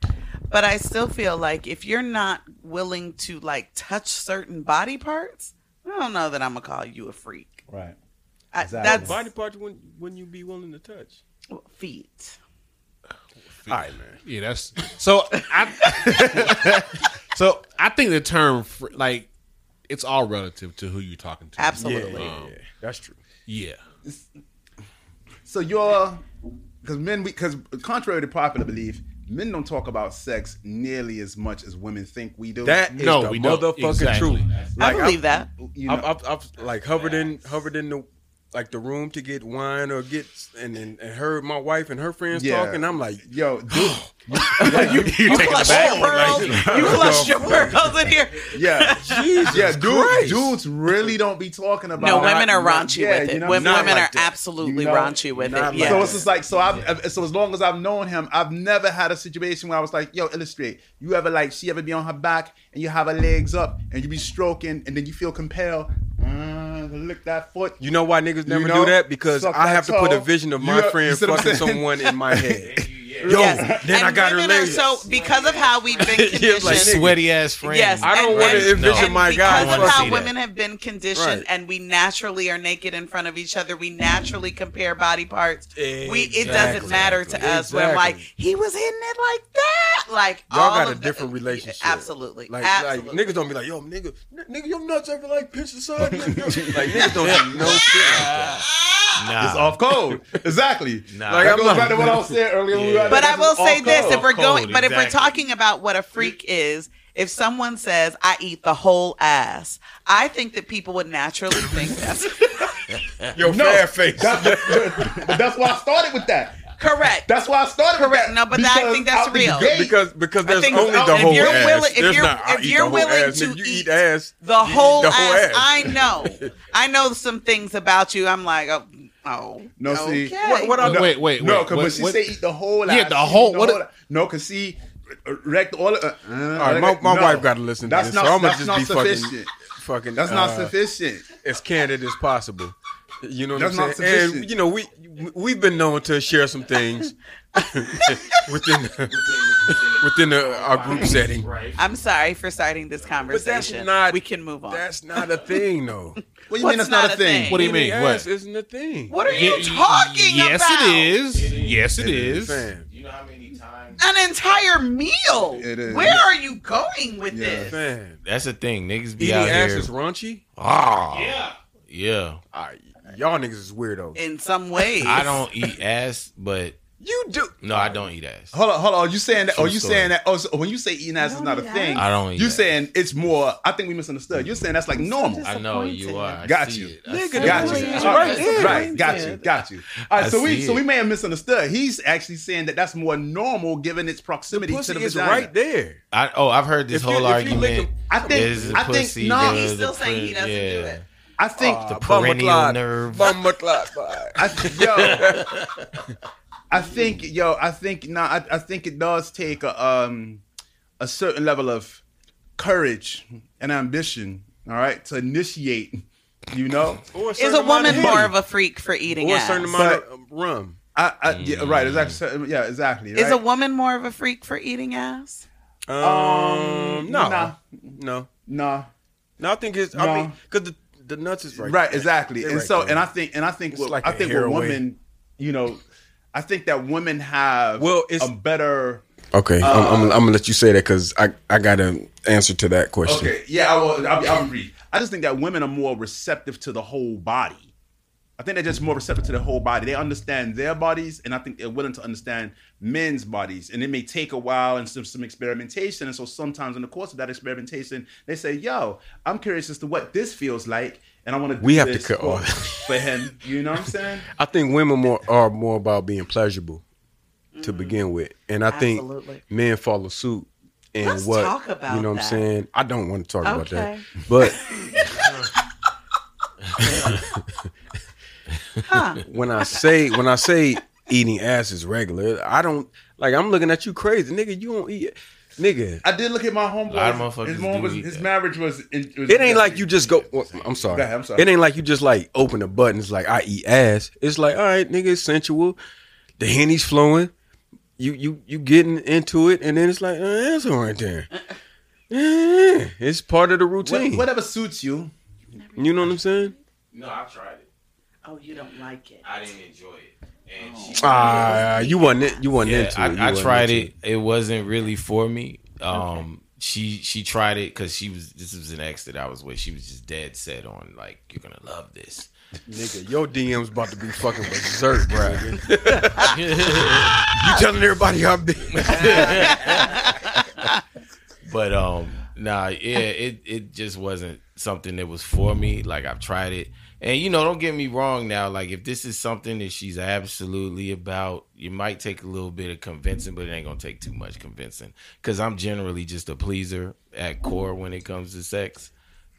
Speaker 5: But I still feel like if you're not willing to like touch certain body parts, I don't know that I'm gonna call you a freak.
Speaker 2: right
Speaker 5: I,
Speaker 2: Exactly.
Speaker 5: That's
Speaker 3: Body part wouldn't, wouldn't you be willing to touch?
Speaker 5: feet.
Speaker 1: All right, man. [LAUGHS] Yeah, that's so. I [LAUGHS] so I think the term fr- like it's all relative to who you're talking to.
Speaker 5: Absolutely.
Speaker 1: Um,
Speaker 3: That's true.
Speaker 1: yeah.
Speaker 2: So you're because men because contrary to popular belief, men don't talk about sex nearly as much as women think we do.
Speaker 3: That is
Speaker 1: No,
Speaker 3: the
Speaker 1: we don't.
Speaker 3: motherfucking
Speaker 1: Exactly.
Speaker 3: truth.
Speaker 5: I believe that.
Speaker 2: you know,
Speaker 3: I've, I've, I've like hovered in hovered in the like the room to get wine or get and and, and heard my wife and her friends
Speaker 2: Yeah.
Speaker 3: talking. I'm [LAUGHS] like, [GASPS]
Speaker 2: yo, dude,
Speaker 1: you you taking it
Speaker 5: Flush
Speaker 1: back?
Speaker 5: your pearls.
Speaker 3: [LAUGHS]
Speaker 5: You flush your pearls in here.
Speaker 2: yeah,
Speaker 3: Jesus
Speaker 2: yeah, dude,
Speaker 3: Christ.
Speaker 2: dudes really don't be talking about.
Speaker 5: No, women are
Speaker 2: not-
Speaker 5: raunchy
Speaker 2: yeah,
Speaker 5: with
Speaker 2: you
Speaker 5: it.
Speaker 2: know,
Speaker 5: Women,
Speaker 2: not
Speaker 5: women
Speaker 2: like
Speaker 5: are
Speaker 2: that.
Speaker 5: absolutely
Speaker 2: You know?
Speaker 5: raunchy with it.
Speaker 3: Not like
Speaker 5: yeah.
Speaker 2: So it's just like so. I've I've- so as long as I've known him, I've never had a situation where I was like, "Yo, illustrate." You ever like she ever be on her back and you have her legs up and you be stroking and then you feel compelled, uh, lick that foot.
Speaker 3: you know why niggas never
Speaker 2: know,
Speaker 3: do that? Because
Speaker 2: suck
Speaker 3: I
Speaker 2: that
Speaker 3: have to put a
Speaker 2: toe.
Speaker 3: vision of
Speaker 2: You
Speaker 3: my
Speaker 2: know- you
Speaker 3: friend
Speaker 2: see what I'm
Speaker 3: fucking
Speaker 2: saying?
Speaker 3: someone in [LAUGHS] my head.
Speaker 2: Yo,
Speaker 5: yes.
Speaker 3: then
Speaker 5: and
Speaker 3: I got her
Speaker 5: women are
Speaker 3: legs. [LAUGHS]
Speaker 5: so because of how we've been conditioned.
Speaker 4: Sweaty ass friend.
Speaker 5: Yes,
Speaker 3: I don't
Speaker 5: and-
Speaker 3: want
Speaker 5: and-
Speaker 3: to envision
Speaker 5: and
Speaker 3: my guy.
Speaker 5: because of
Speaker 4: wanna
Speaker 5: how
Speaker 4: see that.
Speaker 5: women have been conditioned,
Speaker 3: Right.
Speaker 5: and we naturally are naked in front of each other. We naturally compare body parts. We it doesn't
Speaker 3: Exactly.
Speaker 5: matter to us. We're
Speaker 3: Exactly.
Speaker 5: like he was hitting it like that. Like
Speaker 3: Y'all
Speaker 5: all
Speaker 3: got
Speaker 5: of
Speaker 3: a
Speaker 5: the-
Speaker 3: different relationship.
Speaker 5: Absolutely,
Speaker 3: Like,
Speaker 5: absolutely.
Speaker 3: like niggas don't be like, yo, nigga, n- nigga, your nuts ever like pinch the side? Like,
Speaker 5: [LAUGHS]
Speaker 3: niggas don't do no shit. Like that.
Speaker 4: Nah.
Speaker 2: It's off
Speaker 5: [LAUGHS]
Speaker 2: code. exactly.
Speaker 4: Nah.
Speaker 2: Like,
Speaker 3: Like,
Speaker 2: that
Speaker 3: I'm
Speaker 2: goes
Speaker 3: like-
Speaker 2: back to what I was saying earlier. when we were out
Speaker 5: but
Speaker 2: there.
Speaker 5: I will
Speaker 2: It's
Speaker 5: say
Speaker 2: off
Speaker 5: this:
Speaker 2: code.
Speaker 5: if we're
Speaker 4: cold,
Speaker 5: going, but if we're
Speaker 4: exactly.
Speaker 5: talking about what a freak is, if someone says I eat the whole ass, I think that people would naturally think that's [LAUGHS]
Speaker 3: Yo,
Speaker 2: No.
Speaker 3: fair face.
Speaker 2: That's- but that's why I started with that.
Speaker 5: correct.
Speaker 2: That's why I started with
Speaker 5: Correct.
Speaker 2: that.
Speaker 5: No, but I
Speaker 2: Because
Speaker 5: think that's
Speaker 2: out the
Speaker 5: real.
Speaker 3: [LAUGHS]
Speaker 2: gate-
Speaker 3: because because there's
Speaker 5: think-
Speaker 3: only the
Speaker 5: if
Speaker 3: whole
Speaker 5: you're
Speaker 3: ass.
Speaker 5: willing- if
Speaker 3: There's
Speaker 5: you're-
Speaker 3: not, I
Speaker 5: if
Speaker 3: eat
Speaker 5: you're
Speaker 3: the whole
Speaker 5: willing
Speaker 3: ass.
Speaker 5: to
Speaker 3: Nigga, you
Speaker 5: eat
Speaker 3: eat ass.
Speaker 5: The whole
Speaker 3: the
Speaker 5: ass,
Speaker 3: whole ass.
Speaker 2: [LAUGHS]
Speaker 5: I know. I know some things about you. I'm like, oh, oh
Speaker 2: No, see,
Speaker 5: okay.
Speaker 2: what-
Speaker 3: what I-
Speaker 1: Wait, wait, wait.
Speaker 2: no, because
Speaker 1: what-
Speaker 2: when she
Speaker 1: what-
Speaker 2: say eat the whole,
Speaker 1: Yeah,
Speaker 2: ass,
Speaker 1: the
Speaker 2: she
Speaker 1: whole-
Speaker 2: eat the
Speaker 1: what-
Speaker 2: whole- no, because see, wrecked all. Uh, all
Speaker 3: All right, my, my wife got to listen to
Speaker 2: That's
Speaker 3: this,
Speaker 2: not.
Speaker 3: so I'm gonna
Speaker 2: that's
Speaker 3: just
Speaker 2: not
Speaker 3: be fucking,
Speaker 2: sufficient.
Speaker 3: fucking.
Speaker 2: That's not
Speaker 3: uh,
Speaker 2: sufficient.
Speaker 3: As candid as possible. You know what
Speaker 2: That's
Speaker 3: I'm
Speaker 2: not
Speaker 3: saying?
Speaker 2: sufficient.
Speaker 3: And you know we we- we've been known to share some things [LAUGHS] within the, within the, our group setting.
Speaker 5: I'm sorry for starting this conversation.
Speaker 3: not-
Speaker 5: we can move on.
Speaker 3: That's not a thing, though.
Speaker 2: What do you
Speaker 5: What's
Speaker 2: mean that's not,
Speaker 5: not
Speaker 2: a
Speaker 5: a
Speaker 2: thing?
Speaker 5: thing?
Speaker 1: what do you mean?
Speaker 3: Eating
Speaker 1: What?
Speaker 3: ass isn't a thing.
Speaker 5: what are you
Speaker 1: Yeah,
Speaker 5: talking
Speaker 1: yes,
Speaker 5: about?
Speaker 1: it is. Yes, it is.
Speaker 3: Fam,
Speaker 9: You know how many times?
Speaker 5: An entire meal.
Speaker 2: It is.
Speaker 5: Where are you going with
Speaker 2: Yeah.
Speaker 5: this?
Speaker 3: fam.
Speaker 4: That's the thing. Niggas be
Speaker 3: Eating
Speaker 4: out
Speaker 3: ass
Speaker 4: here.
Speaker 3: is raunchy.
Speaker 4: Ah,
Speaker 9: Yeah.
Speaker 4: yeah.
Speaker 3: All right, y'all niggas is weirdos.
Speaker 5: In some ways,
Speaker 4: I don't eat ass, but
Speaker 3: You do.
Speaker 4: no, I don't eat ass.
Speaker 2: Hold on, hold on. Are you saying that? Are
Speaker 4: True
Speaker 2: you
Speaker 4: story.
Speaker 2: saying that? Oh, so when you say eating ass is not a thing,
Speaker 4: I don't eat
Speaker 2: You
Speaker 4: ass.
Speaker 2: saying it's more? I think we misunderstood. You're saying that's like normal.
Speaker 4: I know you are. I
Speaker 2: Got
Speaker 4: see
Speaker 2: you.
Speaker 4: it. I see
Speaker 3: Nigga,
Speaker 4: it.
Speaker 2: Got
Speaker 3: that's
Speaker 2: you.
Speaker 3: what
Speaker 2: All
Speaker 3: right
Speaker 2: right,
Speaker 3: there.
Speaker 2: right. Got you. Got you. All
Speaker 4: I
Speaker 2: right. So we
Speaker 4: see
Speaker 2: so we
Speaker 4: it.
Speaker 2: may have misunderstood. He's actually saying that that's more normal given its proximity
Speaker 3: Pussy
Speaker 2: to the
Speaker 3: is
Speaker 2: vagina.
Speaker 3: right there.
Speaker 4: I, oh, I've heard this
Speaker 3: If you-
Speaker 4: whole
Speaker 3: if you lick
Speaker 4: argument.
Speaker 3: him-
Speaker 2: I think.
Speaker 4: Is the
Speaker 2: I think.
Speaker 4: pussy
Speaker 2: no,
Speaker 4: the-
Speaker 5: He's still
Speaker 4: the
Speaker 5: saying Oh, he
Speaker 4: print,
Speaker 5: doesn't do
Speaker 4: yeah.
Speaker 5: it.
Speaker 2: I think.
Speaker 3: Ah, bummer
Speaker 4: perennial
Speaker 3: clot.
Speaker 4: nerve.
Speaker 3: Bummer clot, bye.
Speaker 2: I th- [LAUGHS] yo, I think yo, I think nah, I, I think it does take a um a certain level of courage and ambition, all right, to initiate. You know,
Speaker 3: Or
Speaker 5: Is
Speaker 3: certain
Speaker 5: a
Speaker 3: amount
Speaker 5: woman more
Speaker 3: money.
Speaker 5: of a freak for eating
Speaker 3: or a
Speaker 5: ass?
Speaker 3: certain amount of um, rum?
Speaker 2: I, I yeah, right, exactly, yeah, exactly.
Speaker 5: Is
Speaker 2: right?
Speaker 5: a woman more of a freak for eating ass?
Speaker 3: Um, no,
Speaker 2: nah.
Speaker 3: no,
Speaker 2: nah,
Speaker 3: no. I think it's.
Speaker 2: No.
Speaker 3: I mean, because the the nuts is right.
Speaker 2: right,
Speaker 3: there.
Speaker 2: exactly.
Speaker 3: They're
Speaker 2: And
Speaker 3: right
Speaker 2: so,
Speaker 3: there.
Speaker 2: and I think, and I think,
Speaker 3: It's
Speaker 2: what,
Speaker 3: like
Speaker 2: I
Speaker 3: a
Speaker 2: think
Speaker 3: hair
Speaker 2: what
Speaker 3: away.
Speaker 2: women, you know, I think that women have
Speaker 3: Well, it's-
Speaker 2: a better.
Speaker 3: Okay, I'm, I'm, I'm gonna let you say that because I I got an answer to that question.
Speaker 2: Okay, yeah, I will. I'll, I'll agree. I just think that women are more receptive to the whole body. I think they're just more receptive to the whole body. They understand their bodies, and I think they're willing to understand men's bodies. And it may take a while and some, some experimentation. And so sometimes in the course of that experimentation, they say, "Yo, I'm curious as to what this feels like, and I want to."
Speaker 3: We have to cut
Speaker 2: for,
Speaker 3: all-
Speaker 2: for him. You know what I'm saying?
Speaker 3: I think women more are more about being pleasurable to begin with, and I
Speaker 5: Absolutely.
Speaker 3: think men follow suit. And
Speaker 5: Let's
Speaker 3: what
Speaker 5: talk about
Speaker 3: you know, what
Speaker 5: that.
Speaker 3: I'm saying I don't want to talk about that,
Speaker 5: Okay.
Speaker 3: but
Speaker 5: Huh?
Speaker 3: [LAUGHS] when I say when I say eating ass is regular, I don't like. I'm looking at you crazy, nigga. You don't eat, nigga.
Speaker 2: I did look at my homeboy.
Speaker 4: Lot of motherfuckers
Speaker 2: his mom
Speaker 4: do
Speaker 2: was,
Speaker 4: eat
Speaker 2: his
Speaker 4: that.
Speaker 2: marriage was. In, was
Speaker 3: It ain't like you just go. well, I'm sorry.
Speaker 2: Go ahead, I'm sorry.
Speaker 3: It ain't like you just like open a button. It's like I eat ass. It's like all right, nigga, it's sensual. The henny's flowing. You you you getting into it, and then it's like uh, that's all right there. Yeah, it's part of the
Speaker 2: Uh-uh. What-
Speaker 3: routine.
Speaker 2: whatever suits you.
Speaker 3: you know what I'm saying?
Speaker 9: No, I tried it.
Speaker 5: oh, you don't like it.
Speaker 9: I didn't enjoy it.
Speaker 4: And she,
Speaker 3: Ah, you wasn't. in- You wasn't
Speaker 4: yeah,
Speaker 3: into it. You
Speaker 4: I, I
Speaker 3: wasn't
Speaker 4: tried
Speaker 3: into
Speaker 4: it. It wasn't really for me. Um, she she tried it because she was. This was an ex that I was with. She was just dead set on like you're gonna love this. [LAUGHS]
Speaker 3: Nigga, your DM's about to be fucking berserk, bro.
Speaker 2: [LAUGHS]
Speaker 3: you telling everybody I'm big. [LAUGHS]
Speaker 4: But um, nah, yeah, it it just wasn't something that was for me. Like I've tried it, and you know, don't get me wrong. Now, like if this is something that she's absolutely about, you might take a little bit of convincing, but it ain't gonna take too much convincing. Because I'm generally just a pleaser at core when it comes to sex.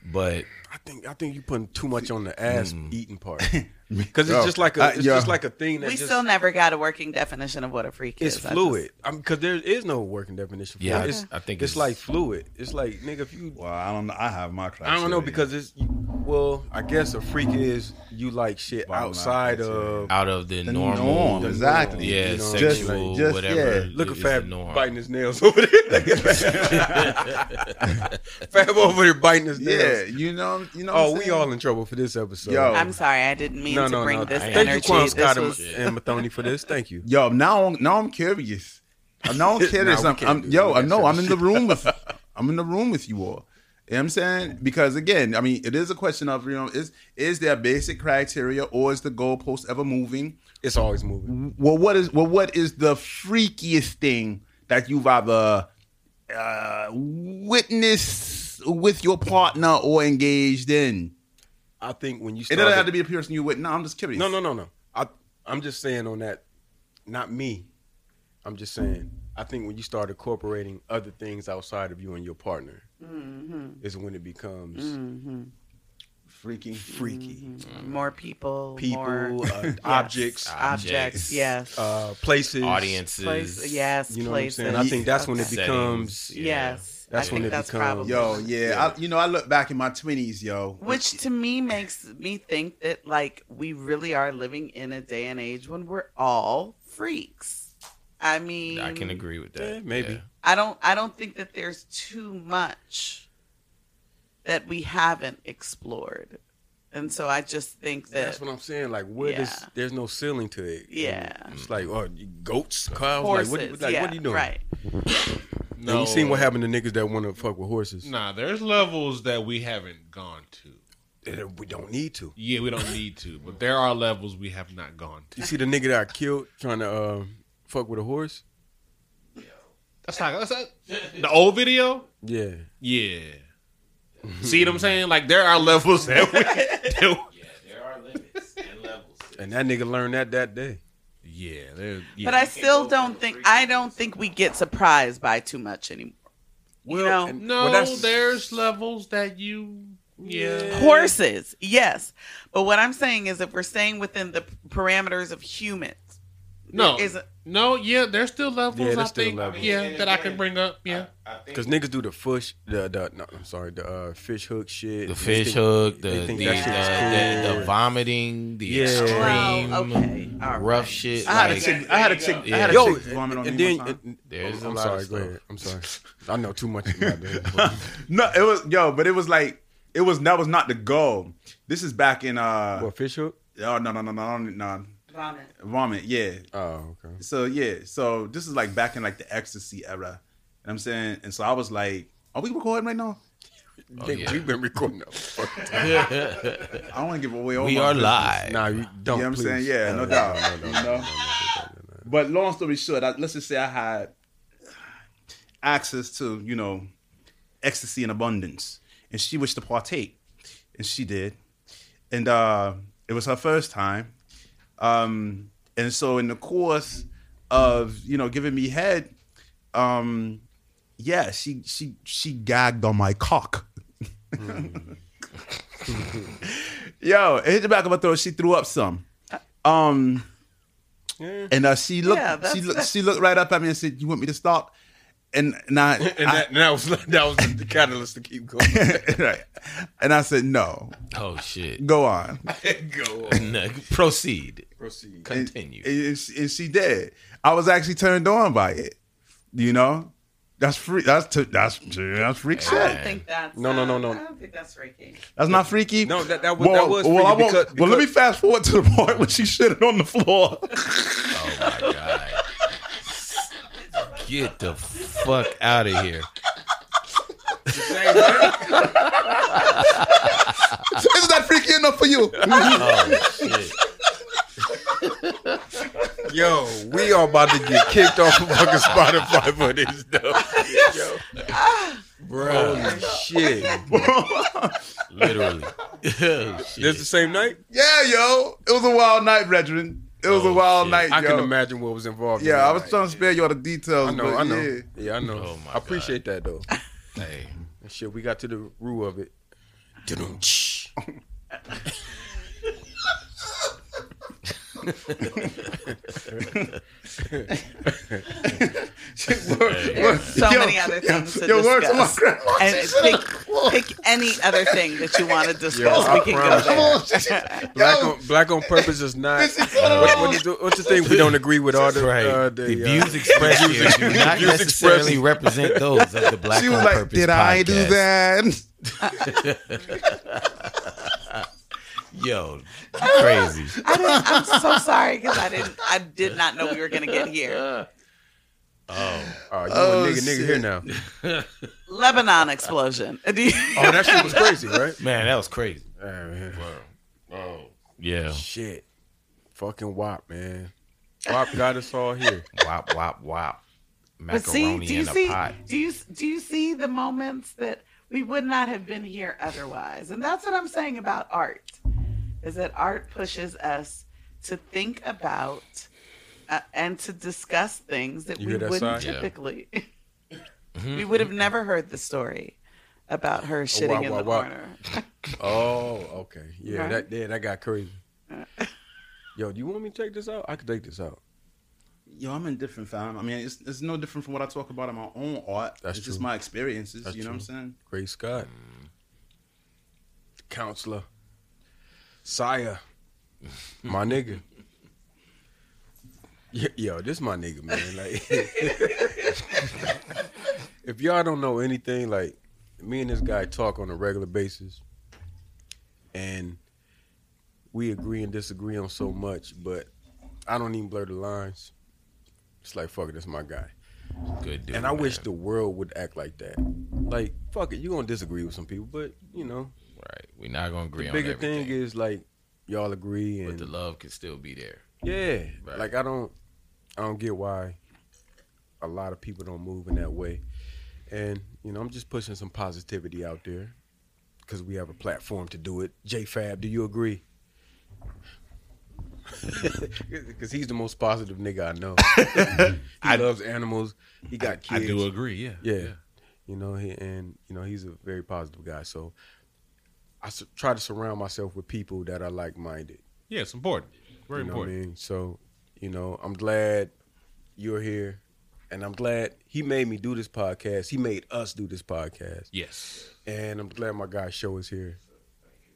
Speaker 4: But
Speaker 3: I think I think you putting too much on the ass eating
Speaker 2: [LAUGHS]
Speaker 3: part because it's just like a
Speaker 2: I-
Speaker 3: it's
Speaker 2: Mm. yo.
Speaker 3: just like a thing that
Speaker 5: we
Speaker 3: just
Speaker 5: still never got a working definition of what a freak
Speaker 3: it's
Speaker 5: is. I just-
Speaker 3: fluid. Because there is no working definition. For
Speaker 4: Yeah,
Speaker 3: it.
Speaker 4: I-
Speaker 3: it's,
Speaker 4: I think
Speaker 3: it's,
Speaker 4: it's-
Speaker 3: like fluid. It's like nigga, if you
Speaker 2: Well, I don't know. I have my
Speaker 3: I
Speaker 2: criteria.
Speaker 3: don't know because it's well, I guess a freak is you like shit
Speaker 2: Bottom line
Speaker 3: outside of
Speaker 4: out of the,
Speaker 2: the
Speaker 4: normal,
Speaker 2: norm,
Speaker 3: the
Speaker 2: exactly.
Speaker 3: norm,
Speaker 4: yeah,
Speaker 3: you know,
Speaker 4: sexual,
Speaker 2: just-
Speaker 4: whatever.
Speaker 2: yeah.
Speaker 3: Look at
Speaker 4: is the
Speaker 3: Fab
Speaker 4: norm.
Speaker 3: biting his nails [LAUGHS] over there. Fab over there biting his nails.
Speaker 2: yeah, you know, you know. what
Speaker 3: Oh,
Speaker 2: I'm
Speaker 3: we
Speaker 2: saying?
Speaker 3: all in trouble for this episode.
Speaker 2: Yo.
Speaker 5: I'm sorry, I didn't mean to bring this
Speaker 4: Thank
Speaker 3: Thank
Speaker 5: energy.
Speaker 3: you, Quan
Speaker 5: This
Speaker 3: Scott and-
Speaker 5: was-
Speaker 3: and Mathoni for this. Thank you.
Speaker 2: Yo, now I'm, now
Speaker 3: [LAUGHS]
Speaker 2: I'm curious. I'm now I'm curious.
Speaker 3: Nah, we
Speaker 2: I'm,
Speaker 3: can't
Speaker 2: I'm-
Speaker 3: do
Speaker 2: yo,
Speaker 3: that
Speaker 2: I know
Speaker 3: sort of
Speaker 2: I'm in the room
Speaker 3: [LAUGHS]
Speaker 2: with I'm in the room with you all. You know what I'm saying? Because again, I mean, it is a question of, you know, is is there basic criteria or is the goalpost ever moving?
Speaker 3: It's always moving.
Speaker 2: Well, what is well, what is the freakiest thing that you've either uh, witnessed with your partner or engaged in?
Speaker 3: I think when you
Speaker 2: It
Speaker 3: start
Speaker 2: doesn't have to be the person you with. No, I'm just curious.
Speaker 3: No, no, no, no. I I'm just saying on that, not me. I'm just saying. I think when you start incorporating other things outside of you and your partner,
Speaker 5: Mm-hmm.
Speaker 3: is when it becomes
Speaker 5: Mm.
Speaker 2: freaking.
Speaker 3: freaky. Mm-hmm.
Speaker 5: More people,
Speaker 3: People, [LAUGHS]
Speaker 5: more
Speaker 3: uh, objects,
Speaker 5: objects.
Speaker 4: Objects.
Speaker 5: Yes.
Speaker 3: uh, places,
Speaker 4: audiences,
Speaker 5: Place, yes.
Speaker 3: You know what I'm
Speaker 5: places.
Speaker 3: saying? I think that's when it
Speaker 5: Okay.
Speaker 4: settings,
Speaker 3: becomes-
Speaker 4: yeah.
Speaker 5: Yes.
Speaker 3: That's
Speaker 5: I
Speaker 3: when
Speaker 5: think
Speaker 3: it
Speaker 5: that's
Speaker 3: becomes-
Speaker 5: probably
Speaker 2: Yo,
Speaker 5: when it-
Speaker 2: yeah, I, you know, I look back in my twenties, yo.
Speaker 5: Which to me makes me think that like we really are living in a day and age when we're all freaks. I mean,
Speaker 4: I can agree with that.
Speaker 3: Yeah, maybe.
Speaker 4: Yeah.
Speaker 5: I don't I don't think that there's too much that we haven't explored. And so I just think that
Speaker 3: That's what I'm saying. Like, where does
Speaker 5: Yeah.
Speaker 3: there's no ceiling to it?
Speaker 5: Yeah.
Speaker 3: it's like oh, you- goats, cows.
Speaker 5: horses,
Speaker 3: like, what, like,
Speaker 5: yeah,
Speaker 3: what are you doing?
Speaker 5: right.
Speaker 3: And you seen what happened to niggas that want to fuck with horses?
Speaker 1: Nah, there's levels that we haven't gone to.
Speaker 3: Eh, We don't need to.
Speaker 1: Yeah, we don't need to, but there are levels we have not gone to.
Speaker 3: You see the nigga that I killed trying to uh, fuck with a horse?
Speaker 1: That's not that's not, the old video.
Speaker 3: Yeah.
Speaker 1: Yeah. See what I'm saying? Like there are levels that we [LAUGHS] that,
Speaker 4: there are limits and levels.
Speaker 3: And that nigga learned that that day.
Speaker 1: Yeah, there- yeah.
Speaker 5: But I still don't think I don't think we get surprised by too much anymore. you know,
Speaker 3: and-
Speaker 1: no,
Speaker 3: well, that's-
Speaker 1: there's levels that you yeah.
Speaker 5: Horses, yes. But what I'm saying is if we're staying within the parameters of humans,
Speaker 1: No,
Speaker 5: is it-
Speaker 1: no, yeah. There's still levels.
Speaker 3: Yeah, there's
Speaker 1: I
Speaker 3: still
Speaker 1: think
Speaker 3: levels.
Speaker 1: yeah that I can bring up. Yeah,
Speaker 3: Cause niggas do the fish, the, the no, I'm sorry, the uh, fish hook shit.
Speaker 4: the
Speaker 3: Niggas
Speaker 4: fish
Speaker 3: think-
Speaker 4: hook, the
Speaker 3: they
Speaker 4: the,
Speaker 3: think
Speaker 4: the, uh,
Speaker 3: that shit's
Speaker 4: the-
Speaker 3: cool.
Speaker 4: the vomiting, the
Speaker 3: Yeah.
Speaker 4: extreme,
Speaker 5: Well, Oh, okay, all
Speaker 4: rough
Speaker 5: right.
Speaker 4: shit.
Speaker 2: I had a
Speaker 4: like,
Speaker 2: chick. I had a chick. I had a
Speaker 3: Yo,
Speaker 2: chick vomit on
Speaker 3: and
Speaker 2: me
Speaker 3: then [LAUGHS]
Speaker 2: one time.
Speaker 3: and-
Speaker 4: There's
Speaker 3: I'm
Speaker 4: a lot
Speaker 3: sorry,
Speaker 4: of
Speaker 3: go
Speaker 4: stuff.
Speaker 3: ahead. I'm sorry. I know too much. About
Speaker 4: [LAUGHS]
Speaker 3: that.
Speaker 2: [LAUGHS] No, it was yo, but it was like it was that was not the goal. This is back in uh
Speaker 3: what fish hook?
Speaker 2: oh no no no no no no
Speaker 5: vomit.
Speaker 2: vomit yeah.
Speaker 3: Oh, okay.
Speaker 2: So yeah, so this is like back in like the ecstasy era. You know what I'm saying, and so I was like, are we recording right now?
Speaker 3: Nigga,
Speaker 4: Oh, yeah.
Speaker 3: We've been recording. That fucking time.
Speaker 4: [LAUGHS]
Speaker 2: I don't want to give away all.
Speaker 4: we
Speaker 2: my
Speaker 4: are
Speaker 2: business.
Speaker 4: live.
Speaker 3: Nah, you don't.
Speaker 2: You know what I'm
Speaker 3: please.
Speaker 2: saying? Yeah, no doubt. you know? But long story short, I, let's just say I had access to, you know, ecstasy in abundance. And she wished to partake. And she did. And uh, it was her first time. Um, and so in the course of, you know, giving me head, um, yeah, she she she gagged on my cock. [LAUGHS] Yo, it hit the back of her throat. She threw up some. Um, and uh, she looked.
Speaker 5: Yeah, that's-
Speaker 2: she looked. She looked right up at me and said, "You want me to stop?" And and I,
Speaker 3: [LAUGHS] And that, and that was that was the catalyst to keep going.
Speaker 2: I-
Speaker 8: [LAUGHS]
Speaker 2: right. and I said, "No,
Speaker 4: Oh shit. [LAUGHS]
Speaker 2: go on."
Speaker 3: Go
Speaker 4: No, Proceed.
Speaker 3: proceed.
Speaker 2: And-
Speaker 4: Continue.
Speaker 2: And, she, and she did. I was actually turned on by it. You know,
Speaker 8: That's free. That's to, that's that's freak
Speaker 5: I don't
Speaker 8: shit.
Speaker 5: think that's
Speaker 3: No, no, no,
Speaker 5: uh,
Speaker 3: no.
Speaker 5: I don't think that's freaky.
Speaker 8: That's not freaky.
Speaker 3: [LAUGHS] No, that- that was- that
Speaker 8: well,
Speaker 3: was freaky
Speaker 8: I won't-
Speaker 3: because-
Speaker 8: well, let me
Speaker 3: because-
Speaker 8: fast forward to the [LAUGHS] part when she shitted on the floor. [LAUGHS]
Speaker 4: Oh my god. Get the fuck out of here.
Speaker 2: [LAUGHS]
Speaker 8: Is that freaky enough for
Speaker 3: [LAUGHS]
Speaker 8: you?
Speaker 4: Oh shit.
Speaker 3: Yo, we are about to get kicked off of fucking Spotify for this stuff. Yo. Bro, holy shit.
Speaker 4: Literally.
Speaker 1: [LAUGHS]
Speaker 4: Oh,
Speaker 3: This the
Speaker 4: shit.
Speaker 3: same night?
Speaker 8: yeah, yo, it was a wild night, brethren. It was a
Speaker 4: Oh,
Speaker 8: wild
Speaker 4: shit.
Speaker 8: night,
Speaker 3: I
Speaker 8: yo.
Speaker 3: can imagine what was involved. in
Speaker 8: Yeah,
Speaker 3: that
Speaker 8: I was
Speaker 3: night.
Speaker 8: trying to spare y'all the details.
Speaker 3: I know,
Speaker 8: but
Speaker 3: I [LAUGHS] know.
Speaker 8: Yeah. [LAUGHS]
Speaker 3: Yeah, I know.
Speaker 4: Oh, my
Speaker 3: I appreciate that though.
Speaker 4: Hey.
Speaker 3: Shit, we got to the root of it.
Speaker 5: There's so
Speaker 8: Yo,
Speaker 5: many other things to
Speaker 8: yo, word to my
Speaker 5: discuss.
Speaker 8: grandma.
Speaker 5: And pick, pick any other thing that you want to discuss.
Speaker 3: I
Speaker 5: we can go
Speaker 3: promise you.
Speaker 5: there.
Speaker 3: [LAUGHS] Black on black on purpose is not.
Speaker 8: This is
Speaker 3: [LAUGHS] what, what is the, what's the thing we don't agree with? All the uh, the,
Speaker 4: the
Speaker 3: uh, [LAUGHS]
Speaker 4: views expressed here do not
Speaker 3: views
Speaker 4: necessarily
Speaker 3: expressed.
Speaker 4: represent those of the Black
Speaker 8: She
Speaker 4: on
Speaker 8: was like,
Speaker 4: Purpose
Speaker 8: "Did I do
Speaker 4: podcast."
Speaker 8: that?"
Speaker 4: Yo, you crazy.
Speaker 5: I didn't, I'm so sorry because I didn't. I did not know we were gonna get here.
Speaker 3: Oh, you
Speaker 8: Oh,
Speaker 3: a nigga, nigga
Speaker 8: shit.
Speaker 3: here now.
Speaker 5: Lebanon explosion. Do you-
Speaker 3: Oh, that shit was crazy, right?
Speaker 4: [LAUGHS] Man, that was crazy.
Speaker 3: All right, man. Oh.
Speaker 4: Yeah.
Speaker 3: Shit, fucking WAP, man. WAP got us all here.
Speaker 4: Wop wop wop.
Speaker 5: But see,
Speaker 4: Macaroni
Speaker 5: do you
Speaker 4: in a
Speaker 5: see?
Speaker 4: pot.
Speaker 5: Do you do you see the moments that we would not have been here otherwise? And that's what I'm saying about art, is that art pushes us to think about uh, and to discuss things that
Speaker 3: You
Speaker 5: we
Speaker 3: hear that
Speaker 5: wouldn't
Speaker 3: sigh?
Speaker 4: Yeah.
Speaker 5: typically. [LAUGHS]
Speaker 4: Mm-hmm.
Speaker 5: we would have never heard the story about her shitting
Speaker 3: Oh, wow,
Speaker 5: in
Speaker 3: wow,
Speaker 5: the
Speaker 3: wow.
Speaker 5: corner.
Speaker 3: Oh, okay. Yeah,
Speaker 5: Right?
Speaker 3: that yeah, that got crazy. Yo, do you want me to take this out? I could take this out.
Speaker 8: Yo, I'm indifferent, fam. I mean, it's, it's no different from what I talk about in my own art.
Speaker 3: That's
Speaker 8: it's just
Speaker 3: true.
Speaker 8: my experiences.
Speaker 3: That's
Speaker 8: you know
Speaker 3: true.
Speaker 8: what I'm saying?
Speaker 3: Great Scott, counselor, sire, my nigga. Yo, yo, this my nigga, man. Like, [LAUGHS] if y'all don't know anything, like me and this guy talk on a regular basis, and we agree and disagree on so much, but I don't even blur the lines. It's like, fuck it, that's my guy.
Speaker 4: Good dude.
Speaker 3: And I wish
Speaker 4: man.
Speaker 3: the world would act like that. Like, fuck it, you're gonna disagree with some people, but you know,
Speaker 4: right. We're not gonna agree
Speaker 3: the
Speaker 4: on
Speaker 3: bigger
Speaker 4: everything.
Speaker 3: thing is like y'all agree
Speaker 4: but
Speaker 3: and
Speaker 4: the love can still be there.
Speaker 3: yeah,
Speaker 4: Right.
Speaker 3: like I don't, I don't get why a lot of people don't move in that way. And you know, I'm just pushing some positivity out there because we have a platform to do it. J Fab, do you agree? [LAUGHS] Because he's the most positive nigga I know.
Speaker 4: [LAUGHS]
Speaker 3: he loves animals. He got kids.
Speaker 7: I do agree. Yeah.
Speaker 3: Yeah. You know, he, and you know, he's a very positive guy. So I s- try to surround myself with people that are like minded.
Speaker 7: Yeah, it's important. Very
Speaker 3: You know what I
Speaker 7: important.
Speaker 3: mean? So, you know, I'm glad you're here. And I'm glad he made me do this podcast. He made us do this podcast.
Speaker 7: Yes.
Speaker 3: And I'm glad my guy Show is here.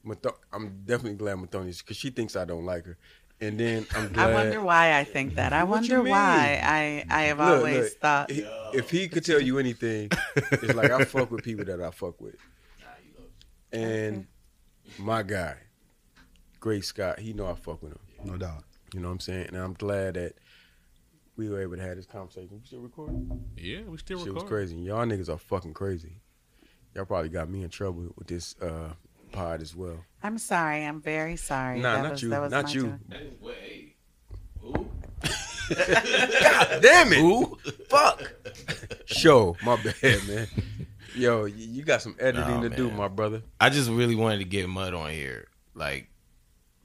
Speaker 3: Math- I'm definitely glad Mathonia's because she thinks I don't like her. And then I'm glad.
Speaker 5: I wonder why I think that. I
Speaker 3: What you
Speaker 5: wonder
Speaker 3: mean?
Speaker 5: why I I have
Speaker 3: Look,
Speaker 5: always
Speaker 3: look,
Speaker 5: thought.
Speaker 3: he- if he could tell you anything, it's like I fuck with people that I fuck with. And my guy, Great Scott, he know I fuck with him.
Speaker 8: No doubt.
Speaker 3: You know what I'm saying? And I'm glad that we were able to have this conversation. We still recording?
Speaker 7: Yeah, we still
Speaker 3: Shit was
Speaker 7: record.
Speaker 3: crazy. Y'all niggas are fucking crazy. Y'all probably got me in trouble with this uh, pod as well.
Speaker 5: I'm sorry. I'm very sorry.
Speaker 3: Nah,
Speaker 5: That
Speaker 3: not
Speaker 5: was-
Speaker 3: you.
Speaker 5: that was my
Speaker 3: Not you.
Speaker 5: doing.
Speaker 3: [LAUGHS] Damn it! Who? Fuck. Show my bad, man. Yo, y- you got some editing
Speaker 4: Nah,
Speaker 3: to do,
Speaker 4: man.
Speaker 3: my brother.
Speaker 4: I just really wanted to get mud on here. Like,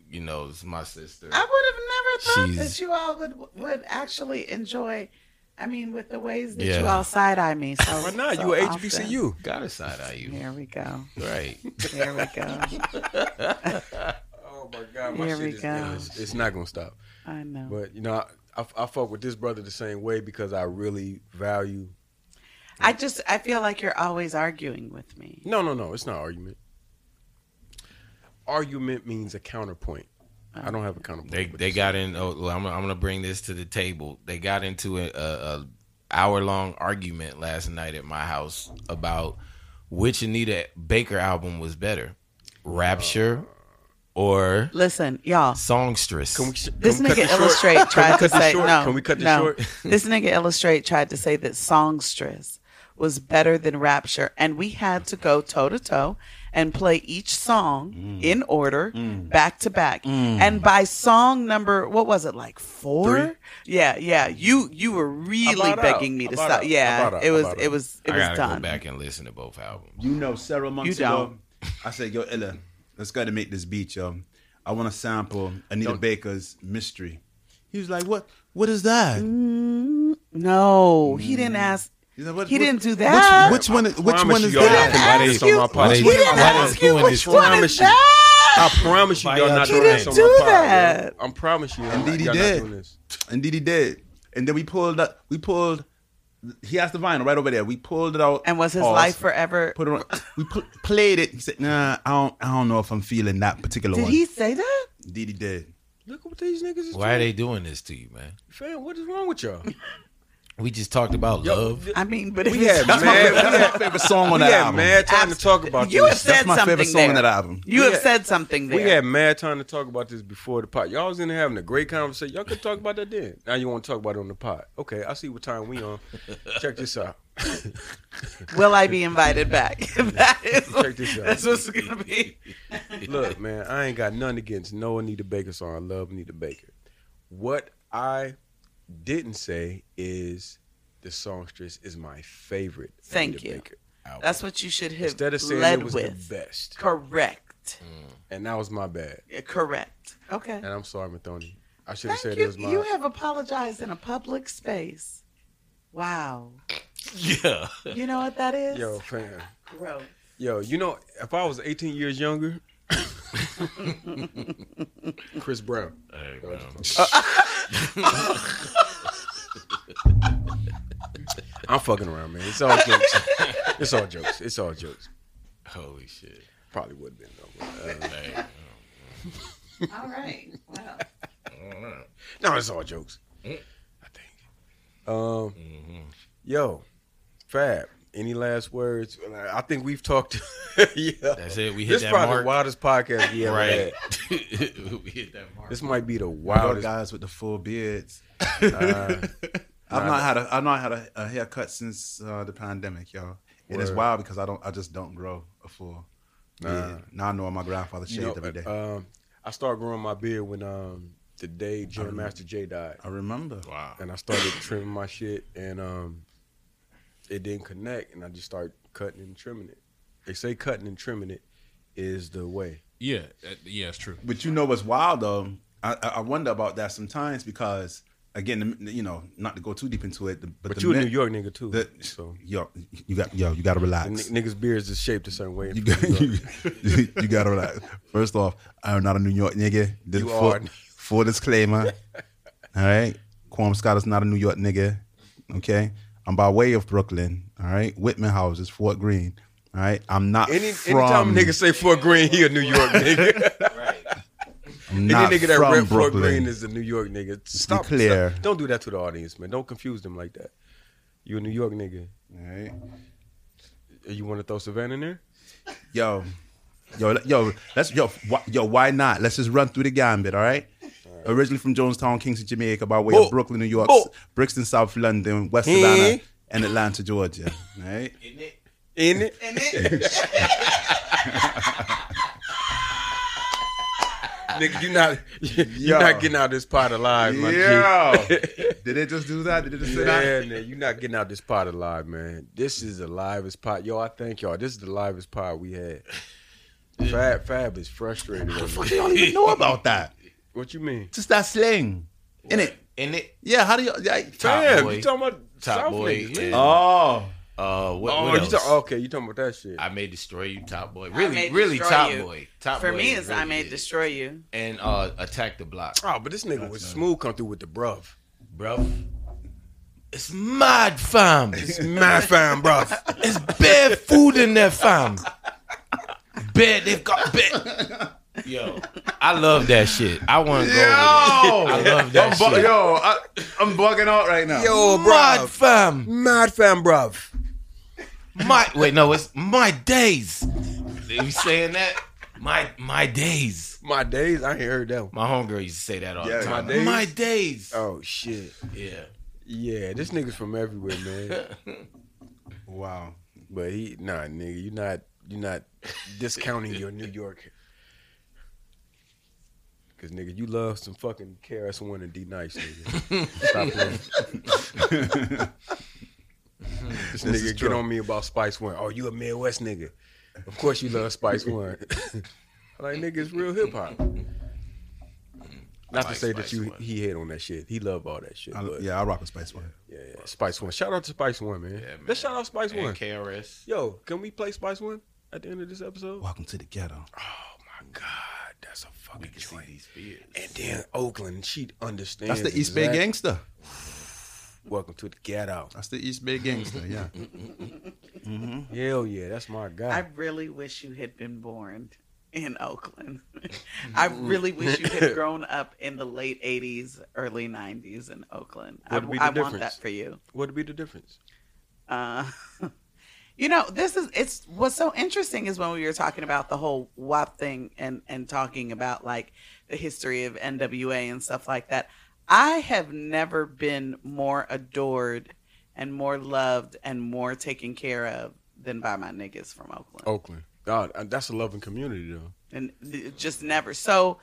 Speaker 4: you know, it's my sister.
Speaker 5: I would have never thought
Speaker 4: She's-
Speaker 5: that you all would would actually enjoy. I mean, with the ways that you
Speaker 4: Yeah.
Speaker 5: all side eye me. So
Speaker 3: Why not?
Speaker 5: Oh, so
Speaker 3: you a
Speaker 5: often.
Speaker 3: HBCU.
Speaker 4: Gotta side eye you.
Speaker 5: Here we go.
Speaker 4: Right.
Speaker 5: Here we
Speaker 4: [LAUGHS]
Speaker 5: go.
Speaker 3: Oh my god,
Speaker 5: Here we go.
Speaker 3: endless. It's not gonna stop.
Speaker 5: I know.
Speaker 3: But you know, I, I, I fuck with this brother the same way because I really value.
Speaker 5: I just I feel like you're always arguing with me.
Speaker 3: No, no, no. It's not argument. Argument means a counterpoint.
Speaker 5: Oh.
Speaker 3: I don't have a counterpoint.
Speaker 4: They
Speaker 3: but
Speaker 4: they
Speaker 3: it's-
Speaker 4: got in. Oh, well, I'm, I'm gonna bring this to the table. They got into a, a, a hour long argument last night at my house about which Anita Baker album was better, Rapture
Speaker 3: Uh,
Speaker 4: or
Speaker 5: Listen, y'all.
Speaker 4: Songstress.
Speaker 5: This nigga illustrate tried to
Speaker 3: cut this
Speaker 5: say
Speaker 3: short?
Speaker 5: no.
Speaker 3: Can we cut this
Speaker 5: no.
Speaker 3: short?
Speaker 5: [LAUGHS] this nigga illustrate tried to say that songstress was better than rapture, and we had to go toe to toe and play each song
Speaker 3: Mm.
Speaker 5: in order, back to back. And by song number, what was it like four? Yeah, yeah. You you were really
Speaker 3: About
Speaker 5: begging
Speaker 3: out,
Speaker 5: me to
Speaker 3: about
Speaker 5: stop.
Speaker 3: out,
Speaker 5: Yeah,
Speaker 3: about out,
Speaker 5: it was
Speaker 3: about
Speaker 5: it
Speaker 3: out.
Speaker 5: was it
Speaker 4: I gotta
Speaker 5: was
Speaker 4: go
Speaker 5: done.
Speaker 4: back and listen to both albums.
Speaker 2: You know, several months
Speaker 5: You
Speaker 2: ago, I said, "Yo, Ella, let's go to make this beat, yo. I want to sample Anita Baker's Mystery." He was like, "What? What is that?"
Speaker 5: No, he
Speaker 3: Mm.
Speaker 5: didn't ask.
Speaker 2: He said, "What-
Speaker 5: he
Speaker 2: what-
Speaker 5: didn't do that.
Speaker 2: Which, which one? Which
Speaker 10: promise
Speaker 2: one is
Speaker 10: you, y'all not
Speaker 2: that?
Speaker 5: Why they-
Speaker 3: Ask you-
Speaker 5: why
Speaker 3: why they-
Speaker 5: he didn't
Speaker 4: why they
Speaker 5: ask you
Speaker 4: doing
Speaker 5: which
Speaker 4: this?
Speaker 5: one
Speaker 3: Promise
Speaker 5: is
Speaker 3: you.
Speaker 5: that?
Speaker 3: I promise you, y'all
Speaker 4: y'all
Speaker 3: not
Speaker 4: not
Speaker 3: doing
Speaker 4: doing
Speaker 3: this
Speaker 5: that?
Speaker 3: on
Speaker 5: He
Speaker 3: my
Speaker 5: didn't do
Speaker 3: pod,
Speaker 5: that.
Speaker 3: yo. I'm promise you, y'all
Speaker 2: Indeed
Speaker 3: not-
Speaker 2: he
Speaker 3: y'all not
Speaker 2: did.
Speaker 3: doing this.
Speaker 2: Indeed, he did. And then we pulled up. We pulled. He asked the vinyl right over there. We pulled it out.
Speaker 5: And was his
Speaker 2: paused,
Speaker 5: life forever?
Speaker 2: Put it on. We put, played it. He said, "Nah, I don't. I don't know if I'm feeling that particular
Speaker 5: Did
Speaker 2: one."
Speaker 5: he say that?
Speaker 2: Indeed, he did.
Speaker 3: Look what these niggas is
Speaker 4: Why are
Speaker 3: doing.
Speaker 4: they doing this to you, man?
Speaker 3: Fam, what is wrong with y'all?
Speaker 4: We just talked about love.
Speaker 5: I mean, but if
Speaker 3: We
Speaker 5: he's-
Speaker 3: had
Speaker 2: That's
Speaker 3: mad,
Speaker 2: my, that's my favorite song on
Speaker 3: we had
Speaker 2: that album.
Speaker 3: mad time to talk about
Speaker 5: you
Speaker 3: this.
Speaker 5: have said
Speaker 2: That's my
Speaker 5: something
Speaker 2: favorite song
Speaker 5: there.
Speaker 2: on that album.
Speaker 5: You
Speaker 3: We
Speaker 5: have
Speaker 3: had-
Speaker 5: said something there.
Speaker 3: We had mad time to talk about this before the pot. Y'all was in there having a great conversation. Y'all could talk about that then. Now you want to talk about it on the pot. Okay, I see what time we on. Check this out.
Speaker 5: Will I be invited back? [LAUGHS] that is what-
Speaker 3: Check this out.
Speaker 5: [LAUGHS] That's what's gonna be.
Speaker 3: Look, man, I ain't got nothing against no Anita Baker song. I love Anita Baker. What I didn't say is the songstress is my favorite.
Speaker 5: Thank
Speaker 3: Anita
Speaker 5: you.
Speaker 3: Baker album.
Speaker 5: That's what you should have
Speaker 3: Instead of saying
Speaker 5: led
Speaker 3: it was
Speaker 5: with.
Speaker 3: the best,
Speaker 5: Correct.
Speaker 3: and that was my bad.
Speaker 5: Yeah, Correct. Okay.
Speaker 3: And I'm sorry, Mathoni. I should have
Speaker 5: Thank
Speaker 3: said
Speaker 5: you.
Speaker 3: it was my.
Speaker 5: You have apologized in a public space. Wow.
Speaker 4: Yeah.
Speaker 5: You know what that is?
Speaker 3: Yo, fam.
Speaker 5: Gross.
Speaker 3: Yo, you know, if I was 18 years younger, [LAUGHS] Chris Brown.
Speaker 4: Hey, man.
Speaker 3: I'm fucking around, man. It's all jokes. it's all jokes. It's all jokes. [LAUGHS]
Speaker 4: Holy shit.
Speaker 3: Probably would have been though. but, uh,
Speaker 4: Hey.
Speaker 5: All right. Wow.
Speaker 3: no, it's all jokes.
Speaker 4: Mm.
Speaker 3: I think. Um, yo, Fab. Any last words? I think we've talked. [LAUGHS] yeah.
Speaker 4: That's it. We hit
Speaker 3: This
Speaker 4: that
Speaker 3: probably
Speaker 4: mark.
Speaker 3: the wildest podcast we ever
Speaker 4: Right.
Speaker 3: had.
Speaker 4: we hit that mark.
Speaker 3: This might be the
Speaker 2: Wild
Speaker 3: wildest.
Speaker 2: guys with the full [LAUGHS] beards.
Speaker 3: uh,
Speaker 2: I've not had a I've not had a, a haircut since uh, the pandemic, y'all. It is
Speaker 3: Word.
Speaker 2: wild because I don't I just don't grow a full.
Speaker 3: Nah.
Speaker 2: beard. Now I know my grandfather
Speaker 3: you
Speaker 2: shaved
Speaker 3: know,
Speaker 2: every day.
Speaker 3: um, I started growing my beard when um, the day
Speaker 4: Mm-hmm.
Speaker 3: Jim Master J died.
Speaker 2: I remember.
Speaker 4: Wow.
Speaker 3: and I started trimming my shit, and um, it didn't connect, and I just started cutting and trimming it. They say cutting and trimming it is the way.
Speaker 1: Yeah, uh, yeah, it's true.
Speaker 2: But you know what's wild though? I, I I wonder about that sometimes because again, the- you know, not to go too deep into it, the- but,
Speaker 3: But
Speaker 2: the
Speaker 3: you a
Speaker 2: men-
Speaker 3: New York nigga too,
Speaker 2: The,
Speaker 3: so
Speaker 2: yo, you got yo, you got to
Speaker 3: the
Speaker 2: relax.
Speaker 3: n- niggas' beards is shaped a certain way.
Speaker 2: You got, you, [LAUGHS] you got to relax. First off, I'm not a New York nigga. This
Speaker 3: You
Speaker 2: full,
Speaker 3: are. [LAUGHS]
Speaker 2: Full disclaimer. all right. Quam Scott is not a New York nigga. Okay. I'm by way of Brooklyn. All right. Whitman Houses, Fort Greene. All right. I'm
Speaker 3: [LAUGHS]
Speaker 2: not
Speaker 3: Any
Speaker 2: from.
Speaker 3: anytime a nigga say Fort Greene, he a New York nigga. [LAUGHS]
Speaker 2: I'm
Speaker 3: Any
Speaker 2: not
Speaker 3: nigga that
Speaker 2: from
Speaker 3: rap Fort
Speaker 2: Brooklyn.
Speaker 3: Greene is a New York nigga. Stop,
Speaker 2: clear.
Speaker 3: stop. Don't do that to the audience, man. Don't confuse them like that. You a New York nigga.
Speaker 2: all right.
Speaker 3: You want to throw Savannah in there?
Speaker 2: Yo, yo, le- yo, let's yo, why, yo, why not? Let's just run through the gambit, all right? Originally from Jonestown, Kingston, Jamaica, by way
Speaker 3: Oh.
Speaker 2: of Brooklyn, New York,
Speaker 3: Oh.
Speaker 2: Brixton, South London, West
Speaker 3: Hmm.
Speaker 4: Eh?
Speaker 2: Savannah, and Atlanta, Georgia. All [LAUGHS] right,
Speaker 3: In it. [LAUGHS]
Speaker 2: [LAUGHS]
Speaker 3: Nigga, you not [LAUGHS] you
Speaker 2: Yo.
Speaker 3: are not getting out this pot alive, my
Speaker 2: Yo.
Speaker 3: [LAUGHS] G.
Speaker 2: did they just do that? Did they just say
Speaker 3: yeah,
Speaker 2: that?
Speaker 3: man, you not getting out this pot alive, man. This is the livest pot, yo. I thank y'all. This is the livest pot we had. Fab, Fab is frustrated. on this.
Speaker 2: They don't even know about that.
Speaker 3: What you mean?
Speaker 2: Just that slang, in it.
Speaker 4: In it,
Speaker 2: Yeah, how do you? Yeah,
Speaker 4: Top
Speaker 3: Fab,
Speaker 4: Boy.
Speaker 3: you talking about
Speaker 4: Top
Speaker 3: South
Speaker 4: Boy
Speaker 3: niggas, man.
Speaker 4: and-
Speaker 2: oh,
Speaker 4: uh, what,
Speaker 3: Oh,
Speaker 4: what
Speaker 3: you
Speaker 4: else?
Speaker 3: talk, okay, you talking about that shit?
Speaker 4: I may destroy you, Top Boy.
Speaker 5: May
Speaker 4: Really, really,
Speaker 5: Destroy
Speaker 4: Top
Speaker 5: You.
Speaker 4: Boy. Top
Speaker 5: For
Speaker 4: Boy
Speaker 5: me,
Speaker 4: is
Speaker 5: it's I
Speaker 4: really
Speaker 5: may
Speaker 4: it.
Speaker 5: destroy you.
Speaker 4: and uh, attack the block,
Speaker 3: oh, but this nigga was smooth. Come through with the bruv.
Speaker 4: bro. It's mad, fam. It's,
Speaker 3: My fine bruv.
Speaker 2: [LAUGHS]
Speaker 4: it's bad food in there, fam. Bad, they've got bad. Yo, I love that shit. I want to go. over there. I love that
Speaker 8: I'm bu-
Speaker 4: shit.
Speaker 8: yo, I, I'm bugging out right now.
Speaker 3: Yo,
Speaker 4: Mud
Speaker 3: bruv.
Speaker 4: fam.
Speaker 3: Mad fam, bruv.
Speaker 4: My wait, no, it's my days. You saying that? My my days.
Speaker 3: My days, I ain't heard that one.
Speaker 4: My homegirl used to say that all
Speaker 8: Yeah,
Speaker 4: the time.
Speaker 8: my
Speaker 4: My
Speaker 8: days.
Speaker 4: days.
Speaker 3: Oh shit.
Speaker 4: Yeah.
Speaker 3: Yeah, this nigga's from everywhere,
Speaker 4: [LAUGHS]
Speaker 3: man.
Speaker 2: [LAUGHS]
Speaker 8: Wow.
Speaker 3: But he nah nigga, you not you not discounting your New York. Cause nigga, you love some fucking KRS One and D Nice,
Speaker 4: [LAUGHS]
Speaker 3: nigga. Stop playing. this
Speaker 8: This is
Speaker 3: nigga get
Speaker 8: true.
Speaker 3: on me about Spice One. Oh, you a Midwest nigga. Of course you love Spice One. [LAUGHS] I'm like nigga, it's real hip hop. Not to
Speaker 4: like
Speaker 3: say that
Speaker 4: Spice
Speaker 3: you
Speaker 4: One.
Speaker 3: he hit on that shit. He love all that shit.
Speaker 8: I,
Speaker 3: but yeah.
Speaker 8: yeah, I rock a space one.
Speaker 3: yeah, Spice One. Shout out to Spice One, man.
Speaker 4: Yeah, man.
Speaker 3: Let's shout out Spice One.
Speaker 4: And KRS.
Speaker 3: Yo, can we play Spice One at the end of this episode?
Speaker 8: Welcome to the ghetto.
Speaker 3: Oh my God, that's a fucking joint.
Speaker 4: These beers.
Speaker 3: And then Oakland, she understands.
Speaker 8: That's the East Bay
Speaker 3: exact-
Speaker 8: gangster.
Speaker 3: Welcome to the ghetto.
Speaker 8: That's the East Bay gangster.
Speaker 3: [LAUGHS]
Speaker 8: Yeah.
Speaker 3: Hell yeah, that's my
Speaker 5: I
Speaker 3: guy.
Speaker 5: really wish you had been born in Oakland. [LAUGHS] I
Speaker 3: Mm.
Speaker 5: really wish you
Speaker 3: [LAUGHS]
Speaker 5: had grown up in the late 80s, early 90s in Oakland. I,
Speaker 3: What'd be the
Speaker 5: I want
Speaker 3: difference?
Speaker 5: that for you.
Speaker 3: What'd be the difference?
Speaker 5: Uh, [LAUGHS] you know, this is it's what's so interesting is when we were talking about the whole WAP thing and and talking about like the history of NWA and stuff like that. I have never been more adored and more loved and more taken care of than by my niggas from Oakland.
Speaker 3: Oakland. God, uh, that's a loving community though.
Speaker 5: and th- just never. So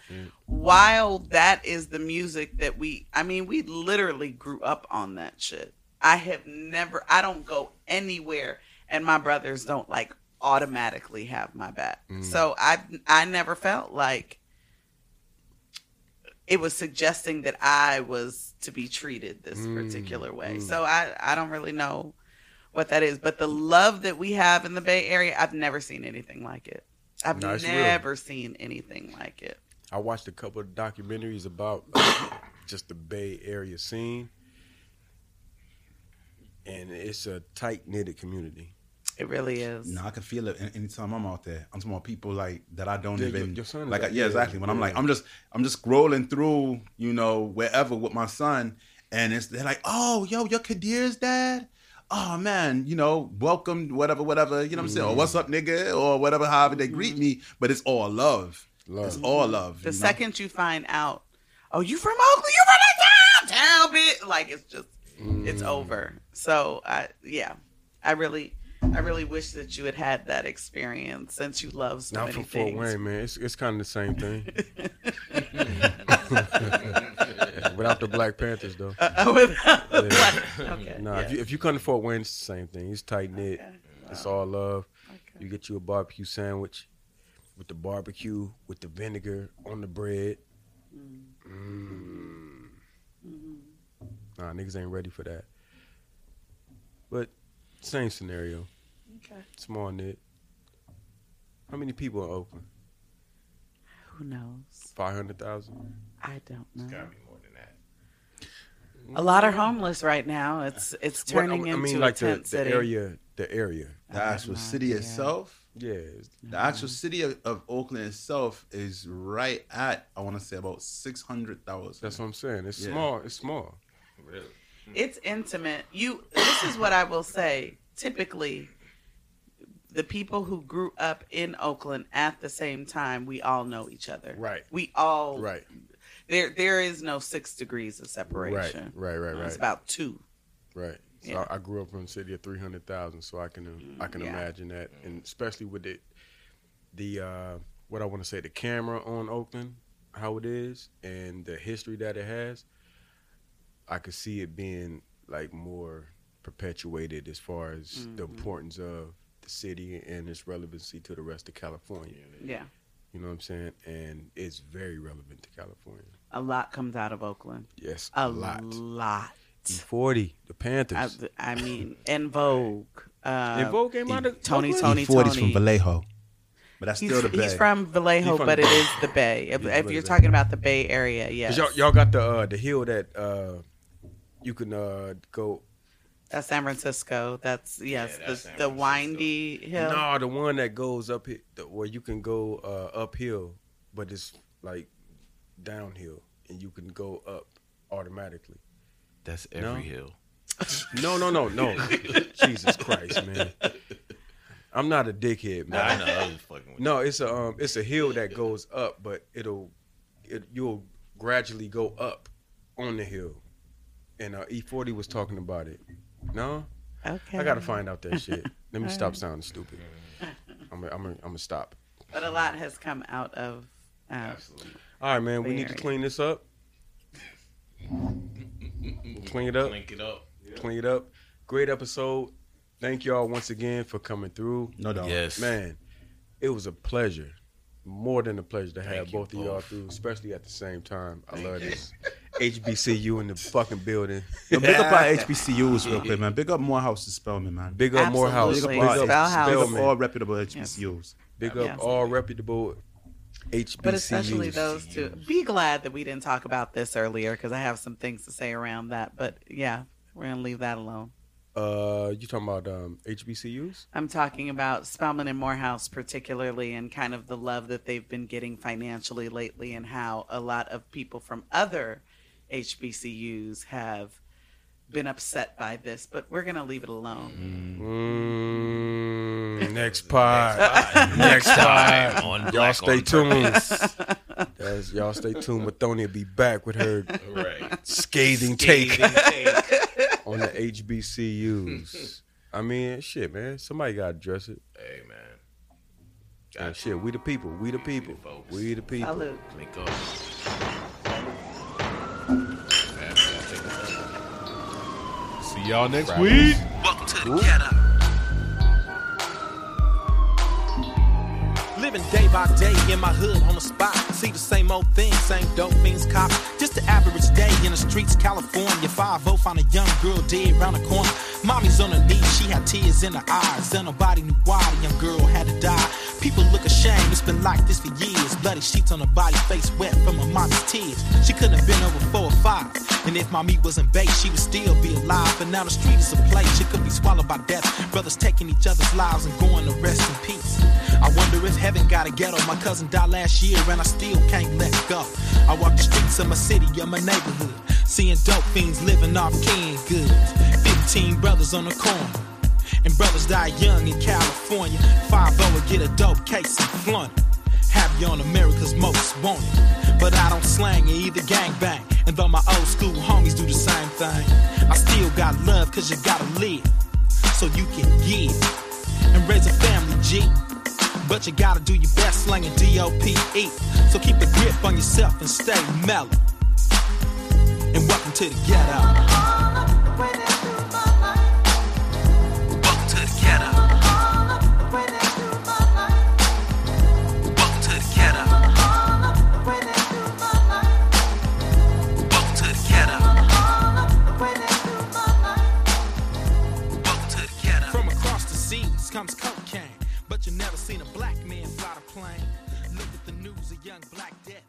Speaker 5: while that is the music that we, I mean, we literally grew up on that shit. I have never, I don't go anywhere, and my brothers don't like automatically have my back. So I, I never felt like it was suggesting that I was to be treated this particular way. So I, I don't really know what that is, but the love that we have in the Bay Area, I've never seen anything like it. I've
Speaker 3: No, it's real.
Speaker 5: never seen anything like it.
Speaker 3: I watched a couple of documentaries about uh, [COUGHS] just the Bay Area scene, and it's a tight knitted community.
Speaker 5: It really is.
Speaker 8: No, I can feel it any- anytime I'm out there. I'm talking about people like that I don't
Speaker 3: Yeah, your-
Speaker 8: even
Speaker 3: your son is
Speaker 8: like.
Speaker 3: out-
Speaker 8: yeah,
Speaker 3: yeah,
Speaker 8: exactly. When I'm like,
Speaker 3: yeah.
Speaker 8: I'm just, I'm just scrolling through, you know, wherever with my son, and it's they're like, oh, yo, your Kadir's dad. Oh man, you know, welcome, whatever, whatever. You know what I'm saying? Or what's up, nigga? Or whatever. However they greet
Speaker 3: Mm-hmm.
Speaker 8: me, but it's all love.
Speaker 3: Love.
Speaker 8: It's all love.
Speaker 5: the
Speaker 8: you know?
Speaker 5: second you find out, oh, you from Oakland, you from the town, town, bitch, like it's just,
Speaker 3: Mm.
Speaker 5: it's over. So I, yeah, I really, I really wish that you had had that experience since you love so
Speaker 3: Now I'm
Speaker 5: many
Speaker 3: from Fort
Speaker 5: things.
Speaker 3: Wayne, man. It's it's kind of the same thing. [LAUGHS] Without the Black Panthers though.
Speaker 5: Uh, [LAUGHS] okay.
Speaker 3: Nah, if, you, if you come to Fort Wayne, it's the same thing. It's tight knit. It's all love. You get you a barbecue sandwich with the barbecue, with the vinegar on the bread. Mm. Nah, niggas ain't ready for that. But same scenario,
Speaker 5: okay.
Speaker 3: small knit. How many people in Oakland?
Speaker 5: Who knows?
Speaker 3: Five hundred thousand.
Speaker 5: I don't know.
Speaker 4: Gotta be more than that.
Speaker 5: A lot are homeless right now. It's it's turning
Speaker 3: Mm. I,
Speaker 5: into
Speaker 3: mean, like
Speaker 5: a tent
Speaker 3: the,
Speaker 5: city.
Speaker 3: the area, the area.
Speaker 8: the actual
Speaker 5: no
Speaker 8: city
Speaker 5: idea.
Speaker 8: itself.
Speaker 3: Yeah, it's-
Speaker 8: The actual
Speaker 5: Mm-hmm.
Speaker 8: city of, of Oakland itself is right at I want to say about six hundred thousand.
Speaker 3: that's what I'm saying. It's
Speaker 8: Yeah.
Speaker 3: small. It's small.
Speaker 4: Really?
Speaker 5: it's intimate you this is what i will say typically the people who grew up in oakland at the same time we all know each other
Speaker 3: Right.
Speaker 5: we all
Speaker 3: Right.
Speaker 5: there there is no six degrees of
Speaker 3: Right.
Speaker 5: separation
Speaker 3: Right. Right. Right.
Speaker 5: it's about two
Speaker 3: Right. So
Speaker 5: Yeah.
Speaker 3: I, I grew up in a city of three hundred thousand, so I can um, I can
Speaker 5: yeah.
Speaker 3: imagine that, and especially with the the uh, what I want to say the camera on Oakland, how it is, and the history that it has. I could see it being like more perpetuated as far as the
Speaker 5: Mm-hmm.
Speaker 3: importance of the city and its relevancy to the rest of California.
Speaker 5: yeah
Speaker 3: You know what I'm saying? And it's very relevant to California.
Speaker 5: a lot comes out of oakland
Speaker 3: Yes,
Speaker 5: a,
Speaker 3: a lot.
Speaker 5: lot.
Speaker 3: Forty, the
Speaker 5: I,
Speaker 3: Panthers.
Speaker 5: I mean en vogue uh
Speaker 3: and Vogue came out of
Speaker 5: Tony
Speaker 3: Oakland?
Speaker 5: Tony
Speaker 8: Forties from
Speaker 5: Tony
Speaker 8: Vallejo, but that's
Speaker 5: He's,
Speaker 8: still the
Speaker 5: he's
Speaker 8: best.
Speaker 5: from Vallejo,
Speaker 3: He from
Speaker 5: but
Speaker 3: the
Speaker 5: it
Speaker 3: Bay.
Speaker 5: is the Bay. If,
Speaker 3: He's
Speaker 5: if
Speaker 3: from
Speaker 5: you're
Speaker 3: the
Speaker 5: talking about the Bay Area, yes,
Speaker 3: 'Cause Y'all, y'all got the uh, the hill that uh, you can uh, go.
Speaker 5: That's San Francisco. That's yes,
Speaker 4: Yeah, that's San
Speaker 5: the, the
Speaker 4: Francisco.
Speaker 5: windy hill.
Speaker 3: No, the one that goes up hi- the- where you can go uh, uphill but it's like downhill and you can go up automatically.
Speaker 4: That's every
Speaker 3: No.
Speaker 4: hill.
Speaker 3: No, no, no, no. Jesus Christ, man. I'm not a dickhead,
Speaker 4: Nah, I
Speaker 3: man.
Speaker 4: know. I was fucking with you.
Speaker 3: No, it's a um, it's a hill that goes up, but it'll it, you'll gradually go up on the hill. And uh, E40 was talking about it. No,
Speaker 5: Okay.
Speaker 3: I gotta find out that shit. Let me
Speaker 5: [LAUGHS] All
Speaker 3: stop
Speaker 5: right.
Speaker 3: sounding stupid. I'm gonna I'm gonna I'm gonna stop.
Speaker 5: But a lot has come out of. Um,
Speaker 3: All right, man. We need to
Speaker 5: Very.
Speaker 3: clean this up. We'll clean it up.
Speaker 4: Link it up.
Speaker 3: Clean it up. Great episode. Thank y'all once again for coming through.
Speaker 1: No doubt.
Speaker 4: Yes,
Speaker 3: Man, it was a pleasure. More than a pleasure to have
Speaker 4: Thank you
Speaker 3: both of y'all
Speaker 4: both.
Speaker 3: through, especially at the same time. I love this. HBCU in the fucking building.
Speaker 2: Yo, big up our HBCUs real quick, man. Big up Morehouse to Spelman, man.
Speaker 3: Big up Morehouse.
Speaker 5: Absolutely.
Speaker 3: Big up
Speaker 5: Big up Spellhouse.
Speaker 2: Big up
Speaker 3: Spelman.
Speaker 2: all reputable HBCUs.
Speaker 3: Big
Speaker 5: Yeah.
Speaker 3: up all reputable HBCUs.
Speaker 5: but especially those two. Be glad that we didn't talk about this earlier because I have some things to say around that. But yeah, we're gonna leave that alone.
Speaker 3: Uh, you talking about um, HBCUs?
Speaker 5: I'm talking about Spelman and Morehouse particularly, and kind of the love that they've been getting financially lately, and how a lot of people from other HBCUs have been upset by this. But we're gonna leave it alone.
Speaker 3: [LAUGHS] Mm, next pod.
Speaker 4: next time on
Speaker 3: Y'all
Speaker 4: Black
Speaker 3: stay
Speaker 4: on Purpose.
Speaker 3: tuned. [LAUGHS] That's, y'all stay tuned. Mathoni will be back with her
Speaker 4: Right.
Speaker 3: scathing take
Speaker 4: Take.
Speaker 3: [LAUGHS] on the HBCUs. I mean, shit, man. Somebody got to address it.
Speaker 4: Hey man,
Speaker 3: And shit, we the people. We the people.
Speaker 4: folks.
Speaker 3: We the people.
Speaker 5: Salute.
Speaker 4: link up.
Speaker 1: See y'all next week.
Speaker 11: Welcome to the ghetto. Living day by day in my hood on the spot. See the same old thing, same dope fiends cop. Just the average day in the streets, California. 5 find a young girl dead round the corner. Mommy's on her knees, she had tears in her eyes. Then nobody knew why the young girl had to die. People look ashamed, it's been like this for years. Bloody sheets on her body, face wet from her mommy's tears. She couldn't have been over four or five. And if my meat wasn't baked, she would still be alive. But now the street is a place, she could be swallowed by death. Brothers taking each other's lives and going to rest in peace. I wonder if heaven got a ghetto. My cousin died last year and I still can't let go. I walk the streets of my city, of my neighborhood. Seeing dope fiends living off canned goods. 15 brothers on the corner. And brothers die young in California. 5 would get a dope case and flaunt it. Have you on America's most wanted. But I don't slang or either gangbang. And though my old school homies do the same thing, I still got love cause you gotta live. So you can give and raise a family, G. But you gotta do your best slanging D-O-P-E. E. So keep a grip on yourself and stay mellow. And welcome to the ghetto. Welcome to the ghetto. Welcome to the ghetto. Welcome to the ghetto. Welcome to the ghetto. From across the seas comes cocaine, but you never seen a black man fly the plane. Look at the news, a young black death.